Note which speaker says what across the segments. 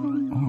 Speaker 1: Oh,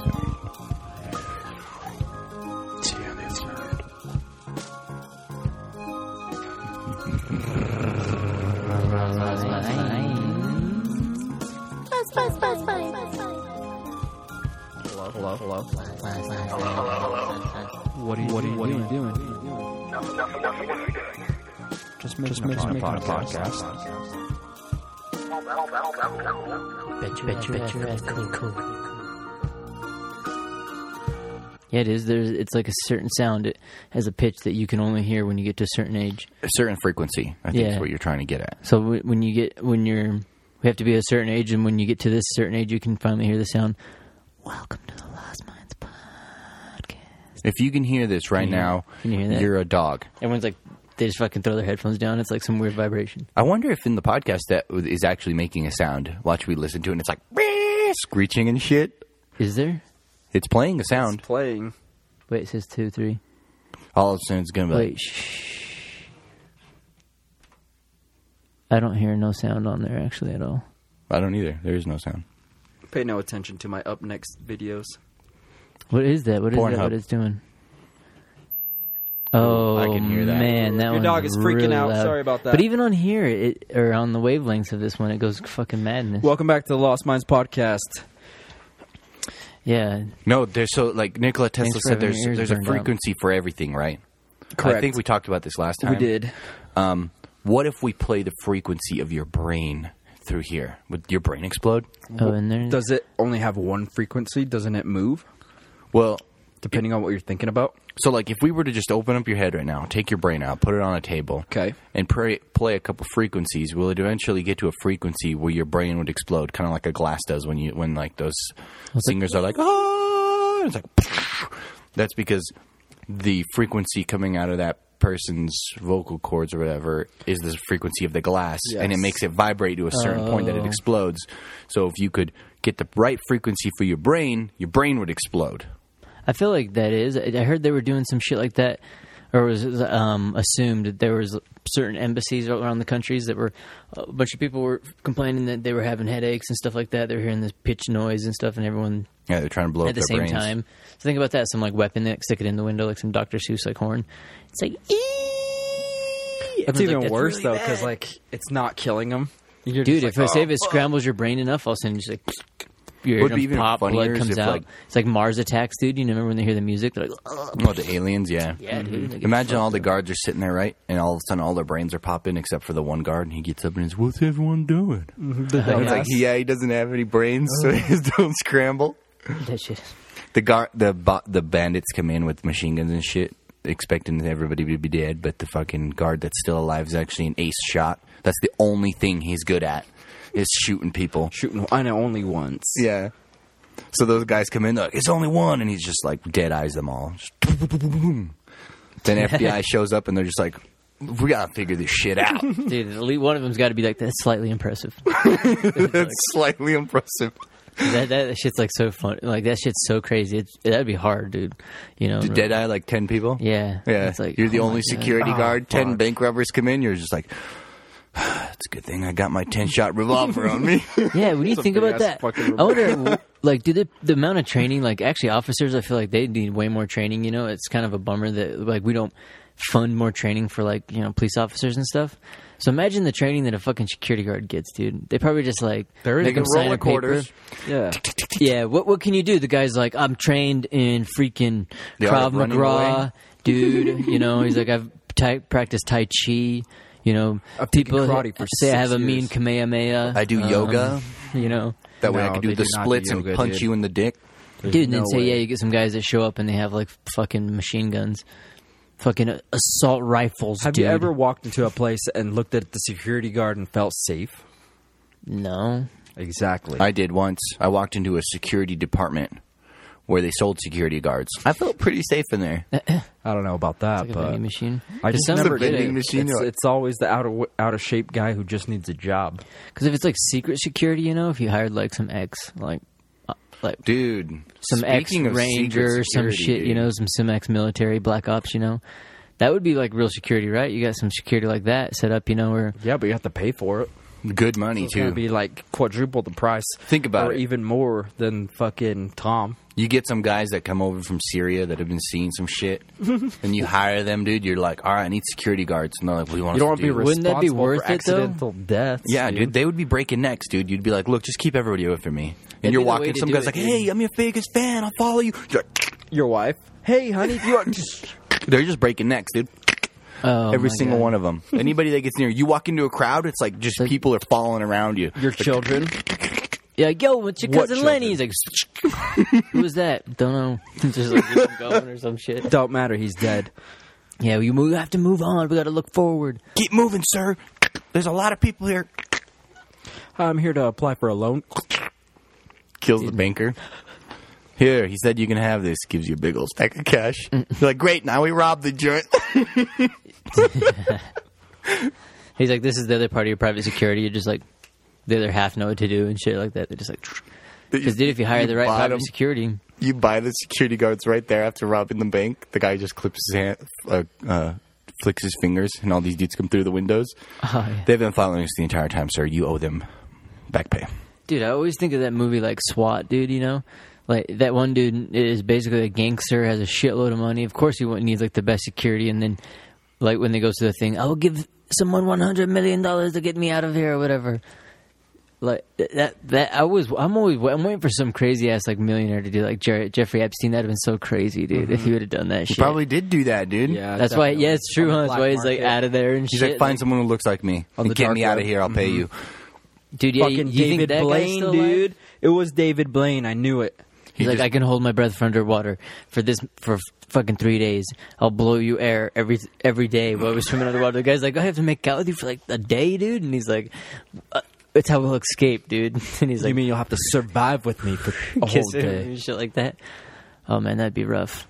Speaker 2: I mean stay on the inside.
Speaker 3: Buzz, buzz, buzz, buzz, buzz, buzz.
Speaker 4: What are you, what are you, what doing? Are you doing? Just make just making a podcast.
Speaker 5: Yeah, it is. There's, it's like a certain sound. It has a pitch that you can only hear when you get to a certain age.
Speaker 1: A certain frequency. I think
Speaker 5: Yeah.
Speaker 1: is what you're trying to get at.
Speaker 5: So w- when you get when you're, we have to be a certain age, and when you get to this certain age, you can finally hear the sound. Welcome to the Lost Minds podcast.
Speaker 1: If you can hear this right now,
Speaker 5: Can you hear that?
Speaker 1: you're a dog.
Speaker 5: Everyone's like, they just fucking throw their headphones down. It's like some weird vibration.
Speaker 1: I wonder if in the podcast that is actually making a sound. Watch we listen to it and it's like "Wee!" screeching and shit.
Speaker 5: Is there?
Speaker 1: It's playing a sound.
Speaker 6: playing.
Speaker 5: Wait, it says two, three.
Speaker 1: All of a sudden it's gonna be like
Speaker 5: Wait, shh. I don't hear no sound on there actually at all.
Speaker 1: I don't either. There is no sound.
Speaker 6: Pay no attention to my up next videos.
Speaker 5: What is that? What is
Speaker 1: Pornhub.
Speaker 5: that? What it's doing? Oh,
Speaker 1: I can hear that.
Speaker 5: man, that
Speaker 6: Your
Speaker 5: one's
Speaker 6: dog is freaking
Speaker 5: really
Speaker 6: out.
Speaker 5: loud.
Speaker 6: Sorry about that.
Speaker 5: But even on here, it, or on the wavelengths of this one, it goes fucking madness.
Speaker 6: Welcome back to the Lost Minds podcast.
Speaker 5: yeah,
Speaker 1: No, there's so like Nikola Tesla
Speaker 5: for
Speaker 1: said.
Speaker 5: having
Speaker 1: There's
Speaker 5: your ears
Speaker 1: there's a
Speaker 5: burned out.
Speaker 1: frequency for everything, right? I
Speaker 6: Correct.
Speaker 1: think we talked about this last time.
Speaker 6: We did.
Speaker 1: Um, what if we play the frequency of your brain through here? Would your brain explode?
Speaker 5: oh, and there.
Speaker 6: Does it only have one frequency? Doesn't it move
Speaker 1: Well,
Speaker 6: depending on what you're thinking about?
Speaker 1: so like if we were to just open up your head right now, take your brain out, put it on a table,
Speaker 6: Okay.
Speaker 1: and pray, play a couple frequencies, we'll eventually get to a frequency where your brain would explode, kind of like a glass does when you when like those singers are like ah, it's like that's because the frequency coming out of that person's vocal cords or whatever is the frequency of the glass and it
Speaker 6: Yes.
Speaker 1: makes it vibrate to a certain point
Speaker 5: Oh.
Speaker 1: that it explodes so if you could get the right frequency for your brain your brain would explode
Speaker 5: I feel like that is. I I heard they were doing some shit like that, or it was um, assumed that there was certain embassies around the countries that were a bunch of people were complaining that they were having headaches and stuff like that. They were hearing this pitch noise and stuff, and everyone
Speaker 1: yeah they're trying to blow up
Speaker 5: at the same
Speaker 1: their brains.
Speaker 5: time. So think about that. Some like weapon that stick it in the window, like some Dr. Seuss like horn. It's like eee!
Speaker 6: It's
Speaker 5: Everyone's
Speaker 6: even
Speaker 5: like, "That's
Speaker 6: worse
Speaker 5: really
Speaker 6: though, because
Speaker 5: bad."
Speaker 6: like it's not killing them.
Speaker 5: dude, if I say if it scrambles your brain enough, all of a sudden just like your
Speaker 1: oh, Would be
Speaker 5: eardrums
Speaker 1: even
Speaker 5: pop,
Speaker 1: funnier
Speaker 5: blood
Speaker 1: is
Speaker 5: comes
Speaker 1: if,
Speaker 5: out.
Speaker 1: like-
Speaker 5: it's like Mars attacks, dude. You remember when they hear the music? They're like, "Ugh."
Speaker 1: Well, the aliens, yeah.
Speaker 5: Yeah, dude, they get
Speaker 1: Imagine all
Speaker 5: fucked
Speaker 1: the
Speaker 5: up.
Speaker 1: guards are sitting there, right? And all of a sudden, all their brains are popping except for the one guard, and he gets up and he's, "What's everyone doing?" Uh. And it's like, yeah, he doesn't have any brains, so his don't scramble.
Speaker 5: that shit.
Speaker 1: The guard, the bo- the bandits come in with machine guns and shit, expecting everybody to be dead, but the fucking guard that's still alive is actually an ace shot. That's the only thing he's good at is shooting people.
Speaker 6: Shooting, I know only once.
Speaker 1: Yeah. So those guys come in, they're like, it's only one, and he's just like dead eyes them all. Just then FBI shows up, and they're just like, we gotta figure this shit out.
Speaker 5: Dude, at least one of them's got to be like that's slightly impressive.
Speaker 1: That's slightly impressive.
Speaker 5: that, that shit's like so fun. Like that shit's so crazy. It's, that'd be hard, dude. You know,
Speaker 1: Did Dead Eye like ten people?
Speaker 5: Uh-huh. Yeah,
Speaker 1: yeah.
Speaker 5: It's like,
Speaker 1: you're the
Speaker 5: oh my
Speaker 1: only
Speaker 5: God.
Speaker 1: security guard. Ten bank robbers come in. You're just like, it's a good thing I got my ten shot revolver on me.
Speaker 5: Yeah, when you think about
Speaker 6: big-ass
Speaker 5: that,
Speaker 6: fucking
Speaker 5: I wonder, like, do the, the amount of training, like, actually, officers, I feel like they need way more training. You know, it's kind of a bummer that, like, we don't fund more training for, like, you know, police officers and stuff. So imagine the training that a fucking security guard gets, dude. They probably just, like,
Speaker 1: They
Speaker 5: make
Speaker 1: can
Speaker 5: them sign
Speaker 1: roll
Speaker 5: a
Speaker 1: a
Speaker 5: paper.
Speaker 1: quarters.
Speaker 6: Yeah.
Speaker 5: Yeah, what what can you do? The guy's like, I'm trained in freaking
Speaker 1: The art
Speaker 5: Krav
Speaker 1: of running
Speaker 5: Maga, dude. You know, he's like, I've ta- practiced Tai Chi. You know,
Speaker 6: I've taken
Speaker 5: people
Speaker 6: karate for
Speaker 5: say I
Speaker 6: six
Speaker 5: have a mean
Speaker 6: years.
Speaker 5: Kamehameha. Um,
Speaker 1: I do yoga.
Speaker 5: You know,
Speaker 1: That way I
Speaker 6: No,
Speaker 1: can do
Speaker 6: they
Speaker 1: the
Speaker 6: do not do
Speaker 1: splits and
Speaker 6: yoga,
Speaker 1: punch
Speaker 6: dude.
Speaker 1: you in the dick.
Speaker 5: dude. And then
Speaker 6: no
Speaker 5: say,
Speaker 6: way.
Speaker 5: yeah, you get some guys that show up and they have like fucking machine guns, fucking assault rifles.
Speaker 6: Have
Speaker 5: dude.
Speaker 6: you ever walked into a place and looked at the security guard and felt safe?
Speaker 5: No.
Speaker 6: Exactly.
Speaker 1: I did once. I walked into a security department where they sold security guards. I felt pretty safe in there.
Speaker 6: I don't know about that,
Speaker 5: Like a
Speaker 6: but
Speaker 5: vending machine.
Speaker 6: I just
Speaker 5: Some
Speaker 6: never
Speaker 5: did
Speaker 6: did
Speaker 5: it.
Speaker 1: vending machine,
Speaker 6: It's,
Speaker 1: you're like-
Speaker 6: it's always the out of out of shape guy who just needs a job.
Speaker 5: Because if it's like secret security, you know, if you hired like some ex, like like
Speaker 1: dude.
Speaker 5: some ex
Speaker 1: speaking of secret
Speaker 5: ranger, some
Speaker 1: security,
Speaker 5: shit, you
Speaker 1: dude.
Speaker 5: know, some some ex military, black ops, you know. That would be like real security, right? You got some security like that set up, you know, where
Speaker 6: Yeah, but you have to pay for it.
Speaker 1: good money
Speaker 6: It's gonna
Speaker 1: too.
Speaker 6: be like quadruple the price.
Speaker 1: Think about
Speaker 6: or
Speaker 1: it.
Speaker 6: even more than fucking Tom.
Speaker 1: You get some guys that come over from Syria that have been seeing some shit, and you hire them, dude. You're like, all right, I need security guards, and they're like, what do you want?
Speaker 6: You don't
Speaker 1: want to
Speaker 6: be
Speaker 1: do?"
Speaker 5: Wouldn't that be
Speaker 6: responsible
Speaker 5: worth it,
Speaker 6: for
Speaker 5: though?
Speaker 6: accidental deaths.
Speaker 1: Yeah, dude. they would be breaking necks, dude. You'd be like, look, just keep everybody away from me. And
Speaker 5: That'd
Speaker 1: you're
Speaker 5: be the way
Speaker 1: walking,
Speaker 5: to
Speaker 1: some
Speaker 5: do
Speaker 1: guy's
Speaker 5: it,
Speaker 1: like,
Speaker 5: dude.
Speaker 1: hey, I'm your biggest fan. I'll follow you. You're like,
Speaker 6: Your wife. Hey, honey, do you want
Speaker 1: They're just breaking necks, dude.
Speaker 5: oh,
Speaker 1: Every
Speaker 5: my
Speaker 1: single
Speaker 5: God.
Speaker 1: one of them. Anybody that gets near you walk into a crowd, it's like just people are falling around you.
Speaker 6: your children?
Speaker 5: Yeah, like, yo, what's your
Speaker 1: What
Speaker 5: cousin Lenny? He's like, who was that? Don't know. Just like keep going or some shit.
Speaker 6: Don't matter. He's dead.
Speaker 5: Yeah, we, we have to move on. We got to look forward.
Speaker 1: Keep moving, sir. There's a lot of people here.
Speaker 6: I'm here to apply for a loan.
Speaker 1: Kills the banker. Here, he said you can have this. Gives you a big old stack of cash. You're
Speaker 5: Mm.
Speaker 1: like, great, now we robbed the joint.
Speaker 5: He's like, this is the other part of your private security. You're just like, the other half know what to do and shit like that. They're just like, because dude, if you hire the right
Speaker 1: bought
Speaker 5: private
Speaker 1: 'em.
Speaker 5: security,
Speaker 1: you buy the security guards right there after robbing the bank. The guy just clips his hand, uh, uh, flicks his fingers, and all these dudes come through the windows.
Speaker 5: Oh, yeah.
Speaker 1: They've been following us the entire time, sir. You owe them back pay.
Speaker 5: Dude, I always think of that movie like SWAT, dude, you know? Like that one dude is basically a gangster, has a shitload of money. Of course he wouldn't need like the best security and then like when they go to the thing, I will give someone one hundred million dollars to get me out of here or whatever. Like that that I was I'm always I'm waiting for some crazy ass like millionaire to do like Jerry, Jeffrey Epstein, that'd have been so crazy, dude, if
Speaker 6: Mm-hmm.
Speaker 5: he would have done that shit.
Speaker 1: Probably did do that, dude.
Speaker 6: Yeah,
Speaker 5: that's why
Speaker 6: uh, definitely.
Speaker 5: yeah, it's true,
Speaker 6: On the
Speaker 5: huh? That's
Speaker 6: black
Speaker 5: why he's like
Speaker 6: market.
Speaker 5: out of there and
Speaker 1: He's
Speaker 5: shit.
Speaker 1: like, find
Speaker 5: Like,
Speaker 1: someone who looks like me
Speaker 5: Oh,
Speaker 6: On
Speaker 1: and
Speaker 6: the
Speaker 1: get
Speaker 6: dark
Speaker 1: me out of
Speaker 6: web.
Speaker 1: here. I'll
Speaker 5: Mm-hmm.
Speaker 1: pay you.
Speaker 5: dude, yeah, you,
Speaker 6: Fucking
Speaker 5: you think
Speaker 6: David
Speaker 5: that guy's
Speaker 6: Blaine,
Speaker 5: still alive?
Speaker 6: dude. It was David Blaine. I knew it.
Speaker 5: He's like,
Speaker 1: just-
Speaker 5: I can hold my breath for underwater for this for f- fucking three days. I'll blow you air every every day while we're swimming underwater. The guy's like, "Oh, I have to make out with you for like a day, dude. And he's like, uh, It's how we'll escape, dude. And he's like,
Speaker 6: you mean you'll have to survive with me for a whole
Speaker 5: kiss him
Speaker 6: day?
Speaker 5: and shit like that. Oh man, that'd be rough.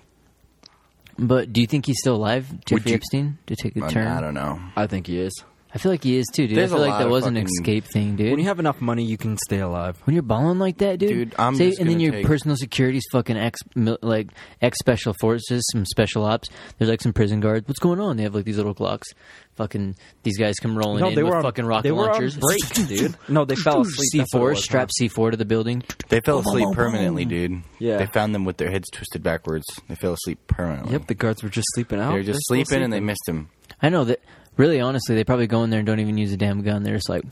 Speaker 5: But do you think he's still alive, Jeffrey
Speaker 1: you-
Speaker 5: Epstein, to take a
Speaker 1: I,
Speaker 5: turn?
Speaker 1: I don't know.
Speaker 6: I think he is.
Speaker 5: I feel like he is too, dude.
Speaker 1: There's
Speaker 5: I
Speaker 1: a
Speaker 5: feel like
Speaker 1: lot
Speaker 5: that
Speaker 1: of
Speaker 5: was an
Speaker 1: fucking-
Speaker 5: escape thing, dude.
Speaker 6: When you have enough money, you can stay alive.
Speaker 5: when you're balling like that, dude.
Speaker 1: Dude, I'm
Speaker 5: say,
Speaker 1: just
Speaker 5: and then
Speaker 1: gonna
Speaker 5: your
Speaker 1: take-
Speaker 5: personal security's fucking ex, mil- like ex special forces, some special ops. There's like some prison guards. What's going on? They have like these little clocks. Fucking these guys come rolling in with
Speaker 6: on-
Speaker 5: fucking rocket
Speaker 6: they were on
Speaker 5: launchers.
Speaker 6: break, dude. No, they fell asleep.
Speaker 5: C
Speaker 6: That's what it
Speaker 5: four
Speaker 6: was, huh?
Speaker 5: strap C four to the building.
Speaker 1: They fell asleep permanently, dude.
Speaker 6: Yeah.
Speaker 1: They found them with their heads twisted backwards. They fell asleep permanently.
Speaker 6: Yep, the guards were just sleeping out.
Speaker 1: They
Speaker 5: Oh,
Speaker 1: were just
Speaker 6: They're
Speaker 1: sleeping,
Speaker 6: still
Speaker 1: and they missed him.
Speaker 5: I know that. Really, honestly, they probably go in there and don't even use a damn gun. They're just like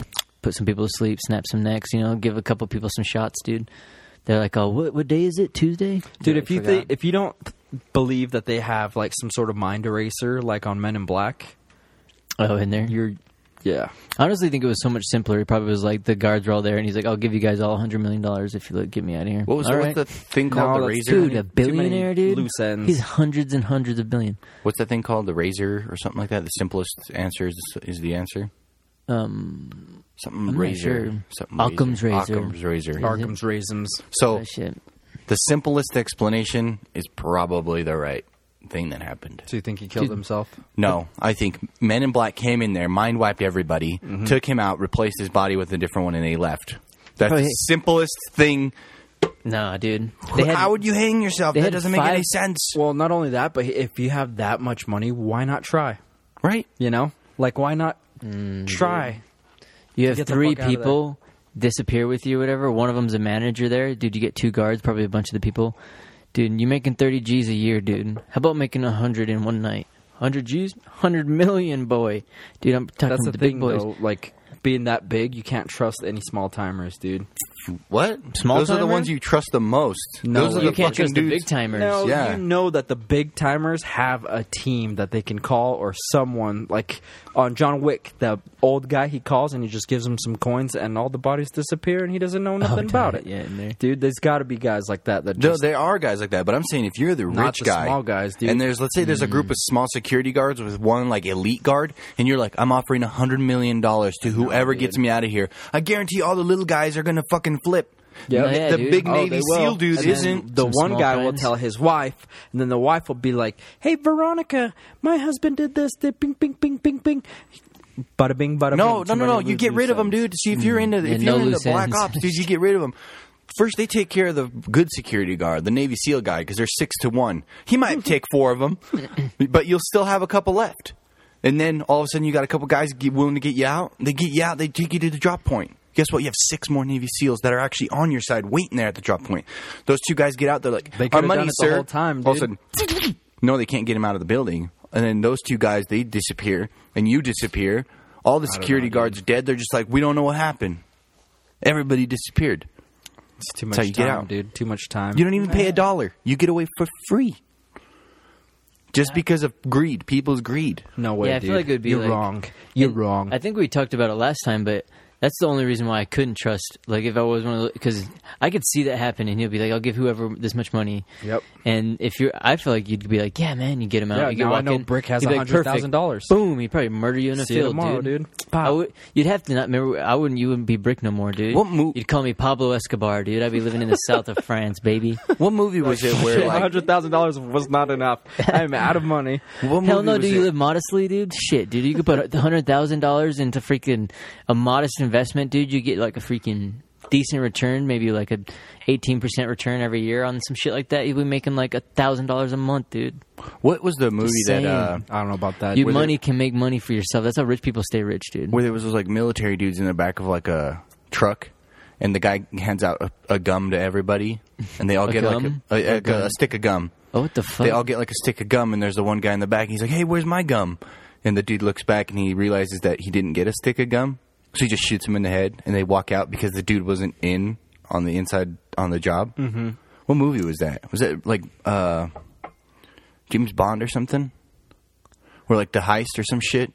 Speaker 5: put some people to sleep, snap some necks, you know, give a couple people some shots, dude. They're like, oh, what what day is it? Tuesday,
Speaker 6: dude.
Speaker 5: Yeah,
Speaker 6: If you
Speaker 5: forgot.
Speaker 6: think if you don't believe that they have like some sort of mind eraser, like on Men in Black,
Speaker 5: oh, in there,
Speaker 6: you're yeah.
Speaker 5: I honestly think it was so much simpler. He probably was like, the guards are all there, and he's like, I'll give you guys all $100 million if you like, get me out of here.
Speaker 1: What was
Speaker 5: All
Speaker 1: what's
Speaker 5: right.
Speaker 1: the thing
Speaker 6: No,
Speaker 1: called? the razor?
Speaker 6: that's
Speaker 5: Dude,
Speaker 6: Too
Speaker 5: a
Speaker 6: many
Speaker 5: billionaire, dude.
Speaker 6: loose ends.
Speaker 5: He's hundreds and hundreds of billion.
Speaker 1: What's that thing called? The razor or something like that? The simplest answer is, is the answer.
Speaker 5: Um,
Speaker 1: Something
Speaker 5: I'm not
Speaker 1: razor.
Speaker 5: sure.
Speaker 1: Something
Speaker 5: Occam's razor.
Speaker 1: Occam's razor.
Speaker 6: Arkham's raisins.
Speaker 1: So
Speaker 5: that oh, shit.
Speaker 1: the simplest explanation is probably the right thing that happened.
Speaker 6: Do you think he killed himself?
Speaker 1: No, I think Men in Black came in there, mind wiped everybody,
Speaker 5: Mm-hmm.
Speaker 1: took him out, replaced his body with a different one, and they left. That's
Speaker 5: Oh,
Speaker 1: the
Speaker 5: yeah.
Speaker 1: simplest thing.
Speaker 5: Nah, dude. They had,
Speaker 1: How would you hang yourself?
Speaker 5: they
Speaker 1: That
Speaker 5: had
Speaker 1: doesn't make any
Speaker 5: five-
Speaker 1: sense.
Speaker 6: Well, not only that, but if you have that much money, why not try?
Speaker 1: Right?
Speaker 6: You know, like why not Mm. try?
Speaker 5: you have
Speaker 6: Get the
Speaker 5: three
Speaker 6: fuck outta
Speaker 5: people disappear with you, whatever. One of them's a manager there. Dude, you get two guards, probably a bunch of the people. Dude, you're making 30 G's a year, dude. How about making 100 in one night? 100 G's? 100 million, boy. Dude, I'm talking
Speaker 6: That's
Speaker 5: to
Speaker 6: the,
Speaker 5: the big
Speaker 6: thing,
Speaker 5: boys.
Speaker 6: though. Like being that big, you can't trust any small timers, dude.
Speaker 1: What?
Speaker 5: Small
Speaker 1: Those are the
Speaker 5: timer?
Speaker 1: ones you trust the most.
Speaker 6: No
Speaker 1: Those are
Speaker 6: way.
Speaker 1: the
Speaker 5: You can't
Speaker 1: fucking
Speaker 5: trust the
Speaker 1: dudes.
Speaker 5: big timers.
Speaker 6: No,
Speaker 1: Yeah.
Speaker 6: you know that the big timers have a team that they can call or someone like on John Wick, the old guy he calls and he just gives him some coins and all the bodies disappear and he doesn't know nothing about it.
Speaker 5: yeah, in there.
Speaker 6: Dude, there's got to be guys like that that
Speaker 1: No,
Speaker 6: just
Speaker 1: there are guys like that, but I'm saying if you're the
Speaker 6: Not
Speaker 1: rich
Speaker 6: the
Speaker 1: guy,
Speaker 6: small guys, dude. Mm.
Speaker 1: and there's let's say there's a group of small security guards with one like elite guard, and you're like, I'm offering a hundred million dollars to whoever gets me out of here. I guarantee all the little guys are gonna fucking flip.
Speaker 6: Yep.
Speaker 5: No, yeah,
Speaker 1: the
Speaker 5: dude.
Speaker 1: big
Speaker 5: Oh,
Speaker 1: Navy
Speaker 6: they will.
Speaker 1: SEAL dude
Speaker 6: And then
Speaker 1: isn't.
Speaker 6: The
Speaker 5: Some
Speaker 6: one
Speaker 5: small
Speaker 6: guy will
Speaker 5: friends.
Speaker 6: tell his wife, and then the wife will be like, "Hey, Veronica, my husband did this. Did ping, ping, ping, ping, ping." Bada bing,
Speaker 1: no,
Speaker 6: bada. bing,
Speaker 1: no, no, no.
Speaker 6: somebody
Speaker 1: You get
Speaker 6: loses
Speaker 1: rid of them,
Speaker 6: themselves.
Speaker 1: dude. See if you're into if
Speaker 5: Yeah,
Speaker 1: you're
Speaker 5: no
Speaker 1: into
Speaker 5: loose
Speaker 1: black
Speaker 5: ends.
Speaker 1: ops, dude, you get rid of them. First, they take care of the good security guard, the Navy SEAL guy, because they're six to one. He might take four of them, but you'll still have a couple left. And then all of a sudden, you got a couple guys get, willing to get you out. They get you out. They take you to the drop point. Guess what? You have six more Navy SEALs that are actually on your side, waiting there at the drop point. Those two guys get out. They're like,
Speaker 6: They
Speaker 1: "Our
Speaker 6: could've
Speaker 1: money,
Speaker 6: done it the
Speaker 1: sir!"
Speaker 6: whole time,
Speaker 1: All of a
Speaker 6: dude.
Speaker 1: sudden, no, they can't get him out of the building. And then those two guys, they disappear, and you disappear. All the security guards are dead. They're just like, we don't know what happened. Everybody disappeared.
Speaker 6: It's too much
Speaker 1: That's how you
Speaker 6: time,
Speaker 1: get out.
Speaker 6: dude. Too much time.
Speaker 1: You don't even pay a dollar. You get away for free. Just because of greed, people's greed.
Speaker 6: no way,
Speaker 5: Yeah, I
Speaker 6: dude.
Speaker 5: feel like it would be
Speaker 6: You're
Speaker 5: like-
Speaker 6: wrong. You're
Speaker 5: And
Speaker 6: wrong.
Speaker 5: I think we talked about it last time, but that's the only reason why I couldn't trust. Like, if I was one of the, because I could see that happen, and he'll be like, "I'll give whoever this much money."
Speaker 6: Yep.
Speaker 5: And if you're, I feel like you'd be like, "Yeah, man, you get him out."
Speaker 6: Yeah,
Speaker 5: you could
Speaker 6: now I
Speaker 5: walk
Speaker 6: know
Speaker 5: in,
Speaker 6: Brick has
Speaker 5: you'd be like, "Perfect."
Speaker 6: $100,000.
Speaker 5: Boom! He'd probably murder you in a
Speaker 6: See you
Speaker 5: field,
Speaker 6: tomorrow,
Speaker 5: dude.
Speaker 6: dude.
Speaker 5: I would, you'd have to not remember. I wouldn't. You wouldn't be Brick no more, dude.
Speaker 1: What mo-
Speaker 5: You'd call me Pablo Escobar, dude. I'd be living in the south of France, baby.
Speaker 1: What movie was it where like
Speaker 6: hundred thousand dollars was not enough. I'm out of money.
Speaker 1: what
Speaker 5: Hell
Speaker 1: movie
Speaker 5: no,
Speaker 1: was
Speaker 5: do you
Speaker 1: it-
Speaker 5: live modestly, dude? Shit, dude, you could put hundred thousand dollars into freaking a modest investment, dude. You get like a freaking decent return, maybe like a eighteen percent return every year on some shit like that. You'd be making like a thousand dollars a month, dude.
Speaker 1: What was the movie that
Speaker 5: saying.
Speaker 1: uh
Speaker 6: I don't know about that.
Speaker 5: Dude,
Speaker 1: Were there-
Speaker 5: money can make money for yourself. That's how rich people stay rich, dude.
Speaker 1: where there was those like military dudes in the back of like a truck and the guy hands out a, a gum to everybody and they all
Speaker 5: A
Speaker 1: get
Speaker 5: gum?
Speaker 1: like a, a,
Speaker 5: A
Speaker 1: a-
Speaker 5: gum.
Speaker 1: a stick of gum.
Speaker 5: Oh, what the fuck?
Speaker 1: They all get like a stick of gum and there's the one guy in the back and he's like, "Hey, where's my gum?" And the dude looks back and he realizes that he didn't get a stick of gum. So he just shoots him in the head and they walk out because the dude wasn't in on the inside on the job. Mm-hmm. What movie was that? Was that like uh James Bond or something? Or like the heist or some shit?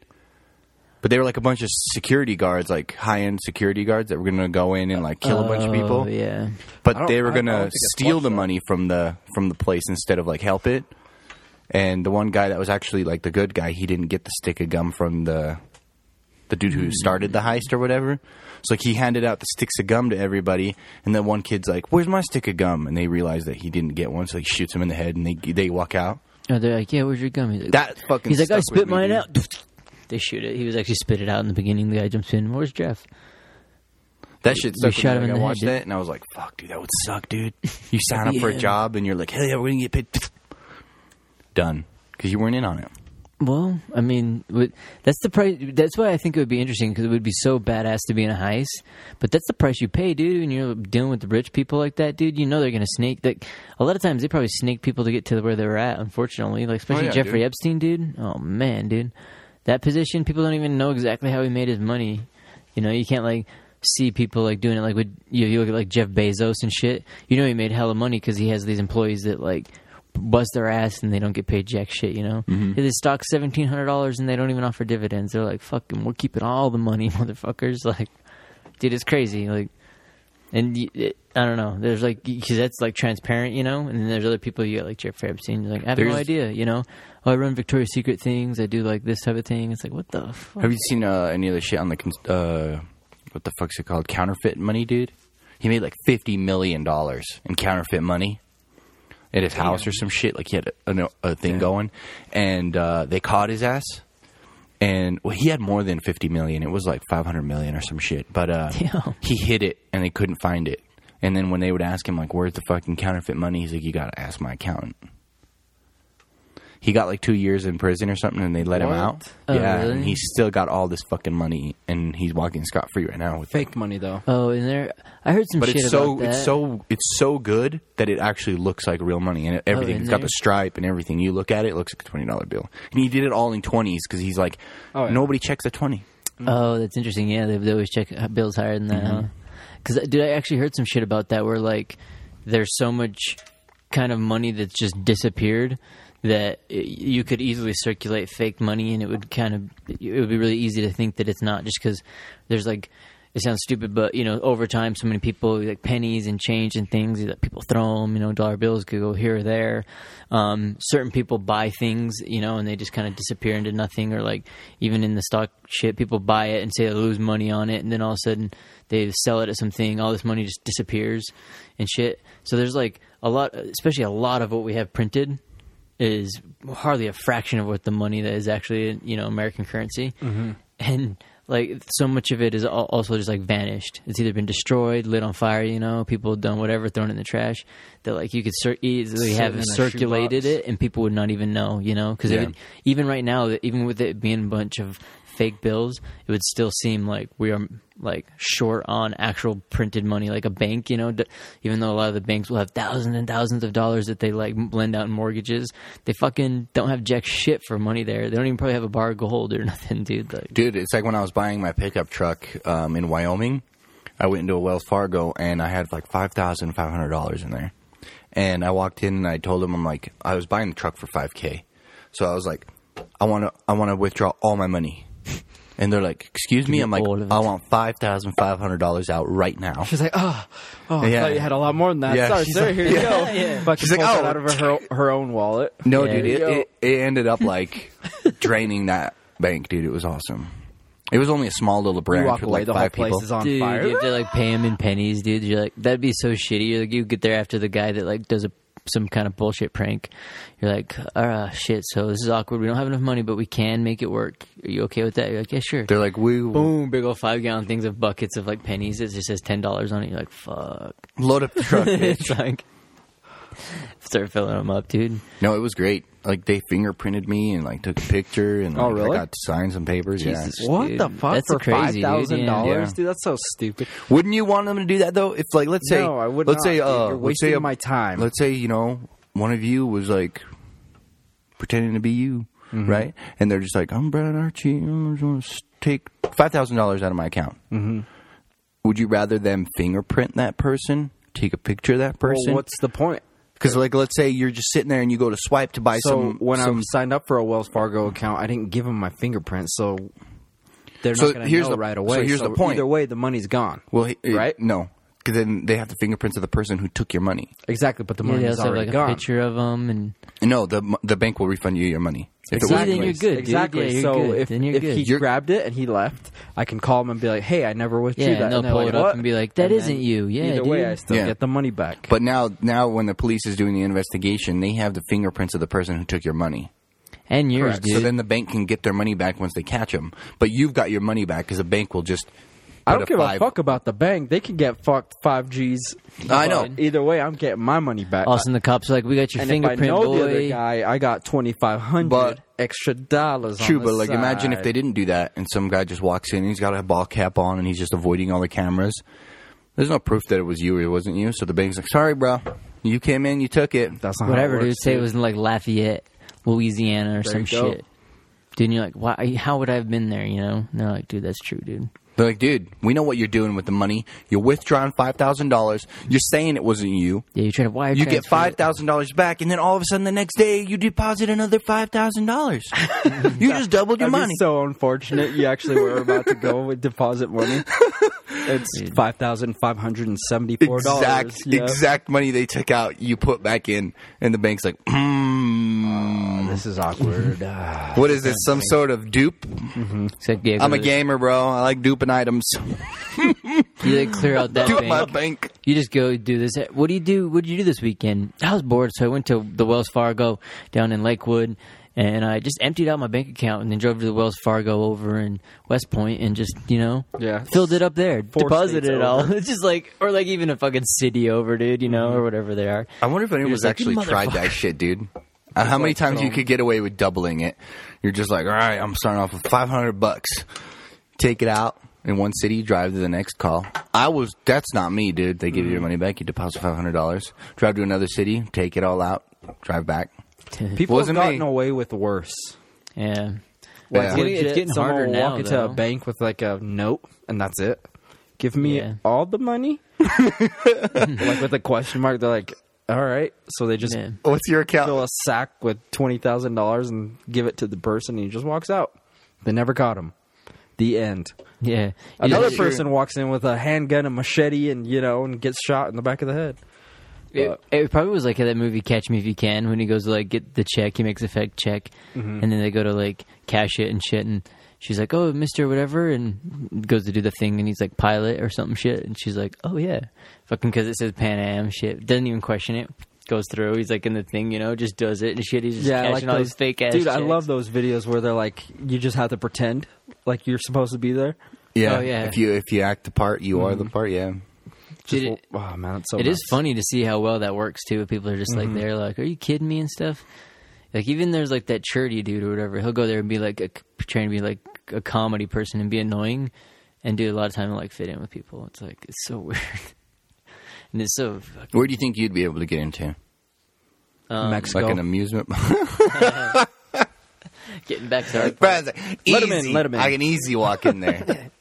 Speaker 1: But they were like a bunch of security guards, like high end security guards that were going to go in and like kill a bunch of people.
Speaker 5: Oh, yeah.
Speaker 6: I
Speaker 1: But
Speaker 6: don't-
Speaker 1: they were
Speaker 6: I- I don't
Speaker 1: gonna
Speaker 6: think it's
Speaker 1: steal
Speaker 6: much,
Speaker 1: the
Speaker 6: though.
Speaker 1: money from the from the place instead of like help it. And the one guy that was actually like the good guy, he didn't get the stick of gum from the the dude
Speaker 5: Hmm.
Speaker 1: who started the heist or whatever. So like he handed out the sticks of gum to everybody, and then one kid's like, "Where's my stick of gum?" And they realize that he didn't get one, so he shoots him in the head, and they they walk out.
Speaker 5: Oh, they're like, yeah, where's your gum? He's like,
Speaker 1: That fucking
Speaker 5: He's like, I
Speaker 1: stuck with
Speaker 5: spit
Speaker 1: me,
Speaker 5: mine
Speaker 1: dude.
Speaker 5: out. They shoot it. He was actually spit it out in the beginning. The guy jumps in. Where's Jeff?
Speaker 1: That shit
Speaker 5: You
Speaker 1: stuck with
Speaker 5: shot him
Speaker 1: me.
Speaker 5: in
Speaker 1: Like,
Speaker 5: the
Speaker 1: I
Speaker 5: head,
Speaker 1: watched
Speaker 5: dude.
Speaker 1: that and I was like, "Fuck, dude, that would suck, dude." You sign up for a
Speaker 5: Yeah.
Speaker 1: job and you're like, "Hey, we're gonna get paid." Done because you weren't in on it.
Speaker 5: Well, I mean, wi- that's the price. That's why I think it would be interesting because it would be so badass to be in a heist. But that's the price you pay, dude. When you're dealing with the rich people like that, dude, you know they're gonna snake. Like a lot of times, they probably snake people to get to where they're at. Unfortunately, like especially
Speaker 1: Oh, yeah,
Speaker 5: Jeffrey
Speaker 1: dude.
Speaker 5: Epstein, dude. Oh man, dude, that position, people don't even know exactly how he made his money. You know, you can't like see people like doing it like with you. You look at like Jeff Bezos and shit. You know, he made hella money because he has these employees that like bust their ass and they don't get paid jack shit. You know, they stock seventeen hundred dollars and they don't even offer dividends. They're like, "Fucking, we're keeping all the money, motherfuckers!" Like, dude, it's crazy. Like, and you, it, I don't know. There's like because that's like transparent, you know. And then there's other people you got like Jeffrey Epstein. You're like, I have
Speaker 1: There's-
Speaker 5: no idea, you know. Oh, I run Victoria's Secret things. I do like this type of thing. It's like, what the fuck?
Speaker 1: Have you seen uh, any of the shit on the cons- uh, what the fuck's it called? Counterfeit money, dude. He made like fifty million dollars in counterfeit money at his house or some shit. Like he had a, a, a thing going, and uh, they caught his ass. And well, he had more than fifty million. It was like five hundred million or some shit. But uh,
Speaker 5: Damn.
Speaker 1: he hid it, and they couldn't find it. And then when they would ask him like, "Where's the fucking counterfeit money?" He's like, "You gotta ask my accountant." He got like two years in prison or something, and they let him
Speaker 6: What?
Speaker 1: out.
Speaker 5: Oh,
Speaker 1: yeah,
Speaker 5: really?
Speaker 1: and he still got all this fucking money, and he's walking scot free right now with it.
Speaker 6: Fake money though.
Speaker 5: Oh, and there, I heard some
Speaker 1: But
Speaker 5: shit
Speaker 1: it's so
Speaker 5: about that.
Speaker 1: it's so it's so good that it actually looks like real money and everything.
Speaker 5: in
Speaker 1: it's got
Speaker 5: there?
Speaker 1: the stripe and everything. You look at it, it looks like a twenty dollar bill. And he did it all in twenties because he's like,
Speaker 6: Oh, yeah.
Speaker 1: nobody checks a twenty.
Speaker 5: Oh, that's interesting. Yeah, they, they always check uh, bills higher than that. Because dude, I actually heard some shit about that where like there's so much kind of money that's just disappeared that y- you could easily circulate fake money and it would kind of it would be really easy to think that it's not just because there's like it sounds stupid but you know over time so many people like pennies and change and things that people throw them you know dollar bills could go here or there um, certain people buy things you know and they just kind of disappear into nothing or like even in the stock shit people buy it and say they lose money on it and then all of a sudden they sell it at something all this money just disappears and shit so there's like a lot especially a lot of what we have printed
Speaker 6: Mm-hmm.
Speaker 5: is hardly a fraction of what the money that is actually in, you know American currency. And like so much of it is al- also just like vanished. It's either been destroyed, lit on fire, you know, people have done whatever, thrown in the trash. That like you could cir- easily
Speaker 6: Sitting
Speaker 5: have
Speaker 6: in a
Speaker 5: circulated
Speaker 6: shoebox.
Speaker 5: it, and people would not even know, you know, because
Speaker 1: Yeah.
Speaker 5: even right now, even with it being a bunch of fake bills, it would still seem like we are like short on actual printed money, like a bank, you know. D- even though a lot of the banks will have thousands and thousands of dollars that they like lend out in mortgages, they fucking don't have jack shit for money there. They don't even probably have a bar of gold or nothing, dude. Like,
Speaker 1: dude. It's like when I was buying my pickup truck um, in Wyoming. I went into a Wells Fargo and I had like five thousand five hundred dollars in there. And I walked in and I told them I'm like I was buying the truck for five k, so I was like, I want to I want to withdraw all my money. And they're like, "Excuse me,"
Speaker 5: me
Speaker 1: I'm like,
Speaker 5: all of it.
Speaker 1: "I want five thousand five hundred dollars out right now."
Speaker 6: She's like, oh, oh, I
Speaker 1: Yeah.
Speaker 6: thought you had a lot more than that.
Speaker 1: Yeah,
Speaker 6: Sorry,
Speaker 1: she's
Speaker 6: sir.
Speaker 1: like-
Speaker 6: here you go. Fucking
Speaker 1: She's like,
Speaker 6: pulls it
Speaker 1: "Oh."
Speaker 6: out of her, her her own wallet.
Speaker 1: No,
Speaker 5: Yeah.
Speaker 1: dude, it,
Speaker 6: Yo.
Speaker 1: it, it ended up like draining that bank, dude. It was awesome. It was only a small little
Speaker 6: You
Speaker 1: branch
Speaker 6: walk
Speaker 1: with
Speaker 6: away,
Speaker 1: like
Speaker 6: the whole
Speaker 1: five
Speaker 6: place
Speaker 1: people.
Speaker 6: is on
Speaker 5: dude,
Speaker 6: fire.
Speaker 5: you have to like pay him in pennies, dude. You're like, that'd be so shitty. You're like, you get there after the guy that like does a some kind of bullshit prank. You're like, ah, shit. So this is awkward. We don't have enough money, but we can make it work. Are you okay with that? You're like, yeah, sure.
Speaker 1: They're like, "We
Speaker 5: Boom, big old five gallon things of buckets of like pennies. It just says ten dollars on it. You're like, fuck.
Speaker 1: load up the truck." bitch.
Speaker 5: it's like start filling them up, dude.
Speaker 1: No, it was great. Like they fingerprinted me and like took a picture and like,
Speaker 6: Oh, really?
Speaker 1: I got to sign some papers.
Speaker 5: Jesus.
Speaker 1: Yeah.
Speaker 6: what the
Speaker 5: Dude,
Speaker 6: fuck
Speaker 5: that's
Speaker 6: for
Speaker 5: crazy, dude, yeah.
Speaker 6: $5,000?
Speaker 1: Yeah.
Speaker 6: Dude, that's so stupid.
Speaker 1: Wouldn't you want them to do that though? If like let's say
Speaker 6: No, I would
Speaker 1: let's
Speaker 6: not,
Speaker 1: say
Speaker 6: dude.
Speaker 1: uh
Speaker 6: You're
Speaker 1: let's say
Speaker 6: wasting
Speaker 1: a-
Speaker 6: my time.
Speaker 1: Let's say, you know, one of you was like pretending to be you,
Speaker 6: Mm-hmm.
Speaker 1: right? And they're just like, "I'm Brad Archie. I just want to take $5,000 out of my account." Mm-hmm. Would you rather them fingerprint that person? Take a picture of that
Speaker 6: Well,
Speaker 1: person.
Speaker 6: what's the point?
Speaker 1: Because, like, let's say you're just sitting there and you go to swipe to buy
Speaker 6: So
Speaker 1: some.
Speaker 6: when
Speaker 1: some
Speaker 6: I signed up for a Wells Fargo account, I didn't give them my fingerprint, so they're
Speaker 1: So
Speaker 6: not going to
Speaker 1: here's
Speaker 6: know
Speaker 1: the-
Speaker 6: right away.
Speaker 1: so here's the point.
Speaker 6: Either way, the money's gone.
Speaker 1: Well, he,
Speaker 6: Right?
Speaker 1: right? No, 'Cause then they have the fingerprints of the person who took your money.
Speaker 6: exactly, but the
Speaker 5: Yeah,
Speaker 6: money
Speaker 5: they
Speaker 6: is
Speaker 5: also have
Speaker 6: already
Speaker 5: like a
Speaker 6: gone.
Speaker 5: picture of them, and
Speaker 1: No, the m- the bank will refund you your money. If
Speaker 5: See,
Speaker 1: the
Speaker 5: then you're
Speaker 1: case.
Speaker 5: good, dude.
Speaker 6: Exactly.
Speaker 5: Yeah, you're
Speaker 6: so
Speaker 5: good.
Speaker 6: if,
Speaker 5: Then you're
Speaker 6: if
Speaker 5: good.
Speaker 6: he
Speaker 1: You're-
Speaker 6: grabbed it and he left, I can call him and be like, "Hey, I never withdrew
Speaker 5: Yeah,
Speaker 6: that."
Speaker 5: and they'll
Speaker 6: they're
Speaker 5: pull
Speaker 6: like,
Speaker 5: it up
Speaker 6: "What?"
Speaker 5: and be like, "That
Speaker 6: then
Speaker 5: isn't you." Yeah,
Speaker 6: Either way,
Speaker 5: dude.
Speaker 6: I still
Speaker 1: Yeah.
Speaker 6: get the money back.
Speaker 1: But now, now when the police is doing the investigation, they have the fingerprints of the person who took your money.
Speaker 5: and yours, dude.
Speaker 1: So then the bank can get their money back once they catch them. But you've got your money back because the bank will just.
Speaker 6: I
Speaker 1: put
Speaker 6: don't give
Speaker 1: five-
Speaker 6: a fuck about the bank. They can get fucked five G's.
Speaker 1: I know.
Speaker 6: But Either way, I'm getting my money back.
Speaker 5: Austin, the cops are like, "We got your
Speaker 6: and if I
Speaker 5: fingerprint,
Speaker 6: know
Speaker 5: boy."
Speaker 6: the other guy, I got twenty five hundred
Speaker 1: But-
Speaker 6: extra dollars. on
Speaker 1: True,
Speaker 6: the
Speaker 1: but like, imagine if
Speaker 6: side.
Speaker 1: they didn't do that, and some guy just walks in, and he's got a ball cap on, and he's just avoiding all the cameras. There's no proof that it was you or it wasn't you. So the bank's like, "Sorry, bro, you came in, you took it.
Speaker 6: That's not
Speaker 5: whatever,
Speaker 6: how it
Speaker 5: dude.
Speaker 6: works,
Speaker 5: Say it was in like Lafayette, Louisiana, or
Speaker 6: There
Speaker 5: some
Speaker 6: you go.
Speaker 5: shit. Dude, and you're like, why? How would I have been there? You know? And they're like, dude, that's true, dude.
Speaker 1: They're like, dude, we know what you're doing with the money. You're withdrawing five thousand dollars. You're saying it wasn't you.
Speaker 5: Yeah, you try to wire.
Speaker 1: You get
Speaker 5: transfer
Speaker 1: five
Speaker 5: it.
Speaker 1: thousand dollars back, and then all of a sudden the next day you deposit another five thousand dollars. You just doubled your
Speaker 6: That'd be
Speaker 1: money.
Speaker 6: so unfortunate. You actually were about to go with deposit money. It's five thousand five hundred and seventy four dollars.
Speaker 1: exact exact money they took out, you put back in, and the bank's like, mm,
Speaker 6: Oh, This is awkward. Uh,
Speaker 1: "What is this? Some sort of dupe?
Speaker 5: Except, yeah,
Speaker 1: I'm a
Speaker 5: go-
Speaker 1: gamer, bro. I like duping items.
Speaker 5: You like clear out that
Speaker 1: Dupe my
Speaker 5: bank.
Speaker 1: bank."
Speaker 5: You just go do this. What do you do? What did you do this weekend? I was bored, so I went to the Wells Fargo down in Lakewood, and I just emptied out my bank account, and then drove to the Wells Fargo over in West Point, and just you know,
Speaker 6: Yeah.
Speaker 5: filled it up there, deposited
Speaker 6: states
Speaker 5: it all. It's just like, or like even a fucking city over, dude, you know, or whatever they are.
Speaker 1: I wonder if anyone's
Speaker 5: like,
Speaker 1: actually
Speaker 5: "You
Speaker 1: tried that shit, dude. Uh, how many
Speaker 6: like
Speaker 1: times you
Speaker 6: some-
Speaker 1: could get away with doubling it? You're just like, all right, I'm starting off with 500 bucks. Take it out in one city, drive to the next call. I was, that's not me, dude. They give you your
Speaker 6: Mm.
Speaker 1: money back, you deposit $500, drive to another city, take it all out, drive back.
Speaker 6: People
Speaker 1: Wasn't
Speaker 6: have gotten
Speaker 1: me.
Speaker 6: away with worse.
Speaker 5: Yeah.
Speaker 1: Like,
Speaker 6: It's
Speaker 1: Yeah.
Speaker 6: getting, it's getting
Speaker 5: Someone
Speaker 6: harder
Speaker 5: will
Speaker 6: now.
Speaker 5: walk
Speaker 6: Walk
Speaker 5: into
Speaker 6: into
Speaker 5: a
Speaker 6: a bank with like a note, and that's it. Give me
Speaker 5: Yeah.
Speaker 6: all the money, like with a question mark. They're like, "All right," so they just
Speaker 5: Yeah.
Speaker 1: What's your
Speaker 6: fill
Speaker 5: uh,
Speaker 1: account?
Speaker 6: a sack with twenty thousand dollars and give it to the person, and he just walks out. They never caught him. The end.
Speaker 5: Yeah. You
Speaker 6: Another
Speaker 5: just-
Speaker 6: person walks in with a handgun, a machete, and you know, and gets shot in the back of the head.
Speaker 5: It, it probably was like that movie Catch Me If You Can when he goes to like get the check, he makes a fake check, and then they go to like cash it and shit, and she's like, "Oh, Mister whatever," and goes to do the thing, and he's like pilot or something shit, and she's like, "Oh yeah, fucking because it says Pan Am shit," doesn't even question it, goes through, he's like in the thing, you know, just does it and shit, he's just cashing all these fake ass.
Speaker 6: Dude, I love those videos where they're like, you just have to pretend like you're supposed to be there.
Speaker 1: Yeah.
Speaker 5: Oh, yeah.
Speaker 1: If you if you act the part, you are
Speaker 6: Mm-hmm.
Speaker 1: the part. Yeah.
Speaker 6: Just,
Speaker 5: Dude, it-
Speaker 6: oh man, it's so
Speaker 5: It is
Speaker 6: nuts.
Speaker 5: funny to see how well that works too. If people are just
Speaker 1: Mm-hmm.
Speaker 5: like they're like, "Are you kidding me?" and stuff. Like even there's like that charity dude or whatever. He'll go there and be like a, trying to be like a comedy person and be annoying, and do a lot of time to like fit in with people. It's like it's so weird, and it's so fucking,
Speaker 1: Where do you think you'd be able to get into?
Speaker 5: um,
Speaker 6: Mexico.
Speaker 1: Like an amusement.
Speaker 5: getting back to hard part.
Speaker 1: Brother,
Speaker 6: Let 'em in,
Speaker 1: easy.
Speaker 6: let 'em in.
Speaker 1: I can easy walk in there.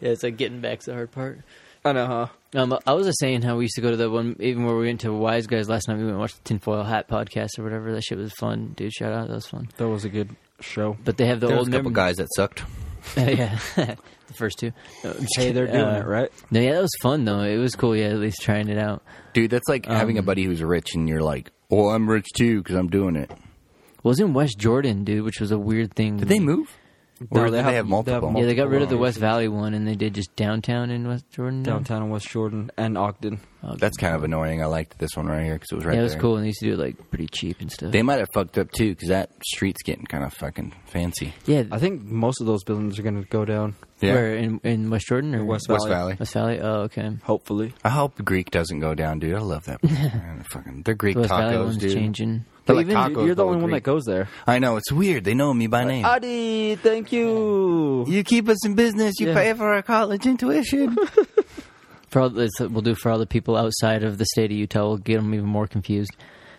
Speaker 5: Yeah, it's like getting back to the hard part.
Speaker 6: I know, huh?
Speaker 5: Um, I was just saying how we used to go to the one, even where we went to Wise Guys last night. We went and watched the Tinfoil Hat podcast or whatever. That shit was fun, dude. Shout out, that was fun.
Speaker 6: That was a good show.
Speaker 5: But they have the
Speaker 1: There was
Speaker 5: old
Speaker 1: a couple
Speaker 5: mem-
Speaker 1: guys that sucked.
Speaker 5: yeah, the first two. No, I'm just
Speaker 6: Hey, they're
Speaker 5: kidding.
Speaker 6: doing
Speaker 5: Uh,
Speaker 6: it right.
Speaker 5: No, yeah, that was fun though. It was cool. Yeah, at least trying it out.
Speaker 1: Dude, that's like
Speaker 5: Um,
Speaker 1: having a buddy who's rich and you're like, well, I'm rich too because I'm doing it.
Speaker 5: Well, it was in West Jordan, dude, which was a weird thing.
Speaker 1: Did they move?
Speaker 6: No,
Speaker 1: Or did they
Speaker 6: they have-
Speaker 1: have
Speaker 6: they have
Speaker 1: multiple?
Speaker 5: Yeah, they got rid of the
Speaker 6: Multiple
Speaker 5: West Valley one, and they did just downtown in West Jordan. now?
Speaker 6: Downtown in West Jordan and Ogden.
Speaker 1: That's kind of annoying. I liked this one right here because it was right
Speaker 5: yeah, it was
Speaker 1: there.
Speaker 5: cool, and they used to do it like pretty cheap and stuff.
Speaker 1: They might have fucked up too because that street's getting kind of fucking fancy.
Speaker 5: yeah,
Speaker 6: I think most of those buildings are going to go down.
Speaker 1: Yeah.
Speaker 5: where in in West Jordan or
Speaker 6: West
Speaker 1: West
Speaker 6: Valley.
Speaker 1: Valley.
Speaker 5: West Valley? Oh, okay.
Speaker 6: Hopefully,
Speaker 1: I hope Greek doesn't go down, dude. I love that. place, man. fucking, they're Greek
Speaker 5: The West Valley
Speaker 1: tacos,
Speaker 5: one's
Speaker 1: dude.
Speaker 5: changing.
Speaker 1: They're
Speaker 6: But
Speaker 1: like
Speaker 6: even
Speaker 1: tacos,
Speaker 6: you're the
Speaker 1: but
Speaker 6: only
Speaker 1: with
Speaker 6: one
Speaker 1: Greek.
Speaker 6: that goes there.
Speaker 1: I know it's weird. They know me by name.
Speaker 6: Adi, thank you.
Speaker 1: you keep us in business. You
Speaker 6: Yeah.
Speaker 1: pay for our college and tuition.
Speaker 5: For all this, we'll do for all the people outside of the state of Utah, we'll get them even more confused.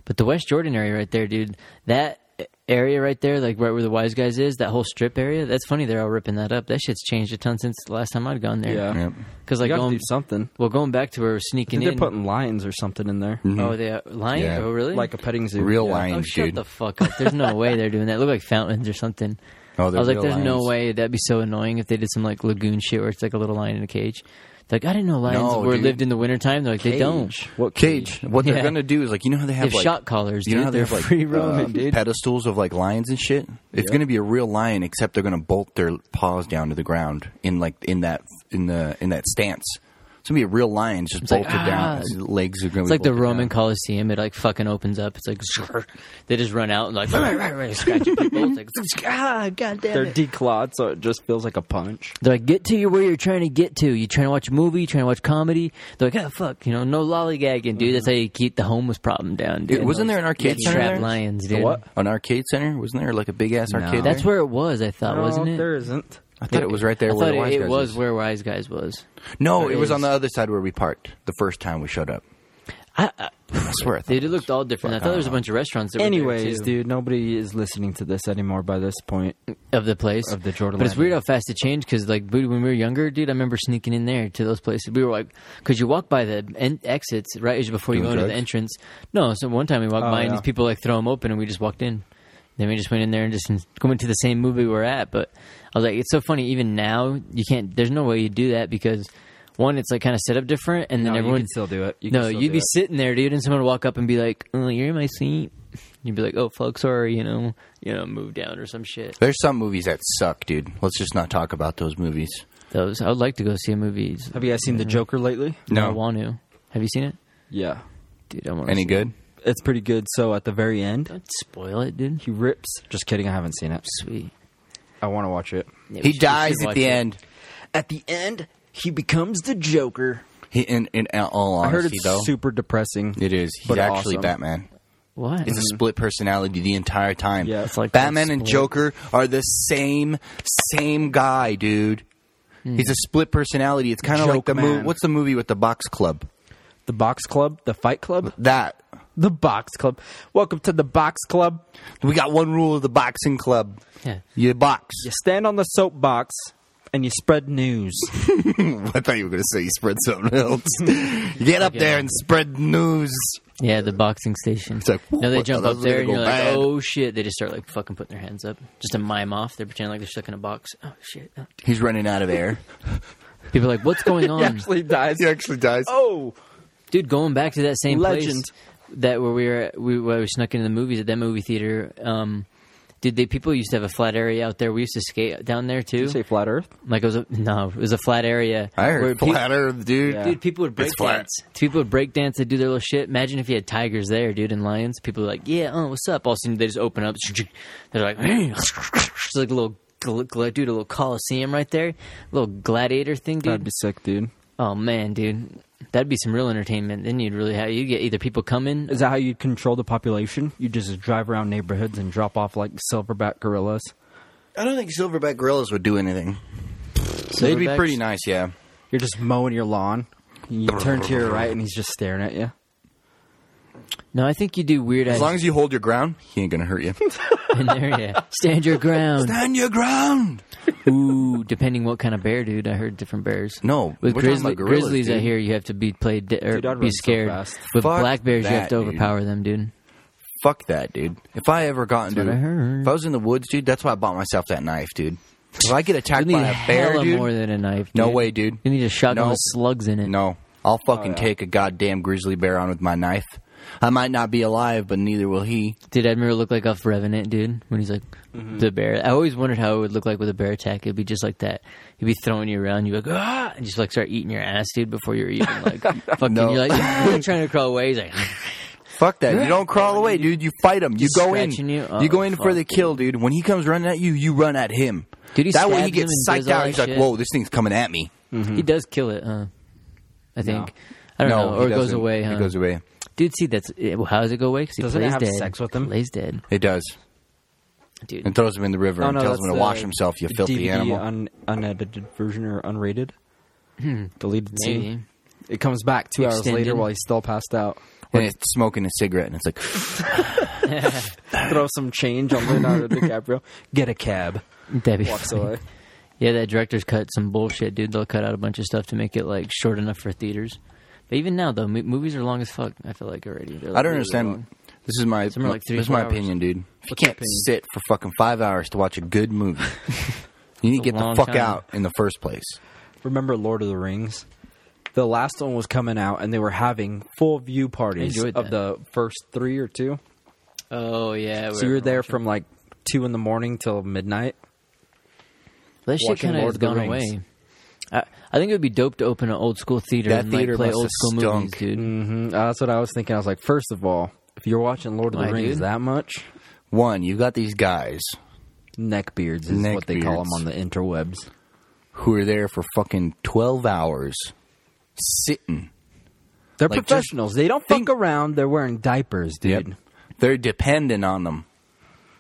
Speaker 5: But the West Jordan area right there, dude, that area right there, like right where the Wise Guys is, that whole strip area, that's funny they're all ripping that up. That shit's changed a ton since the last time I'd gone there.
Speaker 6: Yeah.
Speaker 1: Yep.
Speaker 5: Because
Speaker 6: You
Speaker 5: like
Speaker 6: got to
Speaker 5: going,
Speaker 6: do something.
Speaker 5: well, going back to where we're
Speaker 6: I
Speaker 5: sneaking
Speaker 6: think they're
Speaker 5: in.
Speaker 6: putting lions or something in there,
Speaker 5: oh, they are lion.
Speaker 1: mm-hmm. Yeah.
Speaker 5: Oh, really?
Speaker 6: like a petting zoo.
Speaker 1: Real
Speaker 6: yeah.
Speaker 1: lion.
Speaker 5: oh,
Speaker 1: lions,
Speaker 5: shut
Speaker 1: dude.
Speaker 5: the fuck up. There's no way they're doing that. Look like fountains or something.
Speaker 1: Oh, they're
Speaker 5: I was like,
Speaker 1: real
Speaker 5: there's no
Speaker 1: lions.
Speaker 5: way that'd be so annoying if they did some like lagoon shit where it's like a little lion in a cage. Like I didn't know lions
Speaker 1: No,
Speaker 5: were
Speaker 1: dude.
Speaker 5: lived in the wintertime. They're like they don't.
Speaker 6: What
Speaker 1: Cage. What they're
Speaker 5: Yeah.
Speaker 1: gonna do is like you know how they
Speaker 5: They
Speaker 1: have
Speaker 5: have
Speaker 1: like
Speaker 5: shot collars,
Speaker 1: You know
Speaker 5: dude.
Speaker 1: how they
Speaker 5: They're
Speaker 1: have like
Speaker 5: free
Speaker 1: uh,
Speaker 5: roaming, dude.
Speaker 1: pedestals of like lions and shit. It's
Speaker 6: Yeah.
Speaker 1: gonna be a real lion, except they're gonna bolt their paws down to the ground in like in that in the in that stance. It's gonna be a real lion, just
Speaker 5: like,
Speaker 1: bolted
Speaker 5: ah.
Speaker 1: down. His legs are gonna.
Speaker 5: It's
Speaker 1: be
Speaker 5: like the
Speaker 1: bolted
Speaker 5: Roman
Speaker 1: down.
Speaker 5: Colosseum. It like fucking opens up. It's like they just run out and like right, right, right, scratching people. It's like ah, goddamn.
Speaker 6: They're
Speaker 5: it.
Speaker 6: declawed, so it just feels like a punch.
Speaker 5: They're like get to you where you're trying to get to. You trying to watch a movie? You trying to watch comedy? They're like ah fuck, you know, no lollygagging, dude. That's how you keep the homeless problem down, dude.
Speaker 1: Mm-hmm. Dude, wasn't
Speaker 5: Those
Speaker 1: there an arcade
Speaker 5: big
Speaker 1: center
Speaker 5: Trap
Speaker 1: there?
Speaker 5: lions, dude.
Speaker 6: what?
Speaker 1: An arcade center wasn't there? Like a big ass arcade.
Speaker 5: That's
Speaker 1: there?
Speaker 5: where it was. I thought,
Speaker 6: No,
Speaker 5: wasn't it?
Speaker 6: There Oh, isn't.
Speaker 1: I thought it was right there.
Speaker 5: I
Speaker 1: where
Speaker 5: thought
Speaker 1: the Wise
Speaker 5: it, it
Speaker 1: Guys
Speaker 5: was
Speaker 1: is.
Speaker 5: where Wise Guys was.
Speaker 1: No,
Speaker 5: There
Speaker 1: it was
Speaker 5: is.
Speaker 1: on the other side where we parked the first time we showed up.
Speaker 5: I, I,
Speaker 1: I swear. I thought
Speaker 5: dude, it looked all different. I thought there was a bunch of restaurants. That were there,
Speaker 6: Anyways,
Speaker 5: too.
Speaker 6: dude, nobody is listening to this anymore by this point.
Speaker 5: of the place
Speaker 6: Of the Jordan
Speaker 5: But it's weird
Speaker 6: Landing.
Speaker 5: how fast it changed because like dude, when we were younger, dude, I remember sneaking in there to those places. We were like, because you walk by the en- exits right as you- before you go
Speaker 1: Doing
Speaker 5: into the
Speaker 1: drugs?
Speaker 5: entrance. No, so one time we walked
Speaker 6: Oh,
Speaker 5: by
Speaker 6: yeah.
Speaker 5: and these people like throw them open and we just walked in. Then we just went in there and just went to the same movie we're at. But I was like, it's so funny. Even now, you can't. There's no way you do that because one, it's like kind of set up different, and then
Speaker 6: No, you
Speaker 5: everyone
Speaker 6: can still do it. You can
Speaker 5: no,
Speaker 6: still
Speaker 5: you'd
Speaker 6: do
Speaker 5: be
Speaker 6: it.
Speaker 5: sitting there, dude, and someone would walk up and be like, "Oh, you're in my seat." You'd be like, "Oh, fuck, sorry," you know, you know, move down or some shit.
Speaker 1: There's some movies that suck, dude. Let's just not talk about those movies.
Speaker 5: those. I would like to go see a movie.
Speaker 6: Have you guys seen The Joker lately?
Speaker 5: I want to. Have you seen it,
Speaker 6: Mm-hmm. Yeah,
Speaker 5: dude? I want to.
Speaker 1: Any good?
Speaker 6: it's pretty good. So at the very end,
Speaker 5: Don't spoil it, dude.
Speaker 6: he rips. Just kidding, I haven't seen it.
Speaker 5: Sweet.
Speaker 6: I want to watch it.
Speaker 5: Yeah, we
Speaker 1: He
Speaker 5: should- we
Speaker 1: dies
Speaker 5: should
Speaker 1: at
Speaker 5: watch
Speaker 1: the
Speaker 5: it.
Speaker 1: end.
Speaker 6: At the end, he becomes the Joker.
Speaker 1: He, in, in all
Speaker 6: I
Speaker 1: honesty,
Speaker 6: heard it's
Speaker 1: though,
Speaker 6: super depressing.
Speaker 1: it is. He's
Speaker 6: but
Speaker 1: actually
Speaker 6: awesome. Mm-hmm.
Speaker 1: Batman.
Speaker 5: What?
Speaker 1: It's a split personality the entire time.
Speaker 6: Yeah, it's
Speaker 5: like
Speaker 1: Batman
Speaker 5: that
Speaker 1: and
Speaker 5: split.
Speaker 1: Joker are the same same guy, dude. He's a split personality. It's kind of like
Speaker 6: Hmm. Joke
Speaker 1: the movie.
Speaker 6: man.
Speaker 1: What's the movie with the box club?
Speaker 6: The Box Club, the Fight Club,
Speaker 1: That
Speaker 6: the Box Club. Welcome to the Box Club.
Speaker 1: we got one rule of the boxing club.
Speaker 5: Yeah.
Speaker 1: You box.
Speaker 6: You stand on the soapbox and you spread news.
Speaker 1: I thought you were going to say you spread something else. you get up there and spread news.
Speaker 5: Yeah, the boxing station.
Speaker 1: It's like,
Speaker 5: no, they
Speaker 1: what?
Speaker 5: jump
Speaker 1: That
Speaker 5: up
Speaker 1: was
Speaker 5: there
Speaker 1: gonna
Speaker 5: and
Speaker 1: go
Speaker 5: you're like,
Speaker 1: bad.
Speaker 5: oh shit! They just start like fucking putting their hands up, just to mime off. They're pretending like they're stuck in a box. Oh shit! Oh.
Speaker 1: He's running out of air.
Speaker 5: People are like, what's going
Speaker 6: he
Speaker 5: on?
Speaker 6: actually dies.
Speaker 1: he actually dies.
Speaker 6: Oh,
Speaker 5: dude going back to that same
Speaker 6: Legend.
Speaker 5: place that where we were at- we, where we snuck into the movies at that movie theater um dude they people used to have a flat area out there we used to skate down there too
Speaker 6: you say flat Earth?
Speaker 5: like it was a no it was a flat area
Speaker 1: I
Speaker 5: where
Speaker 1: heard
Speaker 5: pe-
Speaker 1: flat earth, dude.
Speaker 6: Yeah.
Speaker 5: Dude, people would break
Speaker 1: It's flat.
Speaker 5: dance. People would break dance. They do their little shit. Imagine if you had tigers there, dude, and uh, lions. People are like, "Yeah, oh, what's up?" All of a sudden, they just open up. They're like, "It's like a little gl- gl- dude, a little coliseum right there, little gladiator thing, dude.
Speaker 6: That'd be sick, dude.
Speaker 5: oh man, dude, that'd be some real entertainment. Then you'd really have you get either people coming.
Speaker 6: Is that how you control the population? You just drive around neighborhoods and drop off like silverback gorillas.
Speaker 1: I don't think silverback gorillas would do anything. They'd be
Speaker 5: Silverbacks.
Speaker 1: pretty nice, yeah.
Speaker 6: You're just mowing your lawn. You turn to your right, and he's just staring at you.
Speaker 5: No, I think you do weird
Speaker 1: As
Speaker 5: ass
Speaker 1: long as you hold your ground, he ain't gonna hurt you.
Speaker 5: in there. Yeah, stand your ground.
Speaker 1: Stand your ground.
Speaker 5: Ooh, depending what kind of bear, dude. I heard different bears.
Speaker 1: No,
Speaker 5: with
Speaker 1: we're talking
Speaker 5: grizzly,
Speaker 1: about gorillas,
Speaker 5: grizzlies, I
Speaker 1: dude.
Speaker 5: hear you have to be played di- or
Speaker 6: Dude, I'd
Speaker 5: be
Speaker 6: run so
Speaker 5: scared.
Speaker 6: fast.
Speaker 5: with
Speaker 1: Fuck
Speaker 5: black bears, you have
Speaker 1: that,
Speaker 5: to
Speaker 1: dude.
Speaker 5: overpower them, dude.
Speaker 1: Fuck that, dude. If I ever got into,
Speaker 5: what I heard.
Speaker 1: if I was in the woods, dude, that's why I bought myself that knife, dude. If I get
Speaker 5: You
Speaker 1: attacked
Speaker 5: need
Speaker 1: by a bear,
Speaker 5: hella
Speaker 1: dude,
Speaker 5: more than a knife.
Speaker 1: no
Speaker 5: dude.
Speaker 1: way, dude.
Speaker 5: You Oh, need a shotgun
Speaker 1: No.
Speaker 5: with slugs in it.
Speaker 1: No, I'll fucking take a goddamn grizzly bear on with my knife. I might not be alive, but neither will he.
Speaker 5: Did Edmure look like off Revenant, dude? When he's like
Speaker 1: Mm-hmm.
Speaker 5: the bear. I always wondered how it would look like with a bear attack. It'd be just like that. He'd be throwing you around. You'd be like, ah! And just like start eating your ass, dude, before you're even like fucking.
Speaker 1: No.
Speaker 5: You're like, "Ah," trying to crawl away. He's like,
Speaker 1: Fuck that. You don't crawl away, dude. You fight him. You
Speaker 5: Just
Speaker 1: go in.
Speaker 5: scratching you?
Speaker 1: You,
Speaker 5: Oh,
Speaker 1: go in for
Speaker 5: fuck,
Speaker 1: the kill, dude. When he comes running at you, you run at him.
Speaker 5: Dude, he
Speaker 1: that way he
Speaker 5: stabs him and
Speaker 1: gets psyched
Speaker 5: does all
Speaker 1: out.
Speaker 5: that
Speaker 1: He's like,
Speaker 5: shit.
Speaker 1: whoa, this thing's coming at me.
Speaker 5: he does kill it, huh? I think. I don't know.
Speaker 1: he
Speaker 5: Or it goes
Speaker 1: doesn't.
Speaker 5: away, huh?
Speaker 1: It goes away.
Speaker 5: Dude, see, that's it, well, how does it go away? Because he
Speaker 6: Doesn't it
Speaker 5: plays
Speaker 6: have
Speaker 5: dead.
Speaker 6: sex with him?
Speaker 5: Plays dead,
Speaker 1: It does.
Speaker 5: dude.
Speaker 1: And throws him in the river
Speaker 5: Oh,
Speaker 1: and tells him to
Speaker 6: uh,
Speaker 1: wash himself, you filthy
Speaker 6: DVD
Speaker 1: animal.
Speaker 5: uh,
Speaker 6: Un- unedited version or unrated,
Speaker 1: Hmm.
Speaker 6: deleted
Speaker 5: Maybe.
Speaker 6: scene. It comes back two hours
Speaker 5: Extended.
Speaker 6: later while he's still passed out.
Speaker 1: and it's smoking a cigarette, and it's like,
Speaker 6: Throw some change on Leonardo DiCaprio. Get a cab.
Speaker 5: That'd be
Speaker 6: Walks
Speaker 5: funny.
Speaker 6: away.
Speaker 5: Yeah, that director's cut some bullshit, dude. They'll cut out a bunch of stuff to make it like short enough for theaters. But even now, though, mo- movies are long as fuck. I feel like already. They're, like,
Speaker 1: I don't
Speaker 5: really
Speaker 1: understand.
Speaker 5: long.
Speaker 1: This is my
Speaker 5: Some are like three,
Speaker 1: this is
Speaker 5: four
Speaker 1: my
Speaker 5: hours.
Speaker 1: opinion, dude. If you
Speaker 5: What's your
Speaker 1: can't
Speaker 5: opinion?
Speaker 1: sit for fucking five hours to watch a good movie, you
Speaker 5: It's
Speaker 1: need to
Speaker 5: a
Speaker 1: get the
Speaker 5: long
Speaker 1: fuck
Speaker 5: time.
Speaker 1: out in the first place.
Speaker 6: Remember Lord of the Rings? The last one was coming out, and they were having full view parties
Speaker 5: enjoyed
Speaker 6: of the first three or two.
Speaker 5: Oh yeah,
Speaker 6: So you were there from like two in the morning till midnight.
Speaker 5: that shit
Speaker 6: watching
Speaker 5: kind of
Speaker 6: Lord
Speaker 5: has
Speaker 6: of the
Speaker 5: gone
Speaker 6: Rings.
Speaker 5: away. I, I think it would be dope to open an old school theater
Speaker 1: That
Speaker 5: and
Speaker 1: theater
Speaker 5: like, play
Speaker 1: must
Speaker 5: old
Speaker 1: have
Speaker 5: school movies,
Speaker 1: stunk.
Speaker 5: dude.
Speaker 6: Mm, uh, that's what I was thinking. I was like, first of all, if you're watching Lord of the
Speaker 5: Why,
Speaker 6: Rings
Speaker 5: dude?
Speaker 6: that much,
Speaker 1: One, you got these guys
Speaker 6: neckbeards is what they call them
Speaker 1: Neckbeards.
Speaker 6: on the interwebs.
Speaker 1: who are there for fucking twelve hours sitting.
Speaker 6: They're
Speaker 1: Like, just
Speaker 6: professionals. They don't
Speaker 1: think-
Speaker 6: fuck around. They're wearing diapers, dude.
Speaker 1: They're dependent on them.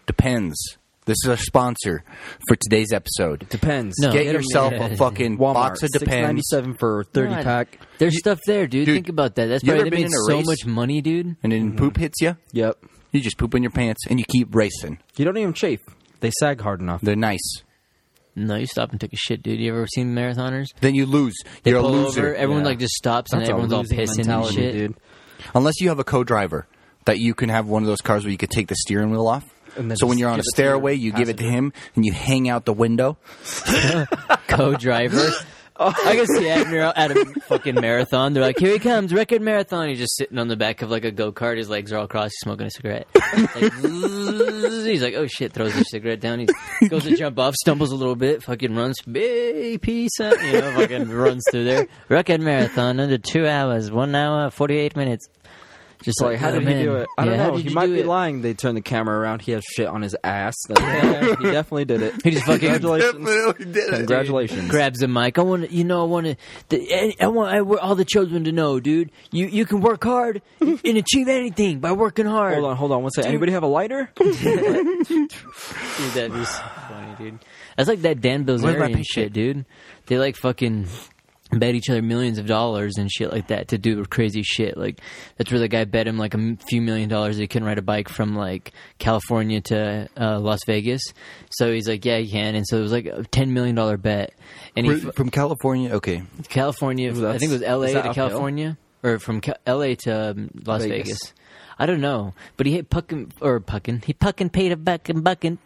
Speaker 1: Depends. This is our sponsor for today's episode.
Speaker 6: Depends.
Speaker 5: No.
Speaker 1: Get
Speaker 5: get 'em-
Speaker 1: yourself
Speaker 5: yeah.
Speaker 1: a fucking
Speaker 6: Walmart
Speaker 1: box of
Speaker 6: six ninety
Speaker 1: Depends
Speaker 6: seven for thirty
Speaker 5: God.
Speaker 6: pack.
Speaker 5: There's stuff there, dude.
Speaker 1: dude,
Speaker 5: Think about that. That's
Speaker 1: you ever
Speaker 5: probably they
Speaker 1: been
Speaker 5: made
Speaker 1: in a
Speaker 5: so
Speaker 1: race?
Speaker 5: much money, dude.
Speaker 1: and then poop hits you.
Speaker 6: Yep.
Speaker 1: You just poop in your pants and you keep racing.
Speaker 6: You don't even chafe. They sag hard enough.
Speaker 1: They're nice.
Speaker 5: No, you stop and take a shit, dude. You ever seen marathoners?
Speaker 1: Then you lose.
Speaker 5: They
Speaker 1: You're a
Speaker 5: pull
Speaker 1: loser.
Speaker 5: over. Everyone
Speaker 6: Yeah.
Speaker 5: like just stops and
Speaker 6: That's a
Speaker 5: everyone's all
Speaker 6: losing
Speaker 5: pissing and
Speaker 6: mentality,
Speaker 5: shit.
Speaker 6: dude.
Speaker 1: unless you have a co-driver that you can have one of those cars where you could take the steering wheel off.
Speaker 6: And then
Speaker 1: So when
Speaker 6: just
Speaker 1: you're on a
Speaker 6: give it to your
Speaker 1: stairway, you give it to him and you hang out the window.
Speaker 5: co-driver.
Speaker 6: Oh.
Speaker 5: I can see Admiral at a fucking marathon. They're like, "Here he comes, record marathon." He's just sitting on the back of like a go kart. His legs are all crossed. He's smoking a cigarette. Like, zzzz. he's like, "Oh shit!" Throws his cigarette down. He goes to jump off, stumbles a little bit, fucking runs. Big peace, out," you know, fucking runs through there. Record marathon under two hours, one hour forty eight minutes. Just
Speaker 6: So like, how
Speaker 5: oh,
Speaker 6: did he
Speaker 5: man.
Speaker 6: do it? I don't
Speaker 5: Yeah, how
Speaker 6: know.
Speaker 5: did
Speaker 6: He
Speaker 5: you
Speaker 6: might
Speaker 5: do
Speaker 6: be
Speaker 5: it?
Speaker 6: lying. They turned the camera around. He has shit on his ass. Like, yeah, he definitely did it.
Speaker 5: He just fucking
Speaker 6: Congratulations. Congratulations.
Speaker 5: grabs the mic. I want to, you know, I want to, I want, I want all the children to know, dude. You you can work hard and achieve anything by working hard.
Speaker 6: Hold on, hold on. One second. Anybody have a lighter?
Speaker 5: Dude, that'd be so funny, dude. That's like that Dan
Speaker 1: my
Speaker 5: Bilzerian
Speaker 1: pink
Speaker 5: shit, dude. They like fucking bet each other millions of dollars and shit like that to do crazy shit. Like that's where the guy bet him like a m- few million dollars that he couldn't ride a bike from like California to uh, Las Vegas. So he's like, yeah, he can. And so it was like a ten million dollar bet, and he fu-
Speaker 1: From California, okay.
Speaker 5: California.
Speaker 6: Ooh,
Speaker 5: I think it was
Speaker 6: that's-
Speaker 5: L.A.
Speaker 6: is
Speaker 5: to
Speaker 6: that uphill?
Speaker 5: California, or from Ca- L.A. to um, Las Vegas.
Speaker 6: Vegas.
Speaker 5: I don't know, but he hit puckin or puckin. He puckin paid a buckin buckin.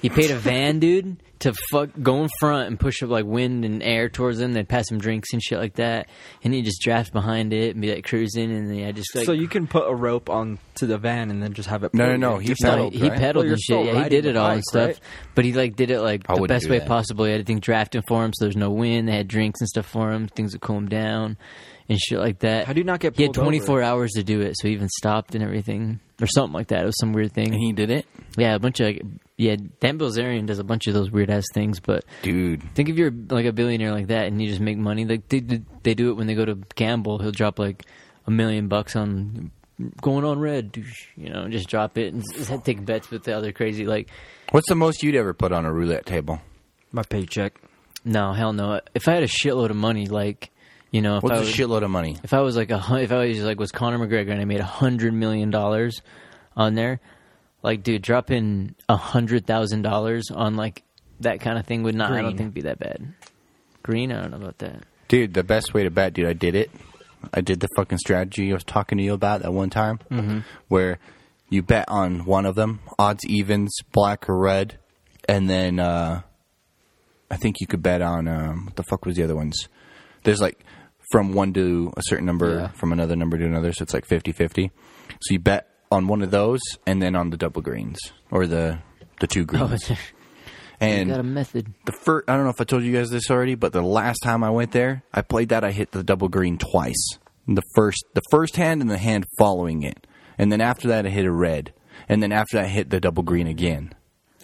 Speaker 5: He paid a van dude to fuck go in front and push up like wind and air towards him. They'd pass him drinks and shit like that, and he just drafts behind it and be like cruising. And yeah, just like
Speaker 6: so you can put a rope on to the van and then just have it.
Speaker 1: No,
Speaker 6: pull
Speaker 1: no,
Speaker 6: you.
Speaker 1: no, he
Speaker 6: Just
Speaker 5: No,
Speaker 1: pedaled.
Speaker 5: he
Speaker 1: right?
Speaker 5: pedaled
Speaker 6: Well, you're
Speaker 5: and shit.
Speaker 6: still
Speaker 5: Yeah, he did
Speaker 6: riding
Speaker 5: it
Speaker 6: the
Speaker 5: all and
Speaker 6: bike,
Speaker 5: stuff.
Speaker 6: right?
Speaker 5: But he like did it like
Speaker 1: I
Speaker 5: the
Speaker 1: wouldn't
Speaker 5: best
Speaker 1: do
Speaker 5: way
Speaker 1: that.
Speaker 5: possible. He had everything drafting for him, so there's no wind. They had drinks and stuff for him. Things would cool him down and shit like that.
Speaker 6: How do you not get
Speaker 5: He had
Speaker 6: pulled over?
Speaker 5: 24 hours to do it, so he even stopped and everything or something like that. It was some weird thing.
Speaker 1: And he did it.
Speaker 5: yeah, a bunch of like, yeah, Dan Bilzerian does a bunch of those weird ass things, but
Speaker 1: dude.
Speaker 5: think if you're like a billionaire like that and you just make money, like they they do it when they go to gamble. He'll drop like a million bucks on going on red, douche, you know, and just drop it and s- take bets with the other crazy like.
Speaker 1: What's the most you'd ever put on a roulette table?
Speaker 6: My paycheck.
Speaker 5: No, hell no. If I had a shitload of money, like you know, if I
Speaker 1: What's a
Speaker 5: was-
Speaker 1: shitload of money?
Speaker 5: if I was like a hun- if I was like was Conor McGregor and I made a hundred million dollars on there, like dude, drop in a hundred thousand dollars on like that kind of thing would not I don't
Speaker 6: Green.
Speaker 5: think be that bad. Green, I don't know about that.
Speaker 1: Dude, the best way to bet, dude, I did it. I did the fucking strategy I was talking to you about that one time where you bet on one of them, odds, evens, black or red, and then uh, I think you could bet on um, what the fuck was the other ones? There's like from one to a certain number,
Speaker 5: Yeah.
Speaker 1: from another number to another, so it's like 50 50. So you bet on one of those and then on the double greens or the the two
Speaker 5: Oh,
Speaker 1: greens.
Speaker 5: you got a
Speaker 1: and
Speaker 5: method.
Speaker 1: the first, I don't know if I told you guys this already, but the last time I went there, I played that. I hit the double green twice. The first, the first hand and the hand following it, and then after that, I hit a red, and then after that, I hit the double green again.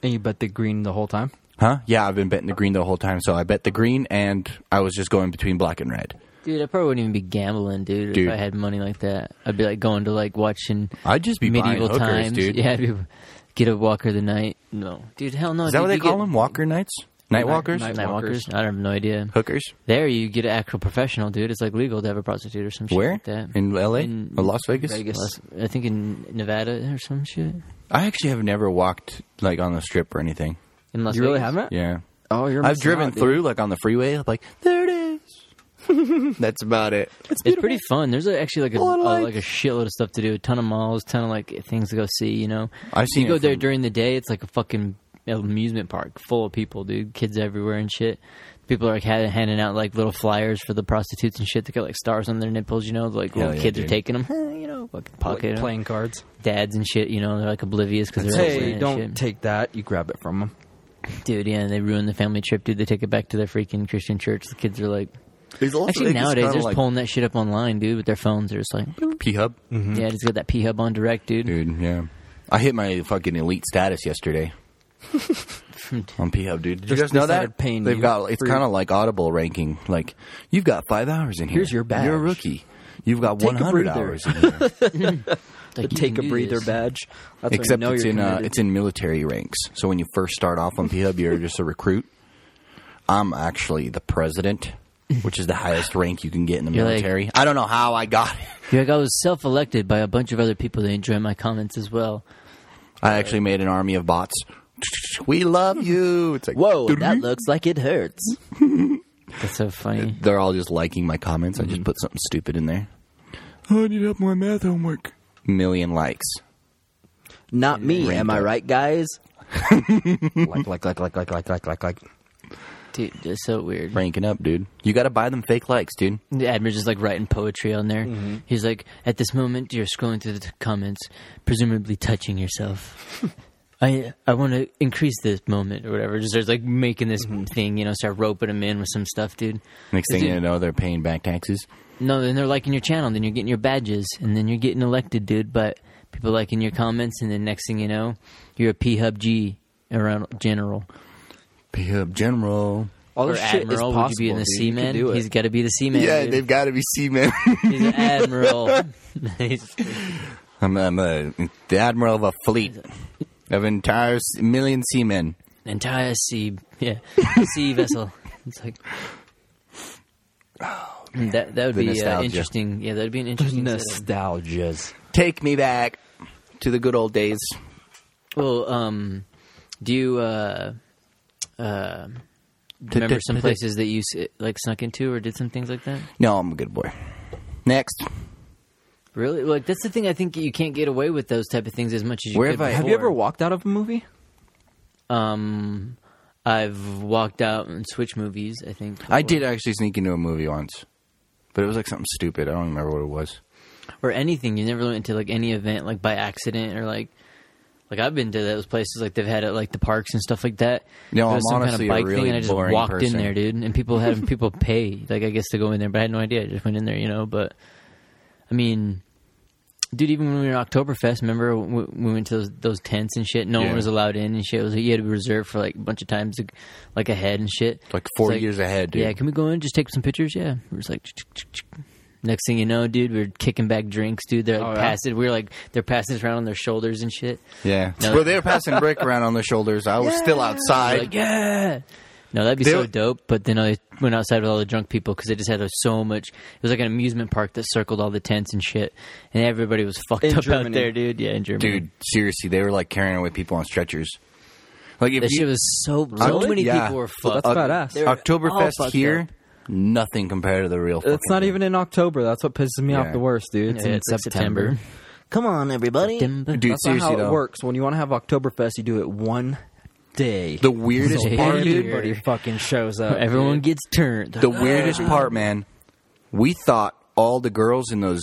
Speaker 6: And you bet the green the whole time?
Speaker 1: Huh? Yeah, I've been betting the green the whole time. So I bet the green, and I was just going between black and red.
Speaker 5: Dude, I probably wouldn't even be gambling, dude,
Speaker 1: Dude.
Speaker 5: if I had money like that. I'd be like going to like watching
Speaker 1: I'd just be
Speaker 5: medieval
Speaker 1: buying hookers,
Speaker 5: times.
Speaker 1: dude.
Speaker 5: Yeah, I'd be, get a walker the night. No, dude, hell no.
Speaker 1: Is that what
Speaker 5: dude,
Speaker 1: they
Speaker 5: you
Speaker 1: call
Speaker 5: get-
Speaker 1: them? Walker nights, night walkers,
Speaker 6: night-
Speaker 5: Night walkers.
Speaker 6: walkers?
Speaker 5: I have no idea.
Speaker 1: hookers.
Speaker 5: There, you get an actual professional, dude. It's like legal to have a prostitute or some shit
Speaker 1: Where
Speaker 5: like that.
Speaker 1: in L.A. or Las Vegas?
Speaker 5: Las- I think in Nevada or some shit.
Speaker 1: I actually have never walked like on the strip or anything.
Speaker 5: In Las
Speaker 6: You really
Speaker 5: Vegas.
Speaker 6: haven't?
Speaker 1: Yeah.
Speaker 6: Oh, you're
Speaker 1: I've
Speaker 6: missing
Speaker 1: driven
Speaker 6: out, dude.
Speaker 1: through like on the freeway, like there it is. That's about it.
Speaker 5: It's pretty fun. There's a, actually like a,
Speaker 1: All I
Speaker 5: a-
Speaker 1: like.
Speaker 5: like a shitload of stuff to do. A ton of malls, ton of like things to go see. You know,
Speaker 1: I've seen
Speaker 5: you go
Speaker 1: it
Speaker 5: there
Speaker 1: from-
Speaker 5: during the day. It's like a fucking amusement park full of people, dude. Kids everywhere and shit. People are like ha- handing out like little flyers for the prostitutes and shit that got like stars on their nipples. You know, like
Speaker 1: Hell
Speaker 5: little
Speaker 1: yeah,
Speaker 5: kids are
Speaker 1: dude.
Speaker 5: taking them. You know, fucking
Speaker 6: Like
Speaker 5: pocket 'em.
Speaker 6: playing cards.
Speaker 5: dads and shit. You know, they're like oblivious because they're all
Speaker 6: Hey,
Speaker 5: wearing
Speaker 6: don't
Speaker 5: shit.
Speaker 6: take that. You grab it from them.
Speaker 5: Dude, yeah, they ruin the family trip, dude. They take it back to their freaking Christian church. The kids are like, actually nowadays they're just pulling that shit up online, dude, with their phones. They're just like,
Speaker 6: Mm-hmm.
Speaker 1: P Hub,
Speaker 5: yeah, just got that P Hub on direct, dude.
Speaker 1: dude. Yeah, I hit my fucking elite status yesterday on P Hub, dude. Did you guys
Speaker 6: Just
Speaker 1: know
Speaker 6: decided
Speaker 1: that?
Speaker 6: paying
Speaker 1: They've
Speaker 6: you
Speaker 1: got it's
Speaker 6: for-
Speaker 1: kind of like Audible ranking. Like you've got five hours in here.
Speaker 6: Here's your badge.
Speaker 1: You're a rookie. You've got
Speaker 6: Take a
Speaker 1: one hundred
Speaker 6: breather.
Speaker 1: hours in here.
Speaker 5: Like, you
Speaker 6: Take
Speaker 5: can
Speaker 6: a
Speaker 5: do
Speaker 6: breather
Speaker 5: this.
Speaker 6: badge. That's when
Speaker 1: Except
Speaker 6: you know
Speaker 1: it's
Speaker 6: you're
Speaker 1: in uh,
Speaker 6: committed.
Speaker 1: it's in military ranks. So when you first start off on P Hub, you're just a recruit. I'm actually the president, which is the highest rank you can get in the
Speaker 5: You're like-
Speaker 1: military. I don't know how I got it.
Speaker 5: You're like, I was self elected by a bunch of other people that enjoy my comments as well.
Speaker 1: I actually made an army of bots. We love you. It's like
Speaker 5: Whoa, that looks like it hurts. That's so funny.
Speaker 1: They're all just liking my comments. I just put something stupid in there. I need help with my math homework. Million likes.
Speaker 6: Not me,
Speaker 1: Ramped
Speaker 6: am I
Speaker 1: up.
Speaker 6: right, guys? like, like, like, like, like, like, like, like, like.
Speaker 5: Dude, that's so weird.
Speaker 1: Ranking up, dude. You got to buy them fake likes, dude.
Speaker 5: The admiral's just like writing poetry on there.
Speaker 6: Mm-hmm.
Speaker 5: He's like, at this moment, you're scrolling through the t- comments, presumably touching yourself. I I want to increase this moment or whatever. Just starts like making this
Speaker 6: Mm-hmm.
Speaker 5: thing, you know, start roping them in with some stuff, dude.
Speaker 1: Next thing
Speaker 5: Dude,
Speaker 1: you know, they're paying back taxes.
Speaker 5: no, then they're liking your channel, then you're getting your badges, and then you're getting elected, dude. But people liking your comments, and then next thing you know, you're a P Hub G around general.
Speaker 1: Pay up, general.
Speaker 6: All
Speaker 5: or
Speaker 6: this shit
Speaker 5: admiral,
Speaker 6: is
Speaker 5: would you be in
Speaker 6: possible,
Speaker 5: the
Speaker 6: dude. You can
Speaker 5: seaman?
Speaker 6: do it.
Speaker 5: He's got to be the seaman. dude.
Speaker 1: got to be seamen.
Speaker 5: He's an admiral. He's-
Speaker 1: I'm, I'm uh, the admiral of a fleet of entire s- million seamen.
Speaker 5: an entire sea yeah sea vessel. It's like that that would
Speaker 1: Oh, The
Speaker 5: be uh,
Speaker 1: nostalgia.
Speaker 5: interesting. Yeah, that'd be an interesting. setup.
Speaker 6: Nostalgias.
Speaker 1: Take me back to the good old days.
Speaker 5: Well, um, do you uh, uh, remember some places that you s- like snuck into or did some things like that?
Speaker 1: No, I'm a good boy. Next.
Speaker 5: Really? Like that's the thing. I think you can't get away with those type of things as much as you.
Speaker 1: Where
Speaker 5: could
Speaker 1: have I-
Speaker 6: Have you ever walked out of a movie?
Speaker 5: Um, I've walked out and switched movies. I think before.
Speaker 1: I did actually sneak into a movie once, but it was like something stupid. I don't remember what it was.
Speaker 5: or anything. You never went to like any event like by accident or like like I've been to those places like they've had it like the parks and stuff like that.
Speaker 1: No,
Speaker 5: There was
Speaker 1: I'm
Speaker 5: some
Speaker 1: honestly a
Speaker 5: kind of bike
Speaker 1: really
Speaker 5: thing, and I just
Speaker 1: boring
Speaker 5: walked
Speaker 1: person.
Speaker 5: in there, dude. And people had people pay like I guess to go in there, but I had no idea. I just went in there, you know. But I mean, Dude, even when we were in Oktoberfest, remember when we- we went to those, those tents and shit? No
Speaker 1: Yeah.
Speaker 5: one was allowed in and shit. It was, you had to be reserved for like a bunch of times, like- like ahead and shit.
Speaker 1: Like four
Speaker 5: It's
Speaker 1: years ahead, dude.
Speaker 5: Yeah, can we go in? Just take some pictures. Yeah, we're just like. Next thing you know, dude, we are kicking back drinks, dude. They're like,
Speaker 6: Oh, yeah?
Speaker 5: passing. We were like, they're passing this around on their shoulders and shit.
Speaker 1: Yeah.
Speaker 5: No.
Speaker 1: Bro, they were passing brick around on their shoulders. I was still outside.
Speaker 5: We're like, yeah. No, that'd be
Speaker 1: They
Speaker 5: so
Speaker 1: were-
Speaker 5: dope. But then I went outside with all the drunk people because they just had uh, so much. It was like an amusement park that circled all the tents and shit, and everybody was fucked
Speaker 6: In
Speaker 5: up out
Speaker 6: Germany.
Speaker 5: there, dude. Yeah, in Germany,
Speaker 1: Dude, seriously, they were like carrying away people on stretchers. Like if
Speaker 5: That
Speaker 1: you,
Speaker 5: shit was so. So
Speaker 1: Oct-
Speaker 5: many
Speaker 1: yeah. Uh,
Speaker 5: people were
Speaker 6: Well,
Speaker 5: fucked.
Speaker 6: that's badass.
Speaker 5: They were all
Speaker 1: Oktoberfest
Speaker 5: fucked
Speaker 1: here,
Speaker 5: up.
Speaker 1: nothing compared to the real.
Speaker 6: It's
Speaker 1: fucking
Speaker 6: not
Speaker 1: thing.
Speaker 6: even in October. That's what pisses me
Speaker 1: Yeah.
Speaker 6: off the worst, dude. It's
Speaker 5: Yeah,
Speaker 6: in
Speaker 5: it's like
Speaker 6: September.
Speaker 5: September.
Speaker 6: Come on, everybody.
Speaker 5: September.
Speaker 1: Dude,
Speaker 6: That's
Speaker 1: seriously
Speaker 6: not how
Speaker 1: though,
Speaker 6: it works. When you want to have Oktoberfest, you do it one day.
Speaker 1: the weirdest
Speaker 5: Yeah,
Speaker 1: part, dude.
Speaker 5: dude.
Speaker 6: everybody fucking shows up.
Speaker 5: Everyone
Speaker 6: dude.
Speaker 5: gets turned.
Speaker 1: The weirdest part, man. We thought all the girls in those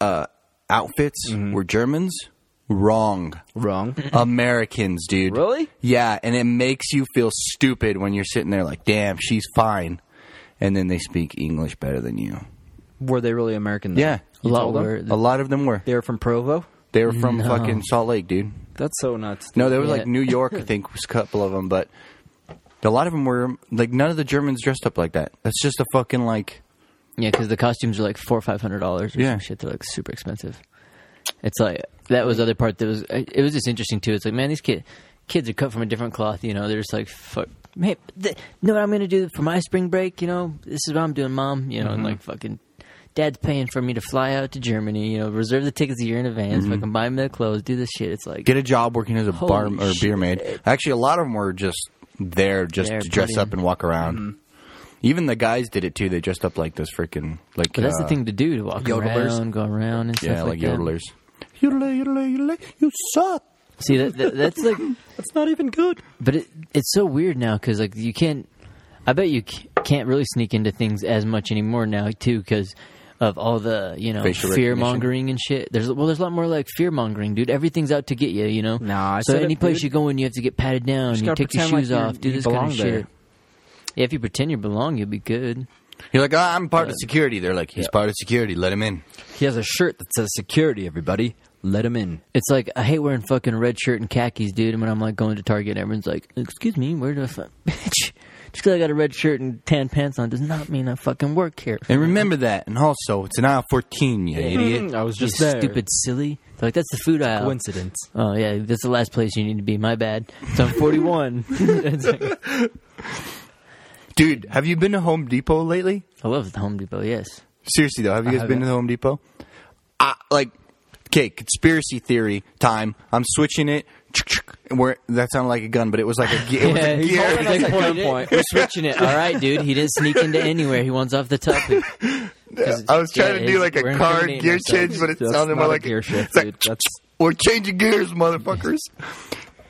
Speaker 1: uh, outfits
Speaker 5: Mm-hmm.
Speaker 1: were Germans. Wrong.
Speaker 6: wrong.
Speaker 1: Americans, dude.
Speaker 6: Really?
Speaker 1: Yeah, and it makes you feel stupid when you're sitting there like, "Damn, she's fine," and then they speak English better than you.
Speaker 6: Were they really American? Though?
Speaker 1: Yeah,
Speaker 5: a lot
Speaker 6: told them?
Speaker 5: were.
Speaker 1: a lot of them were.
Speaker 6: They were from Provo.
Speaker 1: They were from
Speaker 5: No.
Speaker 1: fucking Salt Lake, dude.
Speaker 6: That's so nuts.
Speaker 1: No, there was
Speaker 5: Yeah.
Speaker 1: like New York, I think, was a couple of them, but a lot of them were like none of the Germans dressed up like that. That's just a fucking like
Speaker 5: Yeah, because the costumes are like four or five hundred dollars or
Speaker 1: Yeah.
Speaker 5: some shit. They're like super expensive. It's like that was the other part that was. It was just interesting too. It's like man, these kid kids are cut from a different cloth. You know, they're just like fuck. Hey, th- you know what I'm going to do for my spring break? You know, this is what I'm doing, mom. You know,
Speaker 1: Mm-hmm.
Speaker 5: and like fucking. Dad's paying for me to fly out to Germany. You know, reserve the tickets a year in advance. Fucking buy me the clothes. Do this shit. It's like
Speaker 1: Mm-hmm. get a job working as a
Speaker 5: Holy
Speaker 1: bar or beer maid.
Speaker 5: shit.
Speaker 1: Actually, a lot of them were just there just
Speaker 5: There,
Speaker 1: to dress
Speaker 5: putting- Mm-hmm.
Speaker 1: up and walk around. Even the guys did it too. They dressed up like this freaking like
Speaker 5: But that's
Speaker 1: uh,
Speaker 5: the thing to do to walk
Speaker 6: yodelers.
Speaker 5: around, go around, and
Speaker 1: Yeah,
Speaker 5: stuff like,
Speaker 1: like,
Speaker 5: that.
Speaker 1: yodelers. Yodelay, yodelay, yodelay. You suck.
Speaker 5: See, that, that, that's like
Speaker 6: That's not even good.
Speaker 5: But it, it's so weird now because like you can't. I bet you c- can't really sneak into things as much anymore now too because of all the you know
Speaker 1: Facial
Speaker 5: fear
Speaker 1: recognition.
Speaker 5: mongering and shit. There's well, there's a lot more like fear mongering, dude. Everything's out to get you, you know.
Speaker 6: Nah, I
Speaker 5: so
Speaker 6: said it,
Speaker 5: any place
Speaker 6: dude.
Speaker 5: you go in, you have to get patted down.
Speaker 6: Just
Speaker 5: You
Speaker 6: gotta
Speaker 5: take your
Speaker 6: pretend
Speaker 5: shoes
Speaker 6: like you're-
Speaker 5: off, do
Speaker 6: you
Speaker 5: this kind
Speaker 6: belong
Speaker 5: of
Speaker 6: there.
Speaker 5: shit. Yeah, if you pretend you belong, you'll be good.
Speaker 1: You're like, ah, I'm part of security. They're like, he's part of security. Let him in.
Speaker 6: He has a shirt that says "Security." Everybody, let him in.
Speaker 5: It's like I hate wearing fucking red shirt and khakis, dude. And when I'm like going to Target, everyone's like, "Excuse me, where do I find bitch?" Just because I got a red shirt and tan pants on does not mean I fucking work here.
Speaker 1: And remember that. And also, it's an aisle 14, you idiot.
Speaker 6: I was
Speaker 5: You
Speaker 6: just there.
Speaker 5: stupid silly. They're like that's the food aisle.
Speaker 6: coincidence.
Speaker 5: Oh yeah, that's the last place you need to be. My bad. So I'm 41. It's like-
Speaker 1: Dude, have you been to Home Depot lately?
Speaker 5: I love the Home Depot. Yes.
Speaker 1: Seriously though, have you guys been
Speaker 6: haven't.
Speaker 1: to the Home Depot? I, like, okay, conspiracy theory time. I'm switching it. Where that sounded like a gun, but it was like a, ge- it was a
Speaker 5: he's
Speaker 1: gear.
Speaker 5: holding us at gunpoint. We're switching it. All right, dude. He didn't sneak into anywhere. He wants off the topic. 'Cause
Speaker 1: I was trying
Speaker 5: yeah,
Speaker 1: to do
Speaker 5: it's-
Speaker 1: like
Speaker 5: we're
Speaker 1: a car
Speaker 5: intimidating
Speaker 1: gear
Speaker 5: ourselves.
Speaker 1: change, but it
Speaker 6: That's
Speaker 1: sounded
Speaker 6: not
Speaker 1: more
Speaker 6: a
Speaker 1: like
Speaker 6: gear shift,
Speaker 1: it's like,
Speaker 6: dude. That's-
Speaker 1: we're changing gears, motherfuckers.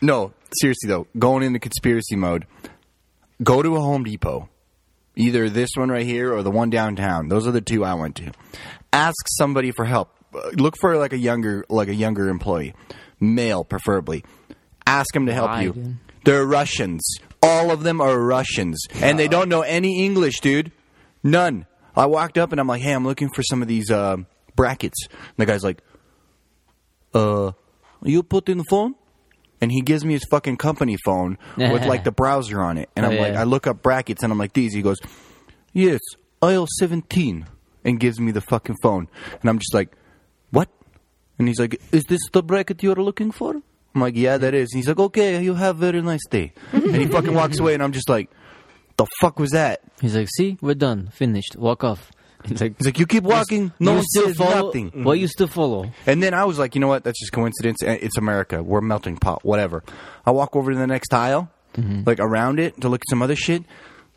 Speaker 1: no, seriously though, going into conspiracy mode. Go to a Home Depot, either this one right here or the one downtown. Those are the two I went to. Ask somebody for help. Uh, Look for like a younger, like a younger employee, male preferably. Ask him to help
Speaker 5: Why,
Speaker 1: you.
Speaker 5: dude?
Speaker 1: They're Russians. All of them are Russians, and they don't know any English, dude. None. I walked up and I'm like, "Hey, I'm looking for some of these uh, brackets." And the guy's like, "Uh, you put in the phone?" And he gives me his fucking company phone with like the browser on it, and
Speaker 5: Oh,
Speaker 1: I'm like,
Speaker 5: yeah.
Speaker 1: I look up brackets and I'm like, "These." He goes, "Yes, aisle 17," and gives me the fucking phone, and I'm just like, "What?" And he's like, "Is this the bracket you're looking for?" I'm like, "Yeah, that is." And he's like, "Okay, you have a very nice day." and he fucking walks away, and I'm just like, "The fuck was that?"
Speaker 5: He's like, see, we're done, finished, walk off. He's like,
Speaker 1: He's like, "You keep walking, no
Speaker 5: "You
Speaker 1: one
Speaker 5: still
Speaker 1: says
Speaker 5: follow?
Speaker 1: nothing."
Speaker 5: Why you still follow?
Speaker 1: And then I was like, you know what? That's just coincidence. Eh, It's America. We're a melting pot. Whatever. I walk over to the next aisle,
Speaker 5: Mm-hmm.
Speaker 1: like around it, to look at some other shit.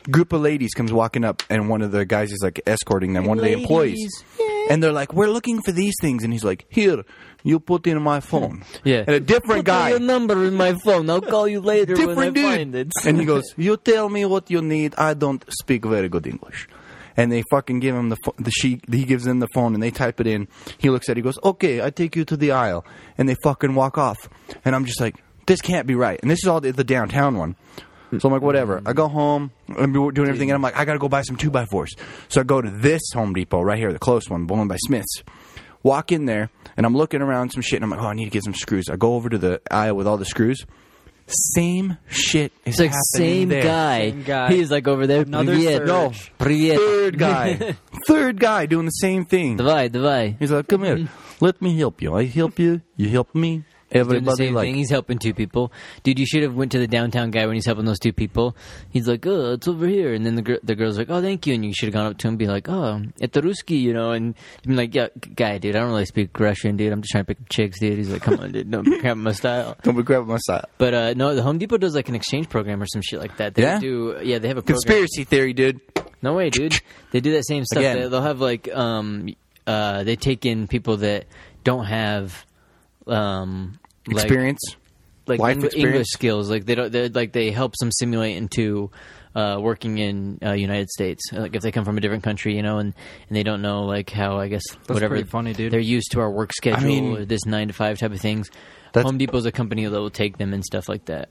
Speaker 1: Group of ladies comes walking up, and one of the guys is like escorting them, one of the employees. And they're like, "We're looking for these things," and he's like, "Here, you put in my phone."
Speaker 5: Yeah.
Speaker 1: And a different
Speaker 5: Put down
Speaker 1: guy,
Speaker 5: Your number in my phone. I'll call you later when I
Speaker 1: different
Speaker 5: find
Speaker 1: dude.
Speaker 5: it.
Speaker 1: and he goes, "You tell me what you need. I don't speak very good English." And they fucking give him the pho- the she he gives them the phone and they type it in. He looks at it, he goes, "Okay, I take you to the aisle." And they fucking walk off. And I'm just like, "This can't be right." And this is all the, the downtown one. So I'm like, whatever. I go home. I'm doing everything, and I'm like, I gotta go buy some two by fours. So I go to this Home Depot right here, the close one, the one by Smith's. Walk in there, and I'm looking around some shit, and I'm like, oh, I need to get some screws. I go over to the aisle with all the screws. Same shit is
Speaker 5: It's like
Speaker 1: happening
Speaker 5: same
Speaker 1: there.
Speaker 5: guy.
Speaker 6: Same guy.
Speaker 5: He's like over there.
Speaker 6: Another
Speaker 5: Привет.
Speaker 6: surge. No.
Speaker 5: Привет.
Speaker 1: Third guy, third guy doing the Mm-hmm. same thing.
Speaker 5: Давай, давай.
Speaker 1: He's like, come here, let me help you. I help you, you help me.
Speaker 5: Doing the
Speaker 1: Everybody
Speaker 5: same
Speaker 1: like
Speaker 5: thing. He's helping two people. Dude, you should have went to the downtown guy when he's helping those two people. He's like, oh, it's over here. And then the, gir- the girl's like, oh, thank you. And you should have gone up to him and be like, oh, it's Ruski, you know. And I'm like, yeah, g- guy, dude, I don't really speak Russian, dude. I'm just trying to pick up chicks, dude. He's like, come on, dude, don't pick up my style.
Speaker 1: don't be grabbing my side.
Speaker 5: But uh, no, the Home Depot does like an exchange program or some shit like that. They
Speaker 1: Yeah?
Speaker 5: do, yeah, they have a program.
Speaker 1: Conspiracy theory, dude.
Speaker 5: No way, dude. They do that same stuff.
Speaker 1: Again.
Speaker 5: They, they'll have like um uh they take in people that don't have um like-
Speaker 1: Experience.
Speaker 5: like,
Speaker 1: life
Speaker 5: Eng-
Speaker 1: experience.
Speaker 5: English skills. Like they don't they're- like they help some simulate into uh, working in uh, United States. Like if they come from a different country, you know, and, and they don't know like how I guess whatever
Speaker 6: pretty funny, dude.
Speaker 5: they're used to our work schedule
Speaker 1: mean-
Speaker 5: or this nine to five type of things.
Speaker 1: That's-
Speaker 5: Home Depot's a company that will take them and stuff like that.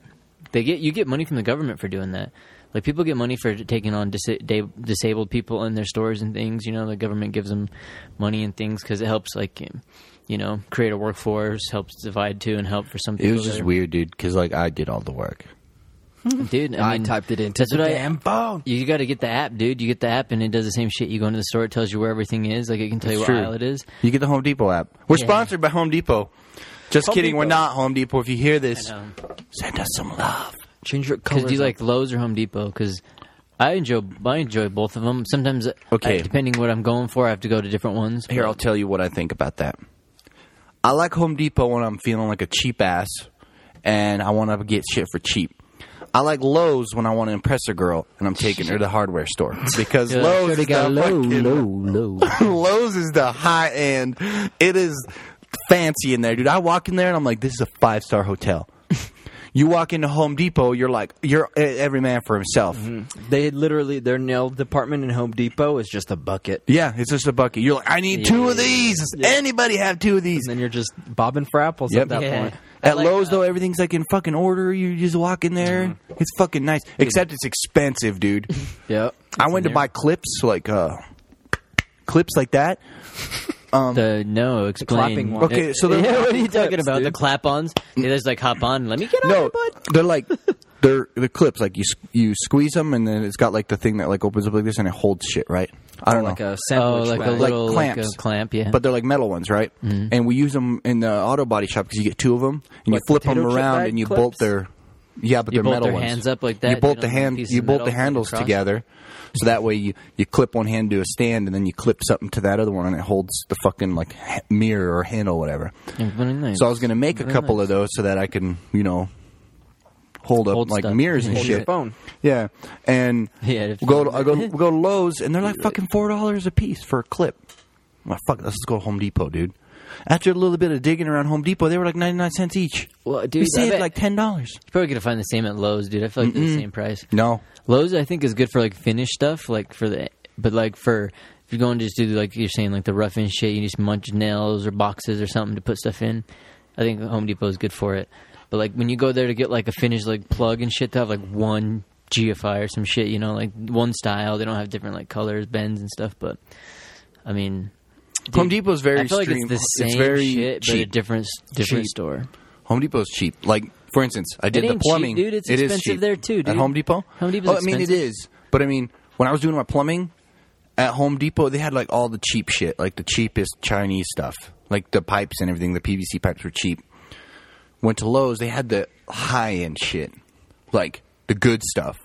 Speaker 5: They get you get money from the government for doing that. Like people get money for taking on dis- da- disabled people in their stores and things. You know, the government gives them money and things because it helps like. You know, create a workforce helps divide too, and help for some people.
Speaker 1: It was
Speaker 5: that
Speaker 1: just
Speaker 5: are-
Speaker 1: weird, dude, because like I did all the work.
Speaker 5: dude. I,
Speaker 6: I,
Speaker 5: mean,
Speaker 6: typed it into
Speaker 5: That's
Speaker 6: the
Speaker 5: what I
Speaker 6: damn phone.
Speaker 5: You got to get the app, dude. You get the app, and it does the same shit. You go into the store, it tells you where everything is. Like it can tell you
Speaker 1: It's
Speaker 5: what
Speaker 1: true.
Speaker 5: aisle it is.
Speaker 1: You get the Home Depot app. We're
Speaker 5: Yeah.
Speaker 1: sponsored by Home Depot. Just
Speaker 6: Home
Speaker 1: kidding, we're
Speaker 6: Depot.
Speaker 1: not Home Depot. If you hear this,
Speaker 5: I know.
Speaker 1: send us some love.
Speaker 6: Change your color.
Speaker 5: Because do you like Lowe's or Home Depot? Because I enjoy I enjoy both of them. Sometimes, I-
Speaker 1: Okay.
Speaker 5: depending what I'm going for, I have to go to different ones.
Speaker 1: Here, I'll tell you what I think about that. I like Home Depot when I'm feeling like a cheap ass and I want to get shit for cheap. I like Lowe's when I want to impress a girl and I'm taking her to the hardware store because
Speaker 5: Yeah.
Speaker 1: Lowe's
Speaker 5: Shoulda
Speaker 1: is
Speaker 5: got
Speaker 1: the
Speaker 5: low,
Speaker 1: fucking-
Speaker 5: low, low.
Speaker 1: Lowe's is the high end. It is fancy in there, dude. I walk in there and I'm like, this is a five star hotel. you walk into Home Depot, you're like, you're e- every man for himself.
Speaker 6: They literally their nail department in Home Depot is just a bucket.
Speaker 1: Yeah, it's just a bucket. You're like, I need two of these. Does anybody have two of these?
Speaker 6: And then you're just bobbing for apples
Speaker 1: Yep.
Speaker 6: at that
Speaker 5: Yeah.
Speaker 6: point.
Speaker 1: At Lowe's, though, everything's like in fucking order. You just walk in there.
Speaker 6: Mm-hmm.
Speaker 1: It's fucking nice. Except it's expensive, dude.
Speaker 6: Yep.
Speaker 1: I went to buy clips, like, uh, clips like that.
Speaker 5: The no, explain.
Speaker 6: clapping one.
Speaker 1: Okay, so they're-
Speaker 5: yeah, what are you talking
Speaker 6: Clips,
Speaker 5: about? The
Speaker 6: dude.
Speaker 5: clap-ons? They just like hop on. Let me get on.
Speaker 1: No, they're like they're the clips. Like you s- you squeeze them, and then it's got like the thing that like opens up like this, and it holds shit, right? I don't
Speaker 6: Like
Speaker 1: know.
Speaker 6: a
Speaker 5: Oh,
Speaker 6: sandwich.
Speaker 5: like a
Speaker 1: Like
Speaker 6: bag.
Speaker 5: little
Speaker 1: clamps.
Speaker 5: like a clamp. Yeah, Mm-hmm.
Speaker 1: but they're like metal ones, right? And we use them in the auto body shop because you get two of them, and you
Speaker 6: Like
Speaker 1: flip them
Speaker 6: potato chip
Speaker 1: around,
Speaker 6: bag
Speaker 1: and you
Speaker 6: clips?
Speaker 1: bolt their yeah, but
Speaker 5: You
Speaker 1: they're
Speaker 5: bolt
Speaker 1: metal
Speaker 5: their
Speaker 1: ones.
Speaker 5: hands up like that,
Speaker 1: You bolt
Speaker 5: you
Speaker 1: the
Speaker 5: know, like
Speaker 1: hand,
Speaker 5: pieces
Speaker 1: you
Speaker 5: of
Speaker 1: bolt
Speaker 5: metal
Speaker 1: the
Speaker 5: like
Speaker 1: handles
Speaker 5: across.
Speaker 1: together, so that way you you clip one hand to a stand, and then you clip something to that other one, and it holds the fucking like ha- mirror or handle, whatever.
Speaker 5: Yeah, very nice.
Speaker 1: So I was going to make a couple of those so that I can, you know, hold up
Speaker 5: Hold
Speaker 1: like
Speaker 5: stuff.
Speaker 1: mirrors and
Speaker 6: Hold
Speaker 1: shit.
Speaker 6: your phone.
Speaker 1: Yeah, and
Speaker 5: Yeah, if-
Speaker 1: go to, I go go to Lowe's and they're like fucking four dollars a piece for a clip. I'm like fuck, let's go to Home Depot, dude. After a little bit of digging around Home Depot, they were like ninety nine cents each.
Speaker 5: Well, dude,
Speaker 1: we
Speaker 5: I
Speaker 1: saved
Speaker 5: bet-
Speaker 1: like ten dollars.
Speaker 5: You're probably gonna find the same at Lowe's, dude. I feel like they're
Speaker 1: Mm-hmm.
Speaker 5: the same price.
Speaker 1: No,
Speaker 5: Lowe's, I think, is good for like finished stuff, like for the, but like for if you're going to just do like you're saying like the rough and shit, you just munch nails or boxes or something to put stuff in. I think Home Depot is good for it. But like when you go there to get like a finished like plug and shit, to have like one GFI or some shit, you know, like one style. They don't have different like colors, bends and stuff. But I mean, dude,
Speaker 1: Home Depot's very
Speaker 5: I feel like
Speaker 1: stream-
Speaker 5: it's the
Speaker 1: it's
Speaker 5: same
Speaker 1: very
Speaker 5: shit, but a
Speaker 1: cheap.
Speaker 5: different different
Speaker 1: Cheap.
Speaker 5: store.
Speaker 1: Home Depot's cheap. Like for instance, I did
Speaker 5: It
Speaker 1: the
Speaker 5: ain't
Speaker 1: plumbing.
Speaker 5: cheap, dude. It's
Speaker 1: It is
Speaker 5: expensive
Speaker 1: cheap.
Speaker 5: there, too, dude.
Speaker 1: At Home Depot.
Speaker 5: Home Depot's
Speaker 1: Oh, I mean, it
Speaker 5: expensive.
Speaker 1: is. But I mean, when I was doing my plumbing at Home Depot, they had like all the cheap shit, like the cheapest Chinese stuff, like the pipes and everything. The PVC pipes were cheap. Went to Lowe's, they had the high end shit, like the good stuff.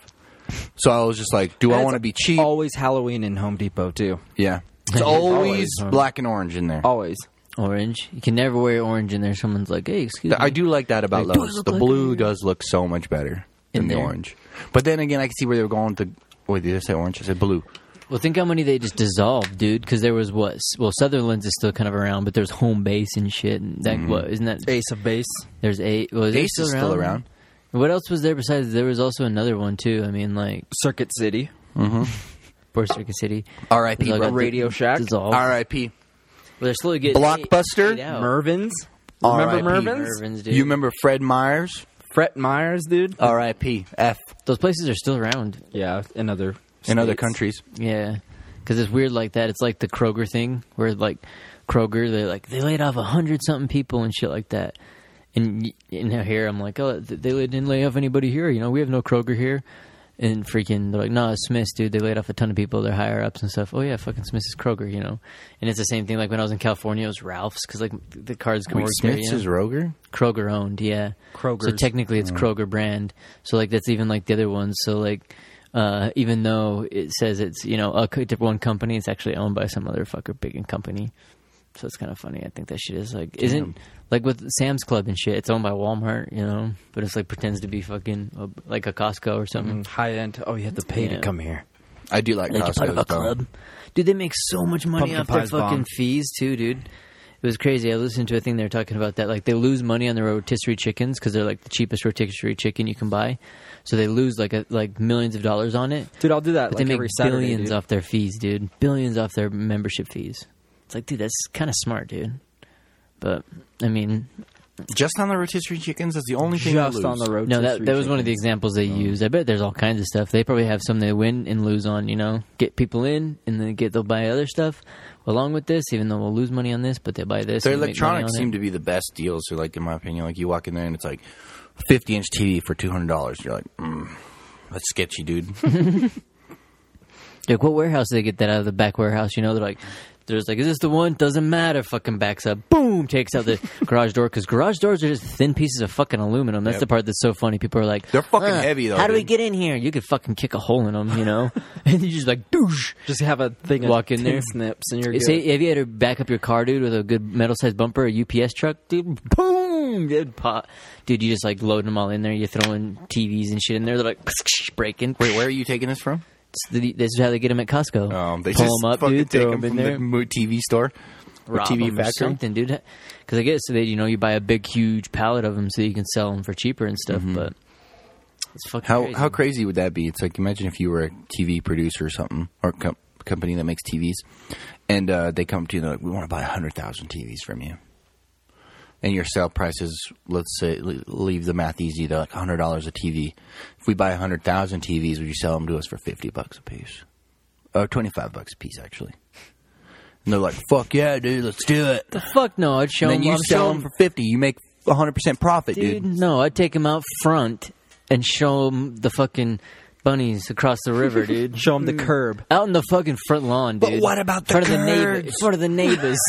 Speaker 1: So I was just like, do I
Speaker 6: It's
Speaker 1: want to be cheap?
Speaker 6: Always Halloween in Home Depot too.
Speaker 1: yeah. It's always,
Speaker 6: always,
Speaker 1: black and orange in there.
Speaker 6: Always.
Speaker 5: Orange. You can never wear orange in there. Someone's like, "Hey, excuse me."
Speaker 1: I do like that about
Speaker 5: Like,
Speaker 1: Lowe's.
Speaker 5: does it
Speaker 1: The
Speaker 5: look
Speaker 1: blue does look so much better
Speaker 5: In
Speaker 1: than the
Speaker 5: there.
Speaker 1: orange. But then again, I can see where they were going with the. Wait, did I say orange? I said blue.
Speaker 5: Well, think how many they just dissolved, dude. Because there was what? Well, Sutherland's is still kind of around, but there's Home Base and shit. And that what? Isn't that
Speaker 6: Ace of base.
Speaker 5: there's eight? Was
Speaker 1: Mm-hmm. Ace is still around.
Speaker 5: What else was there besides? There was also another one too. I mean, like
Speaker 6: Circuit City.
Speaker 5: Port Circuit City.
Speaker 1: R.I.P.
Speaker 5: Like,
Speaker 1: bro.
Speaker 5: I Oh. think
Speaker 6: Radio Shack.
Speaker 5: Dissolved.
Speaker 1: R.I.P.
Speaker 5: Well, they're slowly getting eight-
Speaker 1: Blockbuster,
Speaker 5: eight out.
Speaker 6: Mervyn's.
Speaker 1: R.I.P.
Speaker 6: Remember Mervyn's?
Speaker 5: Mervyn's, dude.
Speaker 1: You remember Fred Myers?
Speaker 6: Fret Myers, dude.
Speaker 1: R.I.P. F.
Speaker 5: Those places are still around.
Speaker 6: yeah, in other
Speaker 1: In other
Speaker 6: states.
Speaker 1: countries,
Speaker 5: Yeah, because it's weird like that. It's like the Kroger thing, where like Kroger. They like they laid off a hundred something people and shit like that. And y- and now here I'm like, oh, th- they didn't lay off anybody here. You know, we have no Kroger here. And freaking, they're like, no, it's Smith's, dude. They laid off a ton of people. They're higher ups and stuff. Oh yeah, fucking Smith's is Kroger, you know. And it's the same thing. Like when I was in California, it was Ralph's because like the cards come
Speaker 1: Wait,
Speaker 5: over there.
Speaker 1: Smith's
Speaker 5: you know?
Speaker 1: is Roger?
Speaker 5: Kroger owned, yeah. So
Speaker 6: Kroger's.
Speaker 5: technically, it's Kroger brand. So like that's even like the other ones. So like, uh, even though it says it's you know a co- different one company, it's actually owned by some motherfucker big in company. So it's kind of funny. I think that shit is like isn't like with Sam's Club and shit. It's owned by Walmart, you know, but it's like pretends to be fucking uh, like a Costco or something.
Speaker 6: High end. Oh, you have to pay
Speaker 5: Yeah.
Speaker 6: to come here.
Speaker 1: I do like
Speaker 5: Like you're
Speaker 1: Costco's,
Speaker 5: part of a
Speaker 1: though.
Speaker 5: club. Dude, they make so much money
Speaker 6: Pumpkin
Speaker 5: off their
Speaker 6: pie's
Speaker 5: fucking
Speaker 6: bomb.
Speaker 5: fees too, dude. It was crazy. I listened to a thing they were talking about that. Like they lose money on their rotisserie chickens because they're like the cheapest rotisserie chicken you can buy. So they lose like a, like millions of dollars on it.
Speaker 6: Dude, I'll do that.
Speaker 5: But they
Speaker 6: like
Speaker 5: make
Speaker 6: every Saturday,
Speaker 5: billions
Speaker 6: dude.
Speaker 5: off their fees, dude. Billions off their membership fees. It's like, dude, that's kind of smart, dude. But I mean,
Speaker 1: Just on the rotisserie chickens? That's the only thing
Speaker 6: Just
Speaker 1: they lose.
Speaker 6: on the road.
Speaker 5: no, that that was one of the examples they
Speaker 1: Um,
Speaker 5: used. I bet there's all kinds of stuff. They probably have some they win and lose on. You know, get people in and then get they'll buy other stuff along with this. Even though we'll lose money on this, but they buy this.
Speaker 1: Their
Speaker 5: and they make money
Speaker 1: electronics
Speaker 5: on
Speaker 1: seem
Speaker 5: it.
Speaker 1: to be the best deals. So, like in my opinion, like you walk in there and it's like fifty inch TV for two hundred dollars. You're like, mm, that's sketchy, dude.
Speaker 5: Like what warehouse do they get that out of the back warehouse? You know, they're like. There's like, is this the one? Doesn't matter. Fucking backs up. Boom! Takes out the garage door because garage doors are just thin pieces of fucking aluminum. That's
Speaker 1: Yep.
Speaker 5: the part that's so funny. People are like,
Speaker 1: They're fucking
Speaker 5: "Huh,
Speaker 1: heavy, though,
Speaker 5: How do we
Speaker 1: dude."
Speaker 5: get in here? You could fucking kick a hole in them, you know. and you just like, douche.
Speaker 6: Just have a thing. of
Speaker 5: Walk in
Speaker 6: tin
Speaker 5: there.
Speaker 6: Snips and you're
Speaker 5: You
Speaker 6: good.
Speaker 5: Say, have you had to back up your car, dude, with a good metal sized bumper, a UPS truck, dude? Boom, dude, pop, dude. You just like loading them all in there. You're throwing TVs and shit in there. They're like breaking.
Speaker 1: Wait, where are you taking this from?
Speaker 5: It's the- This is how they get them at Costco.
Speaker 1: Um, they
Speaker 5: Pull
Speaker 1: just
Speaker 5: them up,
Speaker 1: fucking
Speaker 5: dude.
Speaker 1: take
Speaker 5: Throw
Speaker 1: 'em
Speaker 5: them in
Speaker 1: from
Speaker 5: there.
Speaker 1: the mo- TV store, or
Speaker 5: rob
Speaker 1: TV
Speaker 5: 'em or
Speaker 1: factory.
Speaker 5: something, dude. Because I guess that you know you buy a big, huge pallet of them so you can sell them for cheaper and stuff. But it's fucking
Speaker 1: Mm-hmm. How
Speaker 5: crazy.
Speaker 1: how crazy would that be? It's like imagine if you were a TV producer or something, or com- company that makes TVs, and uh, they come to you and they're like, "We want to buy hundred thousand TVs from you," and your sale price is let's say le- leave the math easy. They're like hundred dollars a TV. If we buy hundred thousand TVs, would you sell them to us for fifty bucks a piece, or twenty five bucks a piece actually? And they're like, "Fuck yeah, dude, let's do it."
Speaker 5: the fuck no! I'd show
Speaker 1: And then
Speaker 5: them.
Speaker 1: you sell them for fifty. You make hundred percent profit,
Speaker 5: dude.
Speaker 1: dude.
Speaker 5: No, I'd take him out front and show him the fucking bunnies across the river, dude. Mm.
Speaker 6: Show them the curb.
Speaker 5: out in the fucking front lawn, dude.
Speaker 1: But what about the
Speaker 5: front of the neighbors?
Speaker 1: Kurds?
Speaker 5: Front of the neighbors.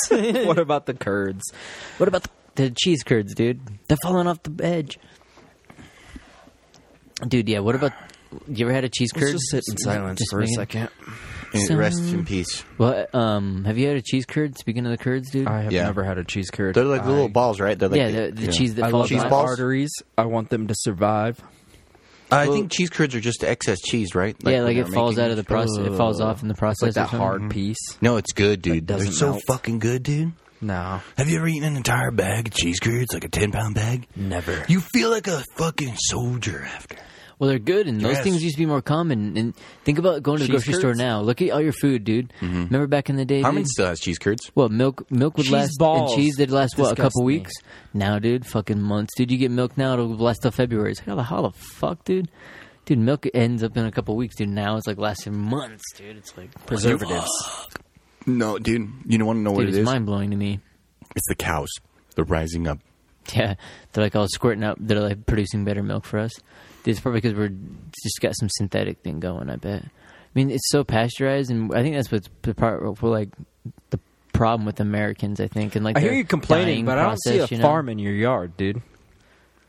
Speaker 6: what about the Kurds?
Speaker 5: what about the, the cheese curds, dude? They're falling off the edge. Dude, yeah. What about? You ever had a cheese curd? Just make it-
Speaker 6: second.
Speaker 1: And rest in peace.
Speaker 5: What? Um, have you had a cheese curd? Speaking of the curds, dude.
Speaker 6: I have
Speaker 1: Yeah.
Speaker 6: never had a cheese curd.
Speaker 1: They're like the
Speaker 6: I-
Speaker 1: little balls, right? They're like
Speaker 5: yeah, the, the cheese that
Speaker 6: I love
Speaker 5: falls
Speaker 1: cheese
Speaker 5: off.
Speaker 6: my
Speaker 1: balls?
Speaker 6: arteries. I want them to survive.
Speaker 1: I think cheese curds are just excess cheese, right?
Speaker 5: yeah, like
Speaker 1: they're
Speaker 5: it falls
Speaker 1: making-
Speaker 5: out of the process. It falls off in the
Speaker 6: It's like
Speaker 5: process. or
Speaker 6: that
Speaker 5: something.
Speaker 6: hard piece.
Speaker 1: No, it's good, dude. They're
Speaker 6: doesn't
Speaker 1: so
Speaker 6: melt.
Speaker 1: fucking good, dude.
Speaker 6: No,
Speaker 1: Have you ever eaten an entire bag of cheese curds, like a ten pound bag?
Speaker 6: never.
Speaker 1: You feel like a fucking soldier after.
Speaker 5: Well, they're good, and those
Speaker 1: Yes.
Speaker 5: things used to be more common. And think about going to the
Speaker 6: Cheese
Speaker 5: grocery store
Speaker 6: curds? Mm-hmm.
Speaker 5: now. Look at all your food, dude. Remember back in the day,
Speaker 1: Harmon
Speaker 5: dude?
Speaker 1: still has cheese curds.
Speaker 5: Well, milk milk would
Speaker 6: Cheese
Speaker 5: last
Speaker 6: balls
Speaker 5: and cheese did last what a
Speaker 6: disgust
Speaker 5: couple
Speaker 6: me.
Speaker 5: weeks. Now, dude, fucking months, dude. You get milk now, it'll last till February. It's like how the how the fuck, dude. Dude, milk ends up in a couple weeks, dude. Now it's like lasting months, dude. It's like
Speaker 6: Preservatives.
Speaker 1: No, dude. You don't want to know what
Speaker 5: dude, it's
Speaker 1: it is?
Speaker 5: mind blowing to me.
Speaker 1: It's the cows. They're rising up.
Speaker 5: Yeah, they're like all squirting up. They're like producing better milk for us. Dude, it's probably because we're just got some synthetic thing going. I bet. I mean, it's so pasteurized, and I think that's what's the part for like the problem with Americans. I think, and like
Speaker 6: I hear
Speaker 5: their
Speaker 6: you complaining,
Speaker 5: dyeing
Speaker 6: but I don't see a
Speaker 5: process, you know?
Speaker 6: farm in your yard, dude.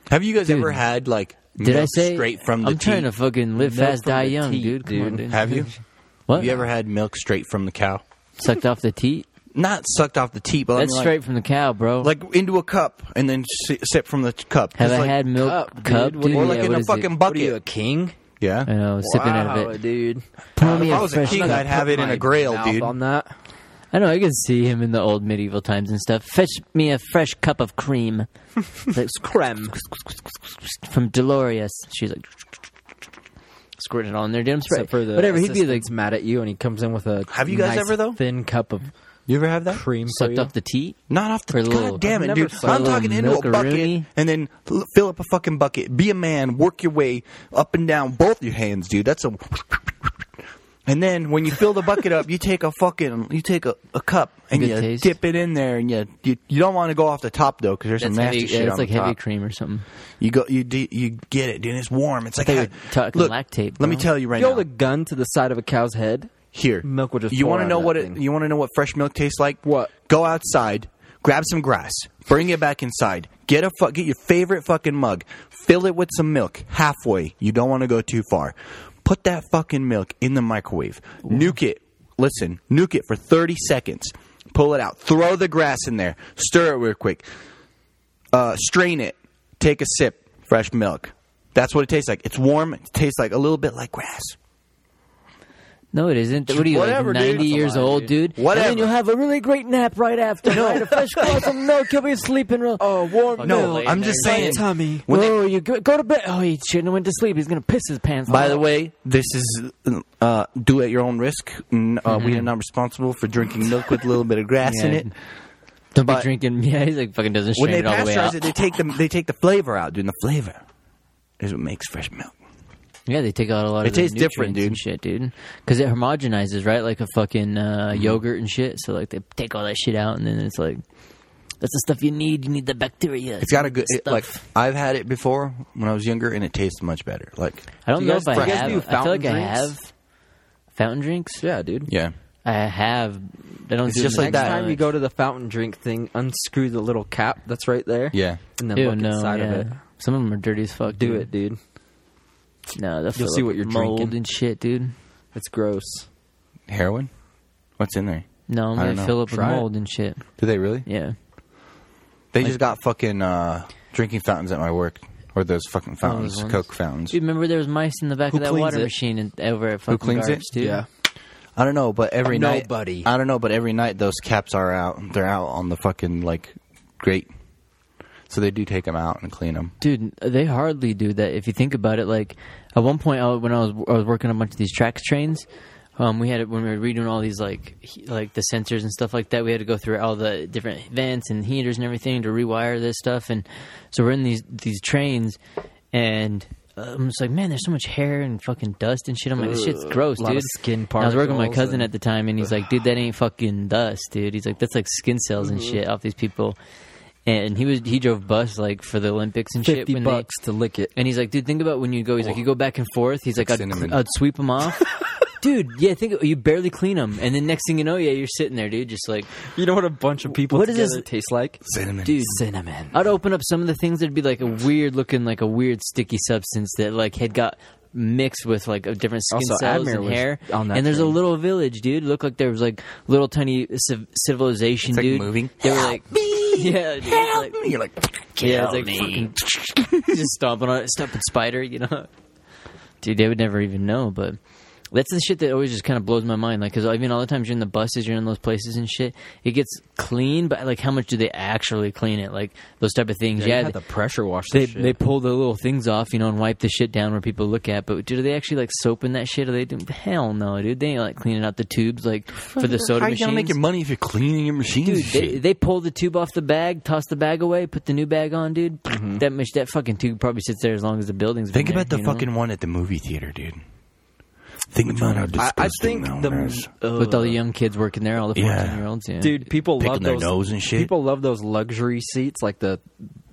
Speaker 1: Have you guys ever had like
Speaker 5: Did I
Speaker 1: milk
Speaker 5: say
Speaker 1: straight from the
Speaker 5: I'm trying to
Speaker 1: teat?
Speaker 5: fucking live
Speaker 6: Milk
Speaker 5: fast,
Speaker 6: from
Speaker 5: die
Speaker 6: the
Speaker 5: young,
Speaker 6: teat,
Speaker 5: dude. Come on,
Speaker 6: dude.
Speaker 5: dude.
Speaker 1: Have you?
Speaker 5: What?
Speaker 1: Have you ever had milk straight from the cow?
Speaker 5: sucked off the teat?
Speaker 1: Not sucked off the teat, but I
Speaker 5: That's
Speaker 1: mean, like,
Speaker 5: straight from the cow, bro.
Speaker 1: like into a cup and then si- sip from the cup.
Speaker 5: have
Speaker 1: It's
Speaker 5: I
Speaker 1: like-
Speaker 5: had milk
Speaker 6: cup, dude.
Speaker 5: cup,
Speaker 6: What
Speaker 5: dude?
Speaker 1: or like
Speaker 5: Yeah,
Speaker 1: in
Speaker 5: what
Speaker 1: a
Speaker 5: is it?
Speaker 1: fucking
Speaker 6: What are
Speaker 1: bucket?
Speaker 6: you, a king?
Speaker 1: Yeah.
Speaker 5: I know, sipping out of
Speaker 6: Wow,
Speaker 5: it.
Speaker 6: dude.
Speaker 5: Pour me
Speaker 1: if
Speaker 5: a
Speaker 1: I was a
Speaker 5: fresh
Speaker 1: king,
Speaker 5: cup.
Speaker 1: I'd have it in
Speaker 6: My
Speaker 1: a grail,
Speaker 6: mouth
Speaker 1: dude.
Speaker 6: On that,
Speaker 5: I know I can see him in the old medieval times and stuff. Fetch me a fresh cup of cream. That's
Speaker 6: creme.
Speaker 5: from Delorious. She's like squirting it on there, dude. I'm
Speaker 6: Except
Speaker 5: surprised.
Speaker 6: for the
Speaker 5: Whatever, he'd be like
Speaker 6: assistant's mad at you, and he comes in with a
Speaker 1: Have you guys
Speaker 6: nice
Speaker 1: ever, though?
Speaker 6: thin cup of
Speaker 1: You ever have that?
Speaker 6: cream for
Speaker 5: sucked
Speaker 6: you?
Speaker 5: off the teat.
Speaker 1: Not off
Speaker 5: Or a
Speaker 1: the
Speaker 5: little-
Speaker 1: God damn
Speaker 5: I've
Speaker 1: it,
Speaker 5: never
Speaker 1: dude.
Speaker 5: saw
Speaker 1: I'm
Speaker 5: a little
Speaker 1: talking into a bucket
Speaker 5: milk-a-rooney.
Speaker 1: and then l- fill up a fucking bucket. Be a man. Work your way up and down both your hands, dude. That's a. And then when you fill the bucket up, you take a fucking you take a, a cup and
Speaker 5: Good
Speaker 1: you
Speaker 5: taste.
Speaker 1: dip it in there, and you you, you don't want to go off the top though because there's
Speaker 5: That's
Speaker 1: some nasty
Speaker 5: heavy,
Speaker 1: shit
Speaker 5: yeah, it's
Speaker 1: on
Speaker 5: like
Speaker 1: the
Speaker 5: heavy
Speaker 1: top.
Speaker 5: cream or something.
Speaker 1: You go you do, you get it, dude. It's warm. It's like
Speaker 5: thought you
Speaker 1: I-
Speaker 5: were talking
Speaker 1: look,
Speaker 5: lactate,
Speaker 1: Let me
Speaker 5: bro.
Speaker 1: tell you right
Speaker 6: you
Speaker 1: now.
Speaker 6: hold a gun to the side of a cow's head.
Speaker 1: Here,
Speaker 6: Milk will just
Speaker 1: You
Speaker 6: pour
Speaker 1: wanna
Speaker 6: out of
Speaker 1: know
Speaker 6: that
Speaker 1: what it,
Speaker 6: thing.
Speaker 1: you want to know what fresh milk tastes like?
Speaker 6: What?
Speaker 1: Go outside, grab some grass, bring it back inside. Get a fu- get your favorite fucking mug, fill it with some milk halfway. You don't want to go too far. Put that fucking milk in the microwave. Nuke it. Listen, nuke it for thirty seconds. Pull it out. Throw the grass in there. Stir it real quick. Uh, strain it. Take a sip. Fresh milk. That's what it tastes like. It's warm. It tastes like a little bit like grass.
Speaker 5: No, it isn't. What are you,
Speaker 1: Whatever,
Speaker 5: like
Speaker 1: dude.
Speaker 5: 90
Speaker 1: That's a
Speaker 5: years
Speaker 1: lie,
Speaker 5: old, dude?
Speaker 1: Whatever.
Speaker 5: And then you'll have a really great nap right after. Right? A fresh glass of milk. You'll be sleeping real. Oh, warm
Speaker 1: No, I'm just saying.
Speaker 6: tummy.
Speaker 1: When they-
Speaker 5: Whoa, you go, go to bed. Oh, he shouldn't have went to sleep. He's going to piss his pants
Speaker 1: By
Speaker 5: off.
Speaker 1: the way, this is uh, do at your own risk. N- Uh, We are not responsible for drinking milk with a little bit of grass in
Speaker 5: Mm-hmm. Yeah.
Speaker 1: it.
Speaker 5: Don't be
Speaker 1: but-
Speaker 5: drinking. Yeah, he's like fucking doesn't
Speaker 1: When
Speaker 5: strain
Speaker 1: they
Speaker 5: it all the way
Speaker 1: pasteurize
Speaker 5: out.
Speaker 1: it, they take the they take the flavor out. Dude, and the flavor is what makes fresh milk.
Speaker 5: Yeah, they take out a lot
Speaker 1: It
Speaker 5: of the
Speaker 1: tastes different,
Speaker 5: nutrients and shit, dude. Because it homogenizes, right? Like a fucking uh,
Speaker 6: Mm-hmm.
Speaker 5: yogurt and shit. So like they take all that shit out, and then it's like that's the stuff you need. You need the bacteria.
Speaker 1: It's got a good it,
Speaker 5: stuff.
Speaker 1: like. I've had it before when I was younger, and it tastes much better. Like,
Speaker 5: I don't
Speaker 6: Do you
Speaker 5: know if
Speaker 6: guys-
Speaker 5: I
Speaker 6: do you guys
Speaker 5: have.
Speaker 6: do
Speaker 5: I feel
Speaker 6: fountain
Speaker 5: like I
Speaker 6: drinks?
Speaker 5: have fountain drinks.
Speaker 6: Yeah, dude.
Speaker 1: yeah,
Speaker 5: I have. I don't
Speaker 1: It's
Speaker 5: do
Speaker 1: just
Speaker 5: them
Speaker 1: like
Speaker 5: that
Speaker 1: that.
Speaker 6: Next time
Speaker 5: much.
Speaker 6: you go to the fountain drink thing, unscrew the little cap that's right there.
Speaker 1: yeah.
Speaker 6: And then
Speaker 5: Ew,
Speaker 6: look
Speaker 5: no,
Speaker 6: inside
Speaker 5: yeah.
Speaker 6: of it.
Speaker 5: Some of them are dirty as fuck.
Speaker 6: Do
Speaker 5: dude.
Speaker 6: it, dude.
Speaker 5: No, that's
Speaker 6: You'll see what you're
Speaker 5: mold
Speaker 6: drinking.
Speaker 5: and shit, dude.
Speaker 6: It's gross.
Speaker 1: Heroin. What's in there?
Speaker 5: No, I'm
Speaker 1: I
Speaker 5: gonna
Speaker 1: don't know.
Speaker 5: fill up with
Speaker 6: Try it.
Speaker 5: mold and shit.
Speaker 1: Do they really?
Speaker 5: Yeah.
Speaker 1: They just got fucking uh, drinking fountains at my work, or those fucking
Speaker 5: those
Speaker 1: fountains,
Speaker 5: ones.
Speaker 1: Coke fountains.
Speaker 5: Dude, remember there was mice in the back
Speaker 6: Who
Speaker 5: of that
Speaker 6: cleans
Speaker 5: water
Speaker 6: it?
Speaker 5: machine in, over at fucking
Speaker 1: cleans it?
Speaker 5: Garb's, dude.
Speaker 6: Yeah.
Speaker 1: I don't know, but every night,
Speaker 6: Nobody.
Speaker 1: I don't know, but every night those caps are out. They're out on the fucking like grate, so they do take them out and clean them.
Speaker 5: Dude, they hardly do that. If you think about it, like at one point I, when I was I was working on a bunch of these tracks trains, um, we had when we were redoing all these like he- like the sensors and stuff like that. We had to go through all the different vents and heaters and everything to rewire this stuff. And so we're in these these trains, and uh, I'm just like, man, there's so much hair and fucking dust and shit. I'm like, this shit's gross,
Speaker 6: lot of
Speaker 5: dude.
Speaker 6: skin
Speaker 5: And I was working with my
Speaker 6: particles
Speaker 5: cousin
Speaker 6: and-
Speaker 5: at the time, and he's like, dude, that ain't fucking dust, dude. He's like, that's like skin cells and
Speaker 6: Mm-hmm.
Speaker 5: shit off these people. And he was he drove bus like for the Olympics and shit.
Speaker 6: Fifty
Speaker 5: when
Speaker 6: bucks Oh.
Speaker 5: They,
Speaker 6: to lick it.
Speaker 5: and he's like, dude, think about when you go. He's like, you go back and forth. He's like,
Speaker 1: Like
Speaker 5: I'd,
Speaker 1: cinnamon.
Speaker 5: I'd sweep them off. dude, yeah, think you barely clean them, and then next thing you know, yeah, you're sitting there, dude, just like,
Speaker 6: You know what a bunch of people
Speaker 5: What does
Speaker 6: together
Speaker 5: this-
Speaker 6: taste like?
Speaker 1: Cinnamon.
Speaker 5: dude.
Speaker 6: Cinnamon.
Speaker 5: I'd open up some of the things that'd be like a weird looking, like a weird sticky substance that like had got mixed with like a different skin
Speaker 6: Also,
Speaker 5: cells
Speaker 6: Admir
Speaker 5: and
Speaker 6: was
Speaker 5: hair.
Speaker 6: on that
Speaker 5: and there's a
Speaker 6: train.
Speaker 5: little village, dude. Looked like there was like little tiny civ- civilization,
Speaker 1: It's like
Speaker 5: dude.
Speaker 1: moving.
Speaker 5: They were like, yeah, dude, like,
Speaker 1: You're like,
Speaker 5: yeah, it's like fucking just stomping on it, stomping spider, you know. Dude, they would never even know, but that's the shit that always just kind of blows my mind. Like, because I mean, all the times you're in the buses, you're in those places and shit, it gets clean, but like, how much do they actually clean it? Like those type of things.
Speaker 6: Yeah,
Speaker 5: Yeah,
Speaker 6: you had to pressure wash
Speaker 5: they
Speaker 6: that shit.
Speaker 5: they pull the little things off, you know, and wipe the shit down where people look at. But do they actually like soap in that shit? Are they doing? Hell no, dude. They ain't like cleaning out the tubes like for the soda
Speaker 1: How you
Speaker 5: machines.
Speaker 1: gonna make your money if you're cleaning your machines?
Speaker 5: Dude,
Speaker 1: and
Speaker 5: they,
Speaker 1: shit?
Speaker 5: they pull the tube off the bag, toss the bag away, put the new bag on, dude. That much, that fucking tube probably sits there as long as the building's.
Speaker 1: Mm-hmm. think
Speaker 5: been
Speaker 1: about
Speaker 5: there,
Speaker 1: the
Speaker 5: you know?
Speaker 1: fucking one at the movie theater, dude. Think about how
Speaker 6: I,
Speaker 1: disgusting
Speaker 6: I think
Speaker 1: that
Speaker 6: the
Speaker 1: one is.
Speaker 5: with all the young kids working there, all the
Speaker 1: Yeah.
Speaker 5: fourteen year olds. Yeah,
Speaker 6: dude people
Speaker 1: Picking
Speaker 6: love
Speaker 1: their
Speaker 6: those
Speaker 1: nose and shit.
Speaker 6: People love those luxury seats, like the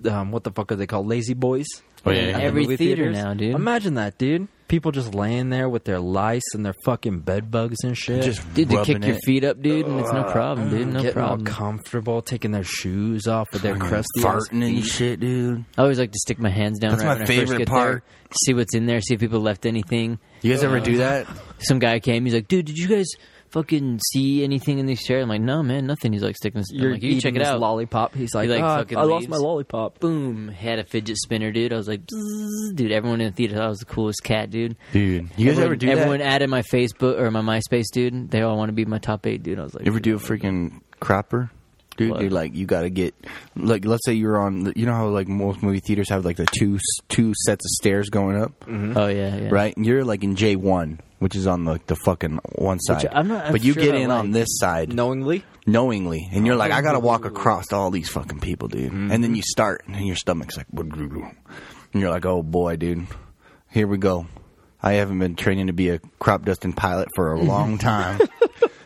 Speaker 6: um, what the fuck are they called? Lazy boys.
Speaker 1: Oh, yeah,
Speaker 6: At the
Speaker 5: Every
Speaker 6: movie
Speaker 5: theater
Speaker 6: theaters.
Speaker 5: now, dude.
Speaker 6: Imagine that, dude. People just laying there with their lice and their fucking bed bugs and shit.
Speaker 1: Just
Speaker 5: dude, to
Speaker 1: rubbing
Speaker 5: kick your
Speaker 1: it.
Speaker 5: feet up, dude, and it's no problem, dude, Mm, no
Speaker 6: getting
Speaker 5: problem.
Speaker 6: all comfortable, taking their shoes off with their
Speaker 1: Fucking
Speaker 6: crusty ass
Speaker 1: farting and
Speaker 6: feet.
Speaker 1: shit, dude.
Speaker 5: I always like to stick my hands down.
Speaker 1: That's
Speaker 5: right
Speaker 1: my
Speaker 5: when I first
Speaker 1: favorite
Speaker 5: get
Speaker 1: part.
Speaker 5: There, see what's in there. See if people left anything.
Speaker 1: You guys ever do that?
Speaker 5: Some guy came. He's like, dude, did you guys fucking see anything in these chairs? I'm like, no, man, nothing. He's like, sticking. His, I'm
Speaker 6: You're
Speaker 5: like, you can check
Speaker 6: eating
Speaker 5: it
Speaker 6: this
Speaker 5: out.
Speaker 6: lollipop. He's like,
Speaker 5: like,
Speaker 6: "Ah,
Speaker 5: fucking
Speaker 6: I lost
Speaker 5: leaves.
Speaker 6: my lollipop.
Speaker 5: boom, had a fidget spinner, dude. I was like, "Bzzz." dude, everyone in the theater thought I was the coolest cat, dude.
Speaker 1: Dude, you guys
Speaker 5: everyone,
Speaker 1: ever do that?
Speaker 5: everyone added my Facebook or my MySpace, dude. They all want to be my top eight, dude. I was like,
Speaker 1: You ever do a freaking cropper? Dude,
Speaker 5: What?
Speaker 1: you're like you gotta get like let's say you're on you know how like most movie theaters have like the two two sets of stairs going up
Speaker 5: oh yeah, yeah.
Speaker 1: right and you're like in J one which is on like the fucking one side
Speaker 5: I'm not- I'm
Speaker 1: but you
Speaker 5: sure
Speaker 1: get
Speaker 5: I
Speaker 1: in on
Speaker 5: like.
Speaker 1: this side
Speaker 6: Knowingly,
Speaker 1: knowingly and you're like I gotta walk across all these fucking people dude and then you start and your stomach's like and you're like oh boy dude here we go I haven't been training to be a crop dusting pilot for a long time.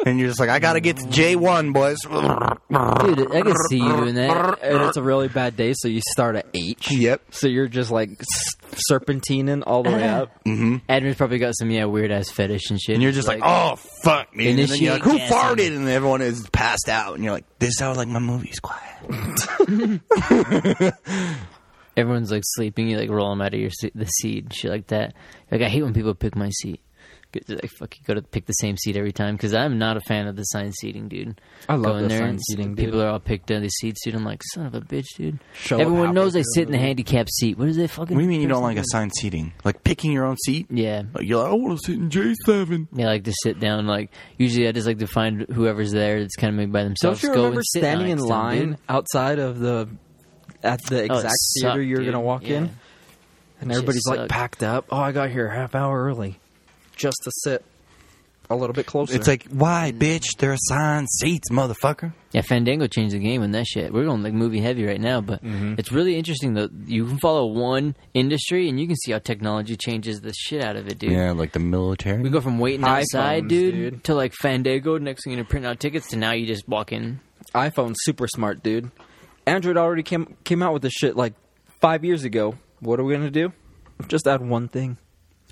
Speaker 1: and you're just like, I got to get to J1, boys.
Speaker 6: Dude, I can see you doing that. And it's a really bad day, so you start at H.
Speaker 1: Yep.
Speaker 6: So you're just like s- serpentining all the way up.
Speaker 5: Admin's probably got some yeah weird ass fetish and shit.
Speaker 1: And you're just like, oh, fuck, man. And then you're
Speaker 5: Initiate
Speaker 1: like, who
Speaker 5: gas
Speaker 1: farted? And everyone is passed out. And you're like, this sounds like my movie's quiet. oh.
Speaker 5: everyone's like sleeping. You like roll them out of your se- the seat and shit like that. Like I hate when people pick my seat. Get to, Like fuck, you go to pick the same seat every time because I'm not a fan of the assigned seating, dude.
Speaker 6: I love
Speaker 5: Going
Speaker 6: the
Speaker 5: there
Speaker 6: assigned
Speaker 5: and s-
Speaker 6: seating,
Speaker 5: People
Speaker 6: dude.
Speaker 5: are all picked on the seats, dude. I'm like, son of a bitch, dude.
Speaker 6: Show
Speaker 5: Everyone
Speaker 6: up
Speaker 5: knows they
Speaker 6: halfway
Speaker 5: sit in the handicapped seat. What is that fucking?
Speaker 1: What do you mean you don't
Speaker 5: person
Speaker 1: like assigned seating? Like picking your own seat?
Speaker 5: do? Yeah,
Speaker 1: Like, you're like, I want to sit in J7.
Speaker 5: Yeah, like to sit down. Like usually, I just like to find whoever's there that's kind of made by themselves.
Speaker 6: Don't you
Speaker 5: Go
Speaker 6: remember
Speaker 5: and sit
Speaker 6: standing in
Speaker 5: next to 'em,
Speaker 6: line
Speaker 5: dude.
Speaker 6: outside of the at the
Speaker 5: Oh, it
Speaker 6: exact
Speaker 5: sucked,
Speaker 6: theater you're
Speaker 5: dude.
Speaker 6: gonna walk
Speaker 5: Yeah.
Speaker 6: in, and
Speaker 5: Shit
Speaker 6: everybody's like
Speaker 5: sucked.
Speaker 6: packed up. Oh, I got here a half hour early, just to sit a little bit closer.
Speaker 1: It's like, why, bitch? They're assigned seats, motherfucker.
Speaker 5: Yeah, Fandango changed the game and that shit. We're going like movie heavy right now, but
Speaker 6: Mm-hmm.
Speaker 5: it's really interesting though. You can follow one industry and you can see how technology changes the shit out of it, dude.
Speaker 1: Yeah, like the military.
Speaker 5: We go from waiting outside,
Speaker 6: iPhones,
Speaker 5: dude,
Speaker 6: dude.
Speaker 5: to like Fandango. Next thing you know, print out tickets to now you just walk in.
Speaker 6: iPhone, super smart, dude. Android already came came out with this shit like five years ago. What are we gonna do? Just add one thing.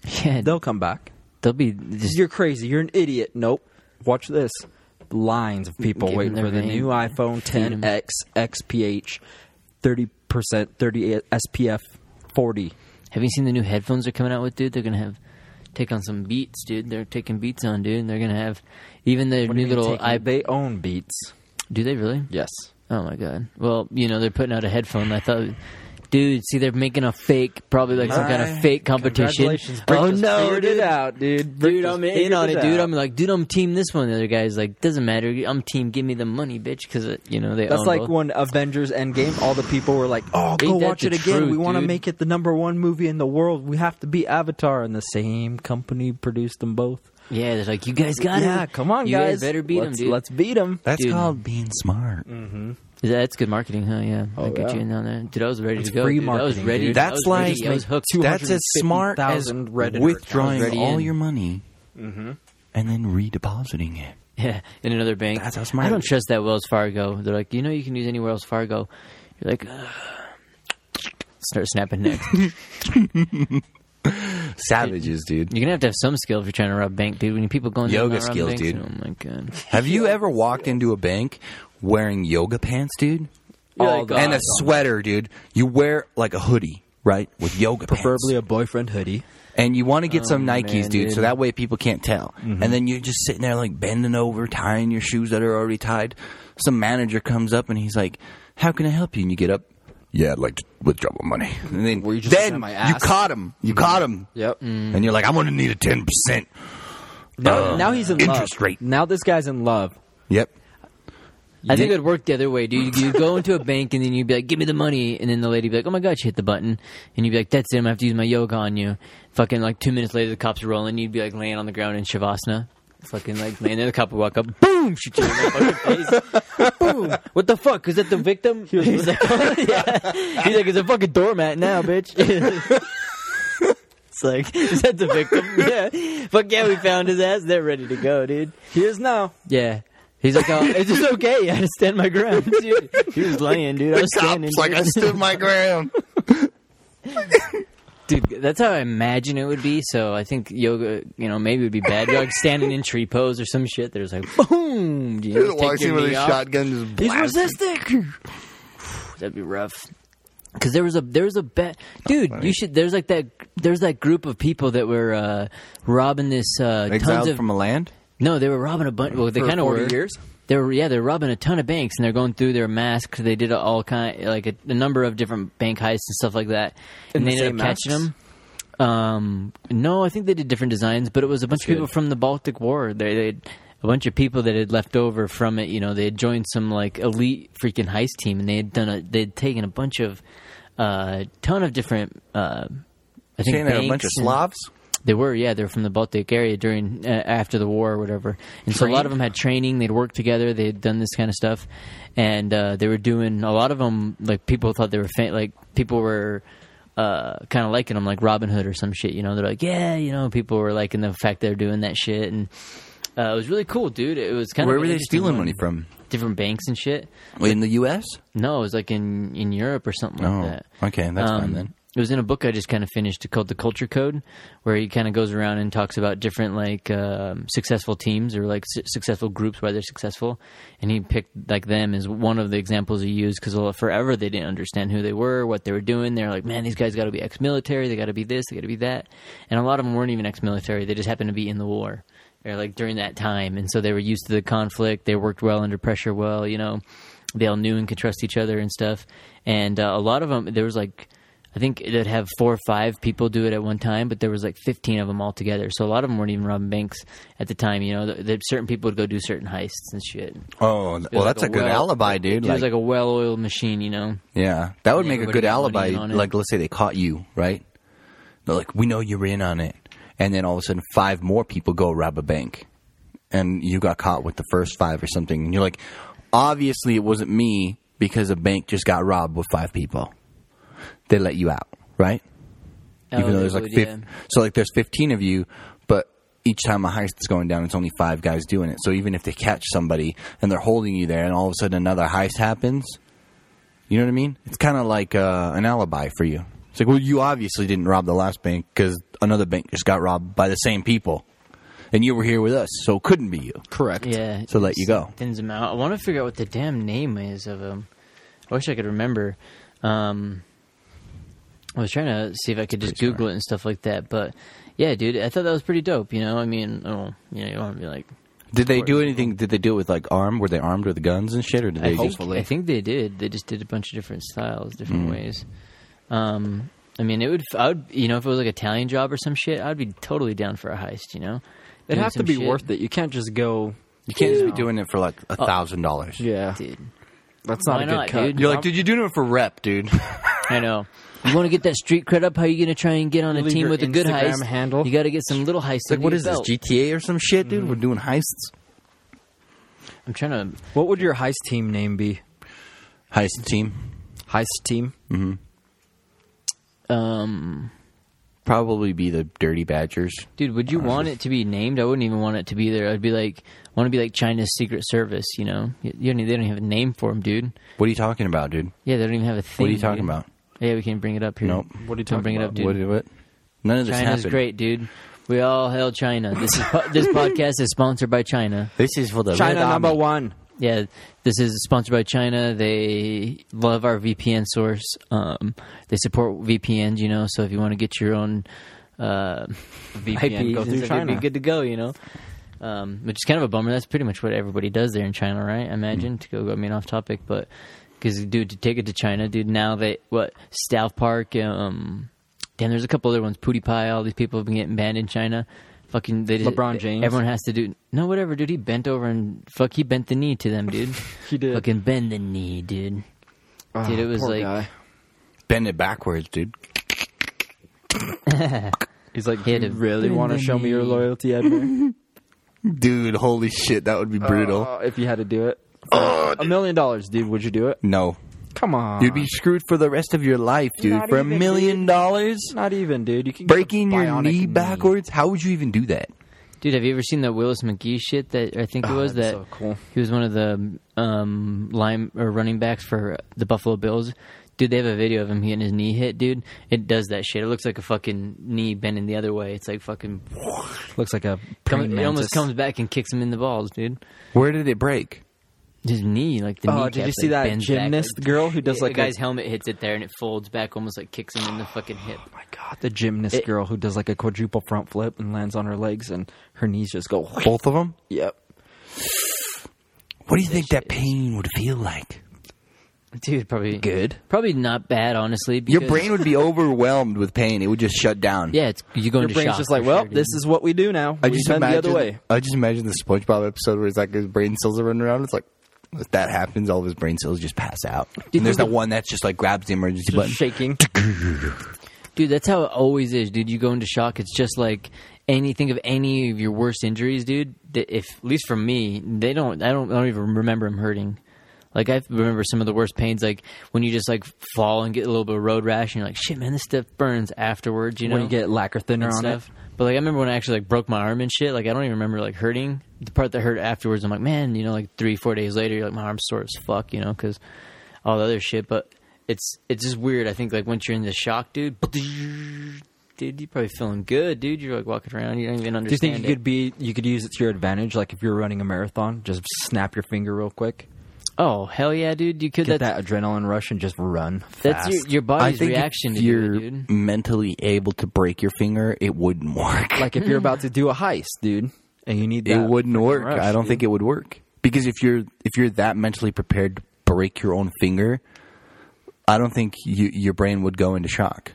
Speaker 5: Yeah,
Speaker 6: They'll come back.
Speaker 5: they'll be just
Speaker 6: You're crazy. You're an idiot. Nope. Watch this. Lines of people
Speaker 5: Give
Speaker 6: waiting
Speaker 5: them
Speaker 6: for the
Speaker 5: their
Speaker 6: new
Speaker 5: name.
Speaker 6: iPhone
Speaker 5: Feed 'em.
Speaker 6: 10X XPH 30%, 30 SPF 40.
Speaker 5: Have you seen the new headphones they're coming out with, dude? They're gonna have take on some beats, dude. They're taking beats on, dude. And they're gonna have even their
Speaker 6: What do
Speaker 5: new
Speaker 6: you mean
Speaker 5: little
Speaker 6: taking-
Speaker 5: iPad.
Speaker 6: they own Beats.
Speaker 5: Do they really?
Speaker 6: Yes.
Speaker 5: Oh my god. Well, you know they're putting out a headphone. I thought, dude, see they're making a fake, probably like some kind of
Speaker 1: My-
Speaker 5: fake competition.
Speaker 6: Congratulations, Brick
Speaker 5: oh
Speaker 6: just
Speaker 5: no,
Speaker 6: figured
Speaker 5: dude.
Speaker 6: it out, dude. Brick
Speaker 5: Dude,
Speaker 6: just
Speaker 5: I'm in
Speaker 6: figured
Speaker 5: on it, dude.
Speaker 6: out.
Speaker 5: I'm like, dude, I'm team this one. The other guy's like, doesn't matter. I'm team. Give me the money, bitch. Because you know they.
Speaker 6: That's
Speaker 5: own
Speaker 6: like
Speaker 5: both.
Speaker 6: when Avengers Endgame, all the people were like, "Oh, go
Speaker 5: Ain't that
Speaker 6: watch
Speaker 5: the
Speaker 6: it again.
Speaker 5: truth,
Speaker 6: we want to
Speaker 5: dude?"
Speaker 6: make it the number one movie in the world. We have to beat Avatar." And the same company produced them both.
Speaker 5: Yeah, they're like, you guys got it.
Speaker 6: yeah, come on,
Speaker 5: you
Speaker 6: guys.
Speaker 5: better beat
Speaker 6: let's,
Speaker 5: him, dude.
Speaker 6: Let's beat them.
Speaker 1: That's
Speaker 5: Dude.
Speaker 1: called being smart.
Speaker 5: That's good marketing, huh? Yeah, I
Speaker 6: Oh,
Speaker 5: get
Speaker 6: yeah.
Speaker 5: you in on that, dude. I was ready
Speaker 6: It's
Speaker 5: to go.
Speaker 6: free
Speaker 5: dude. I was
Speaker 6: marketing,
Speaker 5: ready.
Speaker 6: dude.
Speaker 5: I
Speaker 1: That's
Speaker 5: was ready.
Speaker 1: like-
Speaker 5: I was hooked.
Speaker 1: That's as smart as
Speaker 6: 250,000 Redditors.
Speaker 1: withdrawing
Speaker 5: Already
Speaker 1: all
Speaker 5: in.
Speaker 1: your money and then redepositing it.
Speaker 5: Yeah, in another bank.
Speaker 1: That's how smart
Speaker 5: I
Speaker 1: it
Speaker 5: don't
Speaker 1: is.
Speaker 5: trust that Wells Fargo. They're like, you know, you can use anywhere else Fargo. You're like, "Ugh." start snapping necks. you're
Speaker 1: Savages, dude.
Speaker 5: gonna have to have some skill if you're trying to rob bank, dude. When people go in there
Speaker 1: Yoga
Speaker 5: and rob
Speaker 1: skills,
Speaker 5: banks,
Speaker 1: dude.
Speaker 5: Oh my god.
Speaker 1: Have you ever walked into a bank wearing yoga pants, dude?
Speaker 5: You're
Speaker 6: All
Speaker 5: like,
Speaker 6: the-
Speaker 5: "Oh,
Speaker 1: and a sweater, dude. You wear like a hoodie, right? With yoga
Speaker 6: Preferably
Speaker 1: pants.
Speaker 6: a boyfriend hoodie.
Speaker 1: And you want to get some
Speaker 5: Oh,
Speaker 1: Nikes,
Speaker 5: man,
Speaker 1: dude,
Speaker 5: dude. Mm-hmm.
Speaker 1: so that way people can't tell. And then you're just sitting there like bending over, tying your shoes that are already tied. Some manager comes up and he's like, "How can I help you?" And you get up. Yeah, I'd like to withdraw my money. And then,
Speaker 6: Were you just looking
Speaker 1: then
Speaker 6: at my
Speaker 1: you
Speaker 6: ass?
Speaker 1: caught him. You
Speaker 5: Mm-hmm.
Speaker 1: caught him.
Speaker 6: Yep.
Speaker 1: And you're like, "I'm gonna need a ten percent."
Speaker 6: Now, now he's in
Speaker 1: interest
Speaker 6: love.
Speaker 1: rate.
Speaker 6: Now this guy's in love.
Speaker 1: Yep.
Speaker 5: I think it would work the other way, dude. You go into a bank and then you'd be like, "Give me the money," and then the lady would be like, "Oh my god, she hit the button," and you'd be like, "That's it, I'm gonna have to use my yoga on you." Fucking like two minutes later, the cops are rolling. You'd be like laying on the ground in shavasana, fucking like laying there. The cop would walk up, boom, shoot you in the fucking face, boom. What the fuck? Is that the victim? He's like, yeah. He's like, it's a fucking doormat now, bitch. It's like, is that the victim? Yeah. Fuck yeah, we found his ass. They're ready to go, dude.
Speaker 6: He is now.
Speaker 5: Yeah. He's like, oh, it's just okay. I had to stand my ground. Dude, he was laying, dude. I was standing. dude.
Speaker 1: stood my ground.
Speaker 5: dude, that's how I imagine it would be. So I think yoga, you know, maybe would be bad. You're like standing in tree pose or some shit. There's like, boom. You know, take your knee off.
Speaker 1: shotgun.
Speaker 5: He's resisting. That'd be rough. Because there was a there was a bet, dude. You should there's like that there's that group of people that were uh, robbing this uh, tons
Speaker 1: Exiled
Speaker 5: of
Speaker 1: from a land.
Speaker 5: No, they were robbing a bunch. Well, they
Speaker 6: For
Speaker 5: kind of
Speaker 6: 40
Speaker 5: were.
Speaker 6: years?
Speaker 5: They were, yeah, they're robbing a ton of banks, and they're going through their masks. They did all kind, like a, a number of different bank heists and stuff like that.
Speaker 6: In
Speaker 5: And they
Speaker 6: the
Speaker 5: ended up
Speaker 6: same
Speaker 5: catching
Speaker 6: masks?
Speaker 5: them. Um, no, I think they did different designs, but it was a bunch of people
Speaker 6: good.
Speaker 5: from the Baltic War. They, they had a bunch of people that had left over from it. You know, they had joined some like elite freaking heist team, and they had done a, they had taken a bunch of, uh, ton of different. Uh, I think
Speaker 1: Saying that a bunch
Speaker 5: banks
Speaker 1: of
Speaker 5: and-
Speaker 1: Slavs.
Speaker 5: they were, yeah, they were from the Baltic area during uh, after the war or whatever, and so a lot of them had training. They'd worked together. They had done this kind of stuff, and uh, they were doing a lot of them. Like people thought they were fa- like people were uh, kind of liking them, like Robin Hood or some shit. You know, they're like, yeah, you know, people were liking the fact they're doing that shit, and uh, it was really cool, dude. It was kind
Speaker 1: Where
Speaker 5: of
Speaker 1: were they
Speaker 5: interesting
Speaker 1: stealing
Speaker 5: one.
Speaker 1: money from?
Speaker 5: Different banks and shit.
Speaker 1: In the U.S.
Speaker 5: No, it was like in in Europe or something
Speaker 1: Oh,
Speaker 5: like that. Um,
Speaker 1: okay, that's fine then.
Speaker 5: It was in a book I just kind of finished called The Culture Code, where he kind of goes around and talks about different like um, successful teams or like su- successful groups why they're successful, and he picked like them as one of the examples he used because forever they didn't understand who they were, what they were doing. They're like, man, these guys got to be ex-military, they got to be this, they got to be that, and a lot of them weren't even ex-military; they just happened to be in the war or like during that time, and so they were used to the conflict. They worked well under pressure, well, you know they all knew and could trust each other and stuff. And uh, a lot of them, there was like, I think they'd have four or five people do it at one time, but there was like 15 of them all together. So a lot of them weren't even robbing banks at the time. You know, Th th- certain people would go do certain heists and shit. It
Speaker 1: Oh, well,
Speaker 5: was
Speaker 1: that's
Speaker 5: like
Speaker 1: a good
Speaker 5: well-
Speaker 1: alibi, dude.
Speaker 5: It was like a well-oiled machine, you know.
Speaker 1: Yeah, that would
Speaker 5: And
Speaker 1: make a
Speaker 5: everybody
Speaker 1: good
Speaker 5: got money
Speaker 1: alibi.
Speaker 5: in on it.
Speaker 1: Like, let's say they caught you, right? They're like, we know you're in on it, and then all of a sudden, five more people go rob a bank, and you got caught with the first five or something, and you're like, obviously it wasn't me because a bank just got robbed with five people. They let you out, right? Even
Speaker 5: Oh,
Speaker 1: though
Speaker 5: they
Speaker 1: there's like
Speaker 5: would,
Speaker 1: fif-
Speaker 5: yeah.
Speaker 1: so like there's 15 of you, but each time a heist is going down, it's only five guys doing it. So even if they catch somebody and they're holding you there, and all of a sudden another heist happens, you know what I mean? It's kind of like uh, an alibi for you. It's like, well, you obviously didn't rob the last bank because another bank just got robbed by the same people, and you were here with us, so it couldn't be you.
Speaker 6: Correct.
Speaker 5: Yeah.
Speaker 1: So let you go.
Speaker 5: Thins them out. I want to figure out what the damn name is of them. I wish I could remember. Um, I was trying to see if I could just Google it and stuff like that. But yeah, dude, I thought that was pretty dope. You know, I mean, oh, you know, you want to be like.
Speaker 1: Did they do anything? Did they do it with like armed? Were they armed with guns and shit, or did they
Speaker 5: I think,
Speaker 1: just?
Speaker 5: I think they did. They just did a bunch of different styles, different
Speaker 1: Mm.
Speaker 5: ways. Um, I mean, it would. I would. You know, if it was like Italian job or some shit, I'd be totally down for a heist. You know,
Speaker 6: It'd have to be worth it. You can't just go.
Speaker 1: You can't just be doing it for like a thousand dollars.
Speaker 6: Yeah,
Speaker 5: dude.
Speaker 6: that's not
Speaker 5: Why
Speaker 6: a good
Speaker 5: not,
Speaker 6: cut.
Speaker 5: dude?
Speaker 1: You're like, did you do it for rep, dude?
Speaker 5: I know. You want to get that street cred up? How you going to try and get on a
Speaker 6: Leave
Speaker 5: team
Speaker 6: your
Speaker 5: with a good
Speaker 6: Instagram
Speaker 5: heist?
Speaker 6: handle.
Speaker 5: You got to get some little heists.
Speaker 1: Like,
Speaker 5: under
Speaker 1: what
Speaker 5: your
Speaker 1: is this
Speaker 5: belt.
Speaker 1: GTA or some shit, dude? We're doing heists.
Speaker 5: I'm trying to.
Speaker 6: What would your heist team name be?
Speaker 1: Heist team
Speaker 6: Heist team.
Speaker 5: Um,
Speaker 1: probably be the Dirty Badgers.
Speaker 5: dude, would you want it to be named? I wouldn't even want it to be there. I'd be like, want to be like China's Secret Service. You know, you, you don't, e, they don't have a name for them, dude.
Speaker 1: What are you talking about, dude?
Speaker 5: Yeah, they don't even have a thing.
Speaker 1: What are you talking
Speaker 5: dude.
Speaker 1: about?
Speaker 5: Yeah, we can bring it up here.
Speaker 1: Nope.
Speaker 6: What are you
Speaker 5: Don't
Speaker 6: talking
Speaker 5: bring it
Speaker 6: about?
Speaker 5: up, dude.
Speaker 1: What? What? None of this
Speaker 5: China's
Speaker 1: happened.
Speaker 5: great, dude. We all hail China. This is, this podcast is sponsored by China.
Speaker 1: This is for the
Speaker 6: China
Speaker 1: Red Army.
Speaker 6: number one.
Speaker 5: Yeah, this is sponsored by China. They love our VPN source. Um, they support VPNs, you know. So if you want to get your own uh,
Speaker 6: VPN,
Speaker 5: IPs and
Speaker 6: go through
Speaker 5: stuff, you'd be
Speaker 6: China.
Speaker 5: good to go, you know. Um, which is kind of a bummer. That's pretty much what everybody does there in China, right? I imagine
Speaker 6: Mm-hmm.
Speaker 5: to go. I mean, off topic, but because dude, to take it to China, dude. Now they what South Park. Um, damn, there's a couple other ones. PewDiePie. All these people have been getting banned in China. Fucking they just,
Speaker 6: LeBron James.
Speaker 5: Everyone has to do no whatever, dude. He bent over and fuck. He bent the knee to them, dude.
Speaker 6: He did.
Speaker 5: Fucking bend the knee, dude. Dude, it was
Speaker 6: Ah, poor
Speaker 5: like-
Speaker 6: guy.
Speaker 1: Bend it backwards, dude.
Speaker 6: he's like,
Speaker 5: He had
Speaker 6: you
Speaker 5: a-
Speaker 6: really want to show me your loyalty, Edmund?
Speaker 1: Dude, holy shit, that would be brutal.
Speaker 6: Uh, if you had to do it, a million dollars, dude, would you do it?
Speaker 1: no,
Speaker 6: Come on,
Speaker 1: you'd be screwed for the rest of your life, dude.
Speaker 6: uh, Not
Speaker 1: for a
Speaker 6: even,
Speaker 1: million
Speaker 6: dude.
Speaker 1: dollars,
Speaker 6: not even, dude. You can get a
Speaker 1: breaking your
Speaker 6: bionic
Speaker 1: knee backwards. How would you even do that?
Speaker 5: Dude, have you ever seen that Willis McGee shit? That I think it
Speaker 6: Oh,
Speaker 5: was
Speaker 6: that's
Speaker 5: that
Speaker 6: so cool.
Speaker 5: he was one of the um, lime or running backs for the Buffalo Bills. Dude, they have a video of him getting his knee hit. Dude, it does that shit. It looks like a fucking knee bending the other way. It's like fucking.
Speaker 6: Looks like a praying
Speaker 5: Come, it almost
Speaker 6: mantis.
Speaker 5: comes back and kicks him in the balls, dude.
Speaker 1: Where did it break?
Speaker 5: His knee, like the knee.
Speaker 6: Oh, did you see that gymnast girl who does like
Speaker 5: a
Speaker 6: a-
Speaker 5: guy's helmet hits it there and it folds back, almost like kicks him in the fucking hip.
Speaker 6: Oh my god, the gymnast
Speaker 5: It-
Speaker 6: girl who does like a quadruple front flip and lands on her legs, and her knees just go.
Speaker 1: Both of them.
Speaker 6: Yep.
Speaker 1: What do you think that pain would feel like?
Speaker 5: Dude, probably
Speaker 6: Good.
Speaker 5: Probably not bad, honestly.
Speaker 1: Your
Speaker 5: because-
Speaker 1: brain would be overwhelmed with pain. It would just shut down.
Speaker 5: Yeah, it's you go
Speaker 6: Your
Speaker 5: into
Speaker 6: brain's
Speaker 5: shock
Speaker 6: just like,
Speaker 5: for
Speaker 6: well,
Speaker 5: sure, dude.
Speaker 6: this is what we do now.
Speaker 1: I
Speaker 6: we
Speaker 1: just
Speaker 6: bend
Speaker 1: imagine.
Speaker 6: the other way.
Speaker 1: I just imagine the SpongeBob episode where it's like his brain cells are running around. It's like if that happens, all of his brain cells just pass out. and there's that one that's just like grabs the emergency button.
Speaker 6: Just shaking.
Speaker 5: Dude, that's how it always is, dude. You go into shock. It's just like anything of any of your worst injuries, dude. that If at least for me, they don't. I don't. I don't even remember him hurting. Like I remember some of the worst pains, like when you just like fall and get a little bit of road rash, and you're like, "Shit, man, this stuff burns afterwards." You know,
Speaker 6: when you get lacquer thinner
Speaker 5: and
Speaker 6: on
Speaker 5: stuff. But like I remember when I actually like broke my arm and shit. Like I don't even remember like hurting. The part that hurt afterwards, I'm like, man, you know, like three four days later, you're like my arm's sore as fuck, you know, because all the other shit. But it's it's just weird. I think like once you're in the shock, dude, dude, you're probably feeling good, dude. You're like walking around, you don't even
Speaker 6: it. Do you
Speaker 5: understand.
Speaker 6: think you
Speaker 5: it.
Speaker 6: could be you could use it to your advantage? Like if you're running a marathon, just snap your finger real quick,
Speaker 5: Oh hell yeah, dude! You could.
Speaker 6: get
Speaker 5: that's
Speaker 6: that adrenaline rush, and just run.
Speaker 5: that's
Speaker 6: fast.
Speaker 5: your, your body's
Speaker 1: think if
Speaker 5: reaction to
Speaker 1: you're
Speaker 5: you, dude.
Speaker 1: mentally able to break your finger, it wouldn't work.
Speaker 6: like if you're about to do a heist, dude, and you need that.
Speaker 1: it wouldn't
Speaker 6: freaking
Speaker 1: work.
Speaker 6: rush,
Speaker 1: I don't
Speaker 6: dude.
Speaker 1: think it would work because if you're if you're that mentally prepared to break your own finger, I don't think you, your brain would go into shock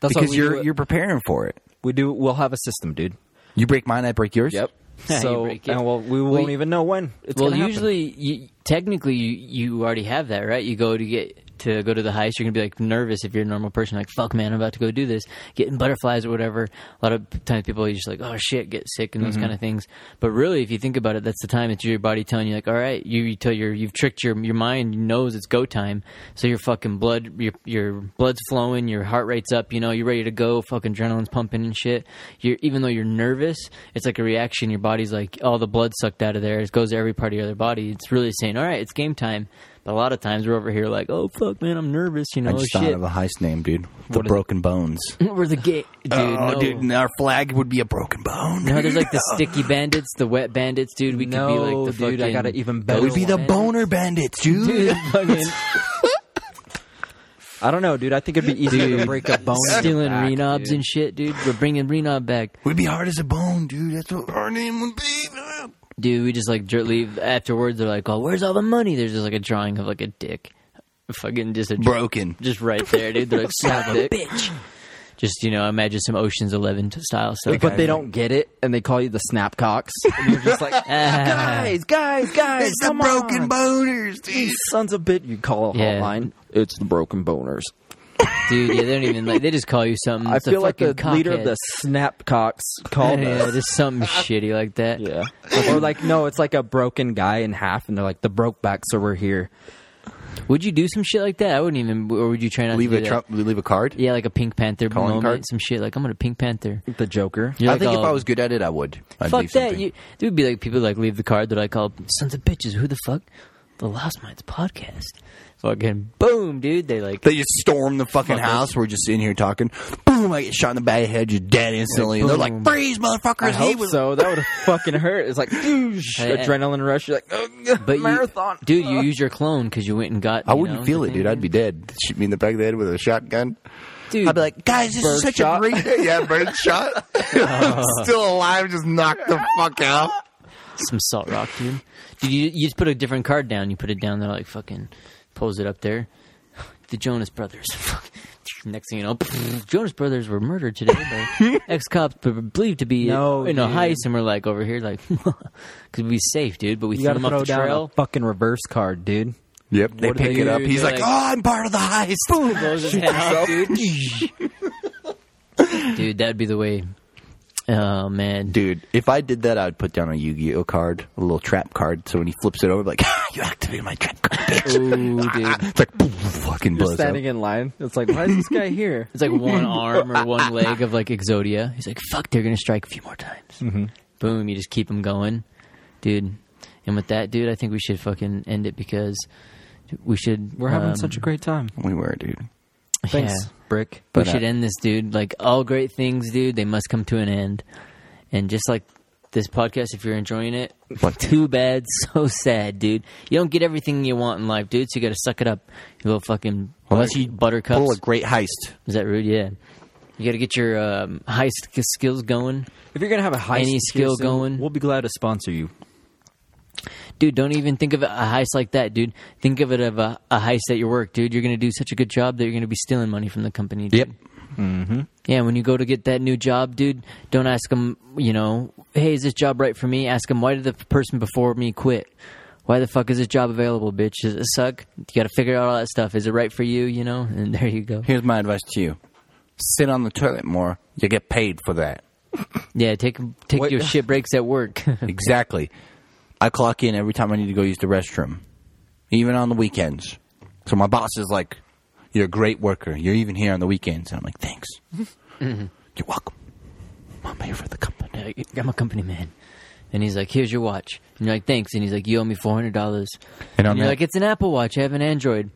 Speaker 6: that's what
Speaker 1: because
Speaker 6: we
Speaker 1: you're
Speaker 6: do.
Speaker 1: you're preparing for it.
Speaker 6: we do. We'll have a system, dude.
Speaker 1: You break mine, I break yours.
Speaker 5: Yeah, you
Speaker 6: so
Speaker 5: break it.
Speaker 6: and well, we won't
Speaker 5: We-
Speaker 6: even know when. It's
Speaker 5: well,
Speaker 6: gonna happen.
Speaker 5: usually, you, technically, you, you already have that, right? You go to get to go to the heist. You're gonna be like nervous if you're a normal person, like fuck, man, I'm about to go do this, getting butterflies or whatever. A lot of times, people are just like, oh shit, get sick and those
Speaker 6: Mm-hmm.
Speaker 5: kind of things. But really, if you think about it, that's the time it's your body telling you, like, all right, you, you tell your you've tricked your your mind knows it's go time, so your fucking blood your your blood's flowing, your heart rate's up, you know, you're ready to go, fucking adrenaline's pumping and shit. You're even though you're nervous, it's like a reaction. Your body's like all the blood sucked out of there. It goes to every part of your other body. It's really saying, all right, it's game time. But a lot of times we're over here like, oh fuck, man, I'm nervous. You
Speaker 1: I
Speaker 5: know,
Speaker 1: just
Speaker 5: shit.
Speaker 1: thought of a heist name, dude. The
Speaker 5: What is it?
Speaker 1: Broken Bones.
Speaker 5: we're the gate, dude.
Speaker 1: oh,
Speaker 5: no.
Speaker 1: dude, and our flag would be a broken bone.
Speaker 5: No, there's like the sticky bandits, the wet bandits, dude. We could be
Speaker 6: No,
Speaker 5: like the
Speaker 6: dude, I
Speaker 5: fucking-
Speaker 6: got an even better
Speaker 1: We'd be the
Speaker 5: Bandits.
Speaker 1: boner bandits, dude.
Speaker 5: Dude, fucking-
Speaker 6: I don't know, dude. I think it'd be easier to break a bone. in your
Speaker 5: stealing
Speaker 6: back,
Speaker 5: Renobs
Speaker 6: dude.
Speaker 5: and shit, dude. We're bringing Renob back,
Speaker 1: We'd be hard as a bone, dude. That's what our name would be.
Speaker 5: dude. We just like jer- leave afterwards. They're like, "Oh, where's all the money?" There's just like a drawing of like a dick, fucking just a
Speaker 1: Broken.
Speaker 5: just right there, dude. They're like, "Slap a bitch." Just you know, imagine some Ocean's Eleven t- style stuff.
Speaker 6: But they don't get it, and they call you the snapcocks. And you're just like, guys, guys, guys,
Speaker 1: It's the
Speaker 6: come
Speaker 1: broken
Speaker 6: on.
Speaker 1: boners, dude.
Speaker 6: Sons of bit, you call a
Speaker 5: Yeah.
Speaker 6: hotline. It's the broken boners.
Speaker 5: dude. Yeah, they don't even like. They just call you something.
Speaker 6: I
Speaker 5: It's a
Speaker 6: feel like the
Speaker 5: fucking
Speaker 6: leader of
Speaker 5: cockhead.
Speaker 6: the snapcocks called
Speaker 5: yeah,
Speaker 6: us.
Speaker 5: just something shitty like that.
Speaker 6: Yeah. or like, no, it's like a broken guy in half, and they're like, the broke back, so we're here.
Speaker 5: Would you do some shit like that? I wouldn't even. Or would you try not
Speaker 1: Leave
Speaker 5: to
Speaker 1: a
Speaker 5: do that?
Speaker 1: Trump. Leave a card.
Speaker 5: uh, Yeah, like a Pink Panther
Speaker 1: Calling
Speaker 5: moment,
Speaker 1: card?
Speaker 5: some shit. Like I'm gonna Pink Panther.
Speaker 6: The Joker.
Speaker 5: You're
Speaker 1: I
Speaker 5: like,
Speaker 1: think if
Speaker 5: oh,
Speaker 1: I was good at it, I would. I'd
Speaker 5: fuck
Speaker 1: leave
Speaker 5: that.
Speaker 1: something.
Speaker 5: You, it would be like people like leave the card. They're like, "Oh, sons of bitches, who the fuck?" The Lost Minds podcast. Fucking boom, dude. They like
Speaker 1: They just storm the fucking house. We're just in here talking. Boom! I get shot in the back of the head, just dead instantly. and they're like,
Speaker 5: boom.
Speaker 1: "Freeze, motherfuckers!"
Speaker 6: I
Speaker 1: he
Speaker 6: hope
Speaker 1: was
Speaker 6: so. That would have fucking hurt. It's like, douche,
Speaker 5: Hey,
Speaker 6: adrenaline rush. You're like, "Oh, ugh,
Speaker 5: but you-
Speaker 6: marathon.
Speaker 5: dude. You use your clone because you went and got.
Speaker 1: I
Speaker 5: you
Speaker 1: wouldn't
Speaker 5: know,
Speaker 1: feel
Speaker 5: the
Speaker 1: it, dude.
Speaker 5: thing.
Speaker 1: I'd be dead. Shoot me in the back of the head with a shotgun.
Speaker 5: dude.
Speaker 1: I'd be like, guys, this
Speaker 6: Bird
Speaker 1: is such
Speaker 6: shot.
Speaker 1: a great day. Yeah, bird shot. I'm still alive, just knocked the fuck out.
Speaker 5: some salt rock, dude. Dude, you you just put a different card down. You put it down there, like fucking pose it up there. The Jonas Brothers. Fuck. Next thing you know, Jonas Brothers were murdered today by ex-cops b- believed to be
Speaker 6: No,
Speaker 5: in a
Speaker 6: dude.
Speaker 5: heist, and we're like over here, like, because we safe, dude. But we
Speaker 6: You
Speaker 5: threw
Speaker 6: gotta
Speaker 5: them off
Speaker 6: throw
Speaker 5: the
Speaker 6: down
Speaker 5: trail.
Speaker 6: a fucking reverse card, dude.
Speaker 1: Yep, they
Speaker 5: What do
Speaker 1: pick
Speaker 5: they
Speaker 1: it up.
Speaker 5: do?
Speaker 1: He's
Speaker 5: They're
Speaker 1: like,
Speaker 5: like-
Speaker 1: "Oh, I'm part of the heist." Boom.
Speaker 5: blows his head off, dude. dude, that'd be the way. Oh man,
Speaker 1: Dude, if I did that, I would put down a Yu-Gi-Oh card, a little trap card. So when he flips it over, like, ah, you activated my trap card, bitch.
Speaker 5: Ooh, dude.
Speaker 1: it's like, boom, fucking
Speaker 6: You're
Speaker 1: blows up.
Speaker 6: standing in line. It's like, why is this guy here?
Speaker 5: It's like one arm or one leg of like Exodia. He's like, fuck, they're going to strike a few more times.
Speaker 1: Mm-hmm.
Speaker 5: Boom, you just keep them going. Dude. And with that, dude, I think we should fucking end it because we should.
Speaker 6: We're having
Speaker 5: um,
Speaker 6: such a great time.
Speaker 1: We were, dude.
Speaker 6: Thanks,
Speaker 5: yeah.
Speaker 6: Brick.
Speaker 5: We
Speaker 1: But, uh,
Speaker 5: should end this, dude. Like, all great things, dude, they must come to an end. And just like this podcast, if you're enjoying it, too bad, so sad, dude. You don't get everything you want in life, dude, so you got to suck it up. You little fucking. Unless you buttercups.
Speaker 1: Pull a great heist.
Speaker 5: Is that rude? Yeah. You got to get your um, high sk- skills going.
Speaker 6: If you're gonna have a heist,
Speaker 5: Any skill
Speaker 6: Kirsten,
Speaker 5: going?
Speaker 6: we'll be glad to sponsor you.
Speaker 5: Dude, don't even think of a heist like that, dude. Think of it of a, a heist at your work, dude. You're going to do such a good job that you're going to be stealing money from the company. Dude.
Speaker 1: Yep.
Speaker 5: Yeah, when you go to get that new job, dude, don't ask them, you know, hey, is this job right for me? Ask them, why did the person before me quit? Why the fuck is this job available, bitch? Does it suck? You got to figure out all that stuff. Is it right for you, you know? And there you go.
Speaker 1: Here's my advice to you: sit on the toilet more. You get paid for that.
Speaker 5: Yeah, take take
Speaker 6: What-
Speaker 5: your shit breaks at work.
Speaker 1: Exactly. I clock in every time I need to go use the restroom. even on the weekends. So my boss is like, "You're a great worker. You're even here on the weekends." And I'm like, "Thanks. You're welcome. I'm here for the company."
Speaker 5: Yeah, Uh, I'm a company man. And he's like, here's your watch. And you're like, thanks. And he's like, you owe me $400.
Speaker 1: And
Speaker 5: And,
Speaker 1: on
Speaker 5: you're
Speaker 1: that-
Speaker 5: like, it's an Apple Watch. I have an Android.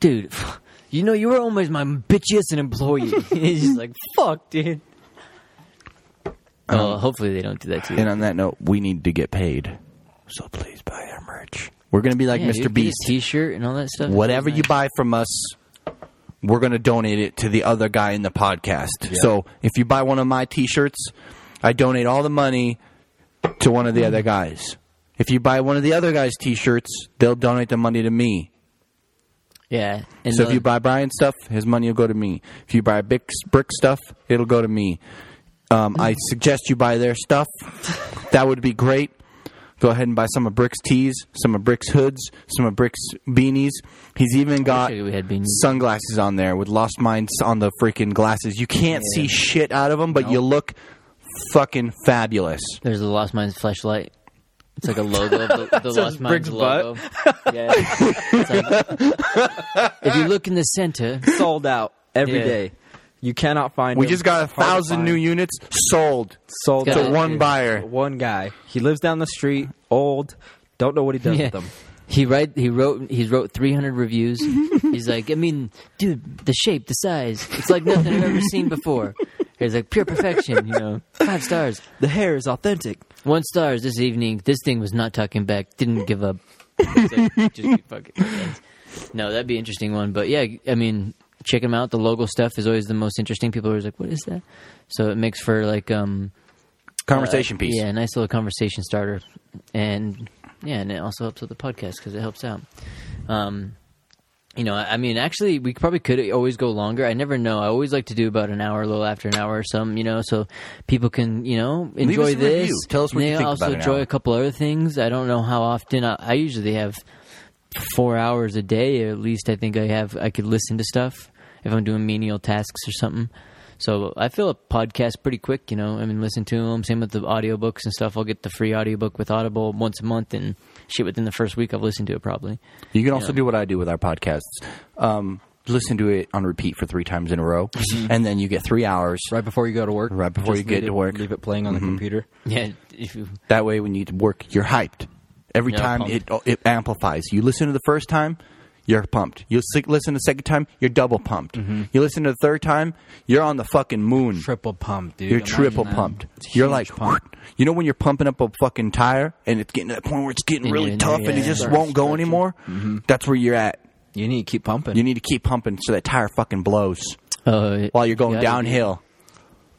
Speaker 5: Dude, you know, you were almost my bitchiest employee. he's just like, fuck, dude. Oh, hopefully they don't do that to you.
Speaker 1: And on that note, we need to get paid. So please buy our merch. We're going to be like
Speaker 5: Yeah, dude, get
Speaker 1: Mr.
Speaker 5: a
Speaker 1: Beast.
Speaker 5: T-shirt and all that stuff.
Speaker 1: Whatever you
Speaker 5: Like,
Speaker 1: buy from us, we're going to donate it to the other guy in the podcast. So if you buy one of my t shirts, I donate all the money to one of the other guys. If you buy one of the other guys' t shirts, they'll donate the money to me.
Speaker 5: Yeah. And
Speaker 1: So if
Speaker 5: the-
Speaker 1: you buy Brian stuff, his money will go to me. If you buy Bix Brick stuff, it'll go to me. Um, I suggest you buy their stuff. That would be great. Go ahead and buy some of Brick's tees, some of Brick's hoods, some of Brick's beanies. He's even got
Speaker 5: we had beanies.
Speaker 1: sunglasses on there with Lost Minds on the freaking glasses. You can't see shit out of them, but you look fucking fabulous.
Speaker 5: There's the Lost Minds flashlight. It's like a logo of the, the Lost Minds
Speaker 6: Brick's butt.
Speaker 5: logo. Yeah. It's like- if you look in the center,
Speaker 6: sold out every
Speaker 5: Yeah.
Speaker 6: day. You cannot find.
Speaker 1: We
Speaker 6: it.
Speaker 1: just got a
Speaker 6: Hard to
Speaker 1: thousand
Speaker 6: find.
Speaker 1: new units sold
Speaker 6: sold
Speaker 5: to
Speaker 1: to
Speaker 6: out.
Speaker 1: one buyer.
Speaker 6: One guy. He lives down the street. Old. Don't know what he does
Speaker 5: Yeah.
Speaker 6: with them.
Speaker 5: He write he wrote he wrote 300 reviews. He's like, I mean, dude, the shape, the size, it's like nothing I've ever seen before. He's like pure perfection, you know, five stars,
Speaker 6: The hair is authentic.
Speaker 5: one stars this evening. This thing was not talking back, didn't give up. He's like, Just keep fucking. thanks. No, that'd be an interesting one, but yeah, I mean, check him out. The logo stuff is always the most interesting. People are always like, what is that? So it makes for like um
Speaker 1: Conversation
Speaker 6: Uh,
Speaker 1: piece.
Speaker 5: yeah, a nice little conversation starter, and yeah, and it also helps with the podcast because it helps out. Um, you know, I I mean, actually, we probably could always go longer. I never know. I always like to do about an hour, a little after an hour or something, you know, so people can, you know, enjoy
Speaker 1: us a
Speaker 5: this.
Speaker 1: review. Tell us what
Speaker 5: And
Speaker 1: you
Speaker 5: they
Speaker 1: think
Speaker 5: also
Speaker 1: about an
Speaker 5: enjoy
Speaker 1: hour.
Speaker 5: a couple other things. I don't know how often. I, I usually have four hours a day, or at least I think I have. I could listen to stuff if I'm doing menial tasks or something. So I fill up podcasts pretty quick, you know. I mean, listen to them. Same with the audiobooks and stuff. I'll get the free audiobook with Audible once a month, and shit within the first week I've listened to it probably.
Speaker 1: You can also do what I do with our podcasts. Um, listen to it on repeat for three times in a row, and then you get three hours.
Speaker 6: Mm-hmm. Right before you go to work.
Speaker 1: Right before
Speaker 6: Just
Speaker 1: you get
Speaker 6: leave
Speaker 1: to
Speaker 6: it-
Speaker 1: work. Mm-hmm.
Speaker 6: Leave it playing on the computer.
Speaker 5: Yeah, if you
Speaker 1: That way, when you need to work, you're hyped. Every
Speaker 5: Yeah,
Speaker 1: time it, it amplifies. You listen to the first time, you're pumped. You s- listen the second time, you're double pumped. You listen to the third time, you're on the fucking moon.
Speaker 6: Mm-hmm. Triple pump, dude.
Speaker 1: You're
Speaker 6: Imagine
Speaker 1: triple
Speaker 6: that.
Speaker 1: pumped.
Speaker 6: It's
Speaker 1: You're
Speaker 6: huge
Speaker 1: like,
Speaker 6: pump.
Speaker 1: you know, when you're pumping up a fucking tire and it's getting to that point where it's getting
Speaker 5: And
Speaker 1: really
Speaker 5: you're-
Speaker 1: tough and it
Speaker 5: yeah.
Speaker 1: just
Speaker 5: Starts
Speaker 1: won't go anymore.
Speaker 6: Mm-hmm.
Speaker 1: That's where you're at.
Speaker 6: You need to keep pumping.
Speaker 1: You need to keep pumping so that tire fucking blows.
Speaker 5: uh,
Speaker 1: while you're going
Speaker 5: yeah,
Speaker 1: downhill.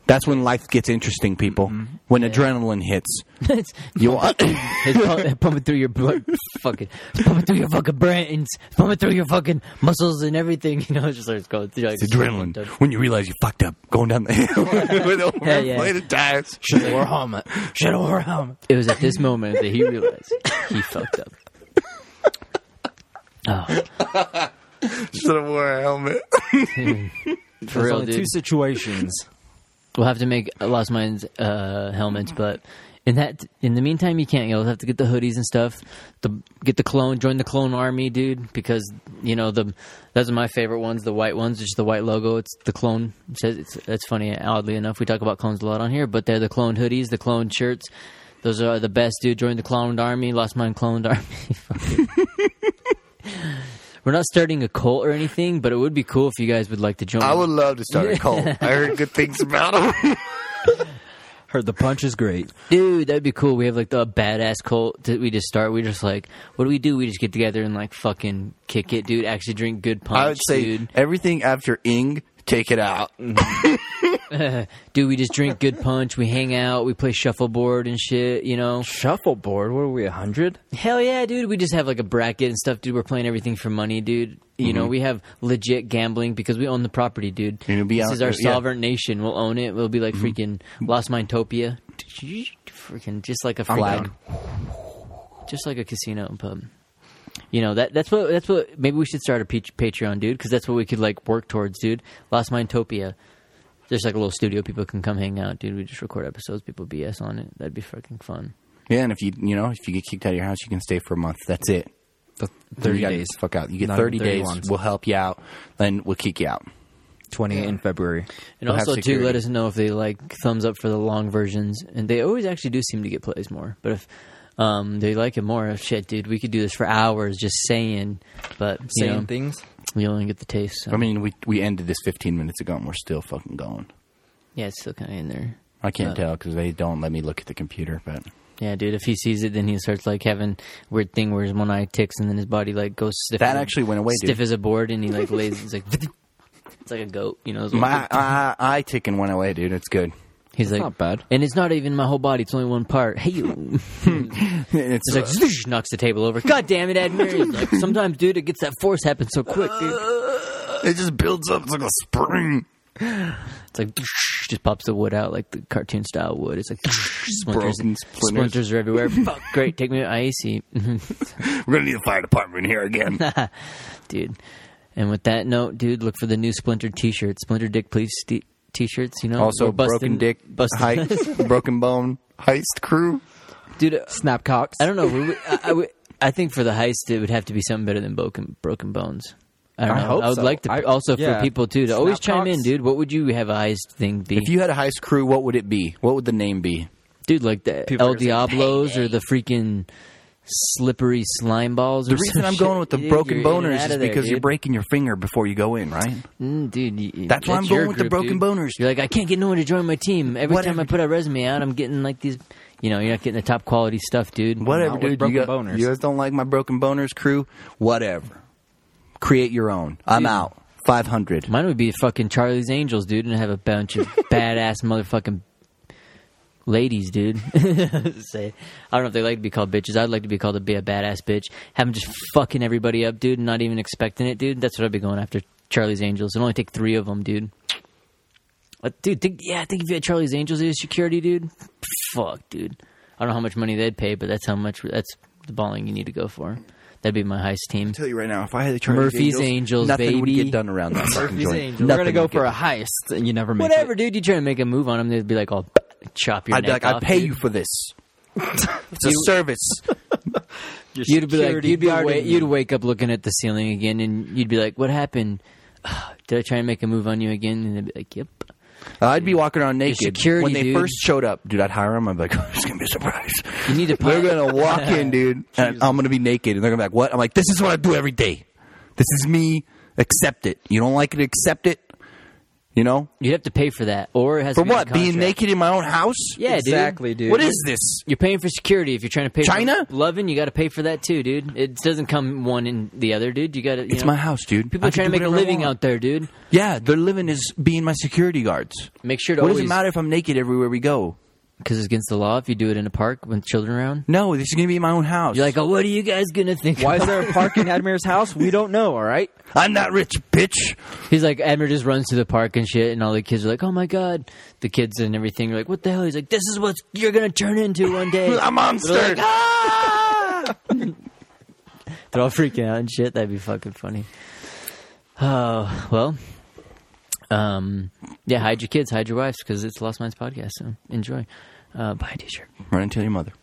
Speaker 1: That's when life gets interesting, people.
Speaker 6: Mm-hmm.
Speaker 1: When adrenaline hits,
Speaker 5: it's,
Speaker 1: you want
Speaker 5: it's pump, pumping through your blood, fucking it's pumping through your fucking brains, pumping through your fucking muscles and everything. You know, it just starts going through like
Speaker 1: it's adrenaline. When you realize you fucked up going down the hill with
Speaker 5: Yeah, yeah.
Speaker 1: overplayed tires.
Speaker 6: Should have wore a helmet. Should have wore a helmet.
Speaker 5: It was at this moment that he realized he fucked up. Oh,
Speaker 1: Should have wore a helmet.
Speaker 5: for real, dude.
Speaker 6: two situations.
Speaker 5: We'll have to make Lost Minds uh, helmets, but in that, in the meantime, you can't. You'll have to get the hoodies and stuff. The get the clone, join the clone army, dude. Because you know the those are my favorite ones. The white ones, it's just the white logo. It's the clone. It says it's that's funny. Oddly enough, we talk about clones a lot on here, but they're the clone hoodies, the clone shirts. Those are the best, dude. Join the cloned army. Lost Mind cloned army. We're not starting a cult or anything, but it would be cool if you guys would like to join.
Speaker 1: I would love to start a cult. I heard good things about them.
Speaker 6: Heard the punch is great.
Speaker 5: Dude, that'd be cool. We have like the badass cult that we just start. We just like, what do we do? We just get together and like fucking kick it, dude. Actually drink good punch,
Speaker 1: I would say
Speaker 5: dude.
Speaker 1: everything after Ing, take it out.
Speaker 5: Dude, we just drink good punch. We hang out. We play shuffleboard and shit. You know,
Speaker 6: Shuffleboard. What are we? hundred?
Speaker 5: hell yeah, dude. We just have like a bracket and stuff, dude. We're playing everything for money, dude. You know, we have legit gambling because we own the property, dude.
Speaker 1: Mm-hmm. And it'll be
Speaker 5: this
Speaker 1: out-
Speaker 5: is our
Speaker 1: yeah. Mm-hmm.
Speaker 5: sovereign nation. We'll own it. We'll be like freaking Lost Mindtopia, freaking just like a flag.
Speaker 1: down.
Speaker 5: just like a casino and pub. You know that that's what that's what maybe we should start a pe- Patreon, dude, because that's what we could like work towards, dude. Lost Mindtopia. There's like a little studio people can come hang out, dude. We just record episodes, people BS on it. That'd be fucking fun.
Speaker 1: Yeah, and if you you know if you get kicked out of your house, you can stay for a month. That's it.
Speaker 6: The
Speaker 1: You
Speaker 6: 30
Speaker 1: gotta
Speaker 6: days.
Speaker 1: get the Fuck out. You get
Speaker 6: Not even
Speaker 1: 30 days.
Speaker 6: 31.
Speaker 1: We'll help you out. Then we'll kick you out.
Speaker 6: 28 in February.
Speaker 5: And
Speaker 1: They'll have
Speaker 5: also, too,
Speaker 1: security.
Speaker 5: let us know if they like thumbs up for the long versions. And they always actually do seem to get plays more. But if um, they like it more, shit, dude, we could do this for hours just saying. But you
Speaker 6: Saying
Speaker 5: know,
Speaker 6: things.
Speaker 5: we only get the taste. So.
Speaker 1: I mean, we we ended this 15 minutes ago and we're still fucking going.
Speaker 5: yeah, it's still kind of in there.
Speaker 1: I can't
Speaker 5: Yeah.
Speaker 1: tell because they don't let me look at the computer. But
Speaker 5: Yeah, dude. If he sees it, then he starts like having weird thing where his one eye ticks and then his body like goes stiff.
Speaker 1: That
Speaker 5: as a-
Speaker 1: actually went away,
Speaker 5: Stiff
Speaker 1: dude.
Speaker 5: as a board, and he like lays. It's like it's like a goat, you know. it's like-
Speaker 1: my eye, eye ticking went away, dude. It's good.
Speaker 5: he's like
Speaker 6: not bad.
Speaker 5: and it's not even my whole body. It's only one part. Hey, you. It's
Speaker 1: It's,
Speaker 5: like zoosh, knocks the table over. God damn it, Admir! He's Like, Sometimes, dude, it gets that force happen so quick, dude.
Speaker 1: it just builds up. It's like a spring.
Speaker 5: It's like "Doosh," just pops the wood out like the cartoon style wood. It's like "Doosh," splinters,
Speaker 1: Broken splinters.
Speaker 5: splinters are everywhere. Fuck, great, take me to icy,
Speaker 1: We're gonna need the fire department here again.
Speaker 5: dude. And with that note, dude, look for the new Splinter T-shirt, Splinter Dick Please t- T-shirts. You know,
Speaker 1: also,
Speaker 5: We're busting-
Speaker 1: broken dick
Speaker 5: busting-
Speaker 1: heist, broken bone heist crew.
Speaker 5: dude. uh,
Speaker 6: Snapcocks.
Speaker 5: I don't know. We, we, I, I, we, I think for the heist, it would have to be something better than broken broken bones. I don't
Speaker 6: I
Speaker 5: know.
Speaker 6: hope
Speaker 5: I would
Speaker 6: so.
Speaker 5: like to
Speaker 6: I-
Speaker 5: also
Speaker 6: yeah.
Speaker 5: for people too to always chime in,
Speaker 6: Snapcocks.
Speaker 5: dude. What would you have a heist thing be?
Speaker 1: If you had a heist crew, what would it be? What would the name be?
Speaker 5: dude, like the
Speaker 6: People
Speaker 5: El
Speaker 6: are just
Speaker 5: Diablos or the freaking slippery slime balls.
Speaker 1: The reason I'm going with the broken boners is because
Speaker 5: dude.
Speaker 1: you're breaking your finger before you go in, right?
Speaker 5: Mm, dude, you-
Speaker 1: That's why I'm going
Speaker 5: your
Speaker 1: with the
Speaker 5: group,
Speaker 1: broken
Speaker 5: dude.
Speaker 1: boners.
Speaker 5: You're like, I can't get no one to join my team. Every time
Speaker 1: Whatever.
Speaker 5: I put a resume out, I'm getting like these. You know, you're not getting the top quality stuff, dude.
Speaker 1: Whatever,
Speaker 6: with
Speaker 1: dude.
Speaker 6: broken
Speaker 1: you, got-
Speaker 6: boners.
Speaker 1: you guys don't like my broken boners crew? Whatever. Create your own. I'm out. Five hundred.
Speaker 5: Mine would be fucking Charlie's Angels, dude, and have a bunch of badass motherfucking ladies, dude. Say, I don't know if they like to be called bitches. I'd like to be called to be a badass bitch. Have them just fucking everybody up, dude, and not even expecting it, dude. That's what I'd be going after Charlie's Angels. It only take three of them, dude. But, dude, think, yeah, I think if you had Charlie's Angels as security, dude, fuck, dude. I don't know how much money they'd pay, but that's how much. That's the balling you need to go for. That'd be my heist team.
Speaker 1: tell you right now, if I had the Charlie's
Speaker 5: Murphy's
Speaker 1: Angels,
Speaker 5: Angels,
Speaker 1: nothing would
Speaker 5: baby.
Speaker 1: get done around that fucking
Speaker 6: Murphy's
Speaker 1: joint.
Speaker 6: Angels. We're gonna
Speaker 1: Nothing
Speaker 6: go
Speaker 1: would get
Speaker 6: for a
Speaker 1: done.
Speaker 6: heist, and you never make
Speaker 5: Whatever,
Speaker 6: it.
Speaker 5: dude. You try to make a move on them, they'd be like, "I'll chop your
Speaker 1: I'd be
Speaker 5: neck
Speaker 1: like, I
Speaker 5: off,
Speaker 1: pay
Speaker 5: dude.
Speaker 1: you for this. It's a service.
Speaker 5: You'd be like,
Speaker 6: security
Speaker 5: you'd be
Speaker 6: guarding
Speaker 5: wa-
Speaker 6: you.
Speaker 5: you'd wake up looking at the ceiling again, and you'd be like, "What happened? Did I try and make a move on you again?" And they'd be like, "Yep."
Speaker 1: I'd be walking around naked.
Speaker 5: security,
Speaker 1: when they
Speaker 5: dude.
Speaker 1: first showed up, dude, I'd hire them. I'd be like, it's gonna be a surprise.
Speaker 5: You need to.
Speaker 1: They're
Speaker 5: put-
Speaker 1: gonna walk in, dude, and I'm gonna be naked, and they're gonna be like, "What?" I'm like, "This is what I do every day. This is me. Accept it. You don't like it, accept it. You know,
Speaker 5: You'd have to pay for that, or it has
Speaker 1: for
Speaker 5: to be in
Speaker 1: what?
Speaker 5: the
Speaker 1: Being
Speaker 5: contract.
Speaker 1: naked in my own house?
Speaker 5: Yeah, dude.
Speaker 6: Exactly, dude.
Speaker 1: What is this?
Speaker 5: You're paying for security if you're trying to pay
Speaker 1: China?
Speaker 5: for loving. You got to pay for that too, dude. It doesn't come one in the other, dude. You got to.
Speaker 1: It's my house, dude.
Speaker 5: People
Speaker 1: I
Speaker 5: are
Speaker 1: can
Speaker 5: trying to
Speaker 1: do
Speaker 5: make a
Speaker 1: whatever I
Speaker 5: living
Speaker 1: want.
Speaker 5: out there, dude.
Speaker 1: Yeah, their living is being my security guards.
Speaker 5: Make sure to
Speaker 1: What does
Speaker 5: always
Speaker 1: it matter if I'm naked everywhere we go?
Speaker 5: because it's against the law if you do it in a park with children around.
Speaker 1: No, this is gonna be my own house.
Speaker 5: You're like, "Oh, what are you guys gonna think?"
Speaker 6: Why is
Speaker 5: about
Speaker 6: there a park in Admir's house? We don't know. All right.
Speaker 1: I'm not rich, bitch.
Speaker 5: He's like, Edmer just runs to the park and shit, and all the kids are like, "Oh my god!" The kids and everything are like, "What the hell?" He's like, "This is what you're gonna turn into one day."
Speaker 1: A monster.
Speaker 5: They're all freaking out and shit. That'd be fucking funny. Oh well, um, yeah. Hide your kids, hide your wives, because it's Lost Minds podcast. So enjoy. Uh, buy a t-shirt.
Speaker 1: Run and tell your mother.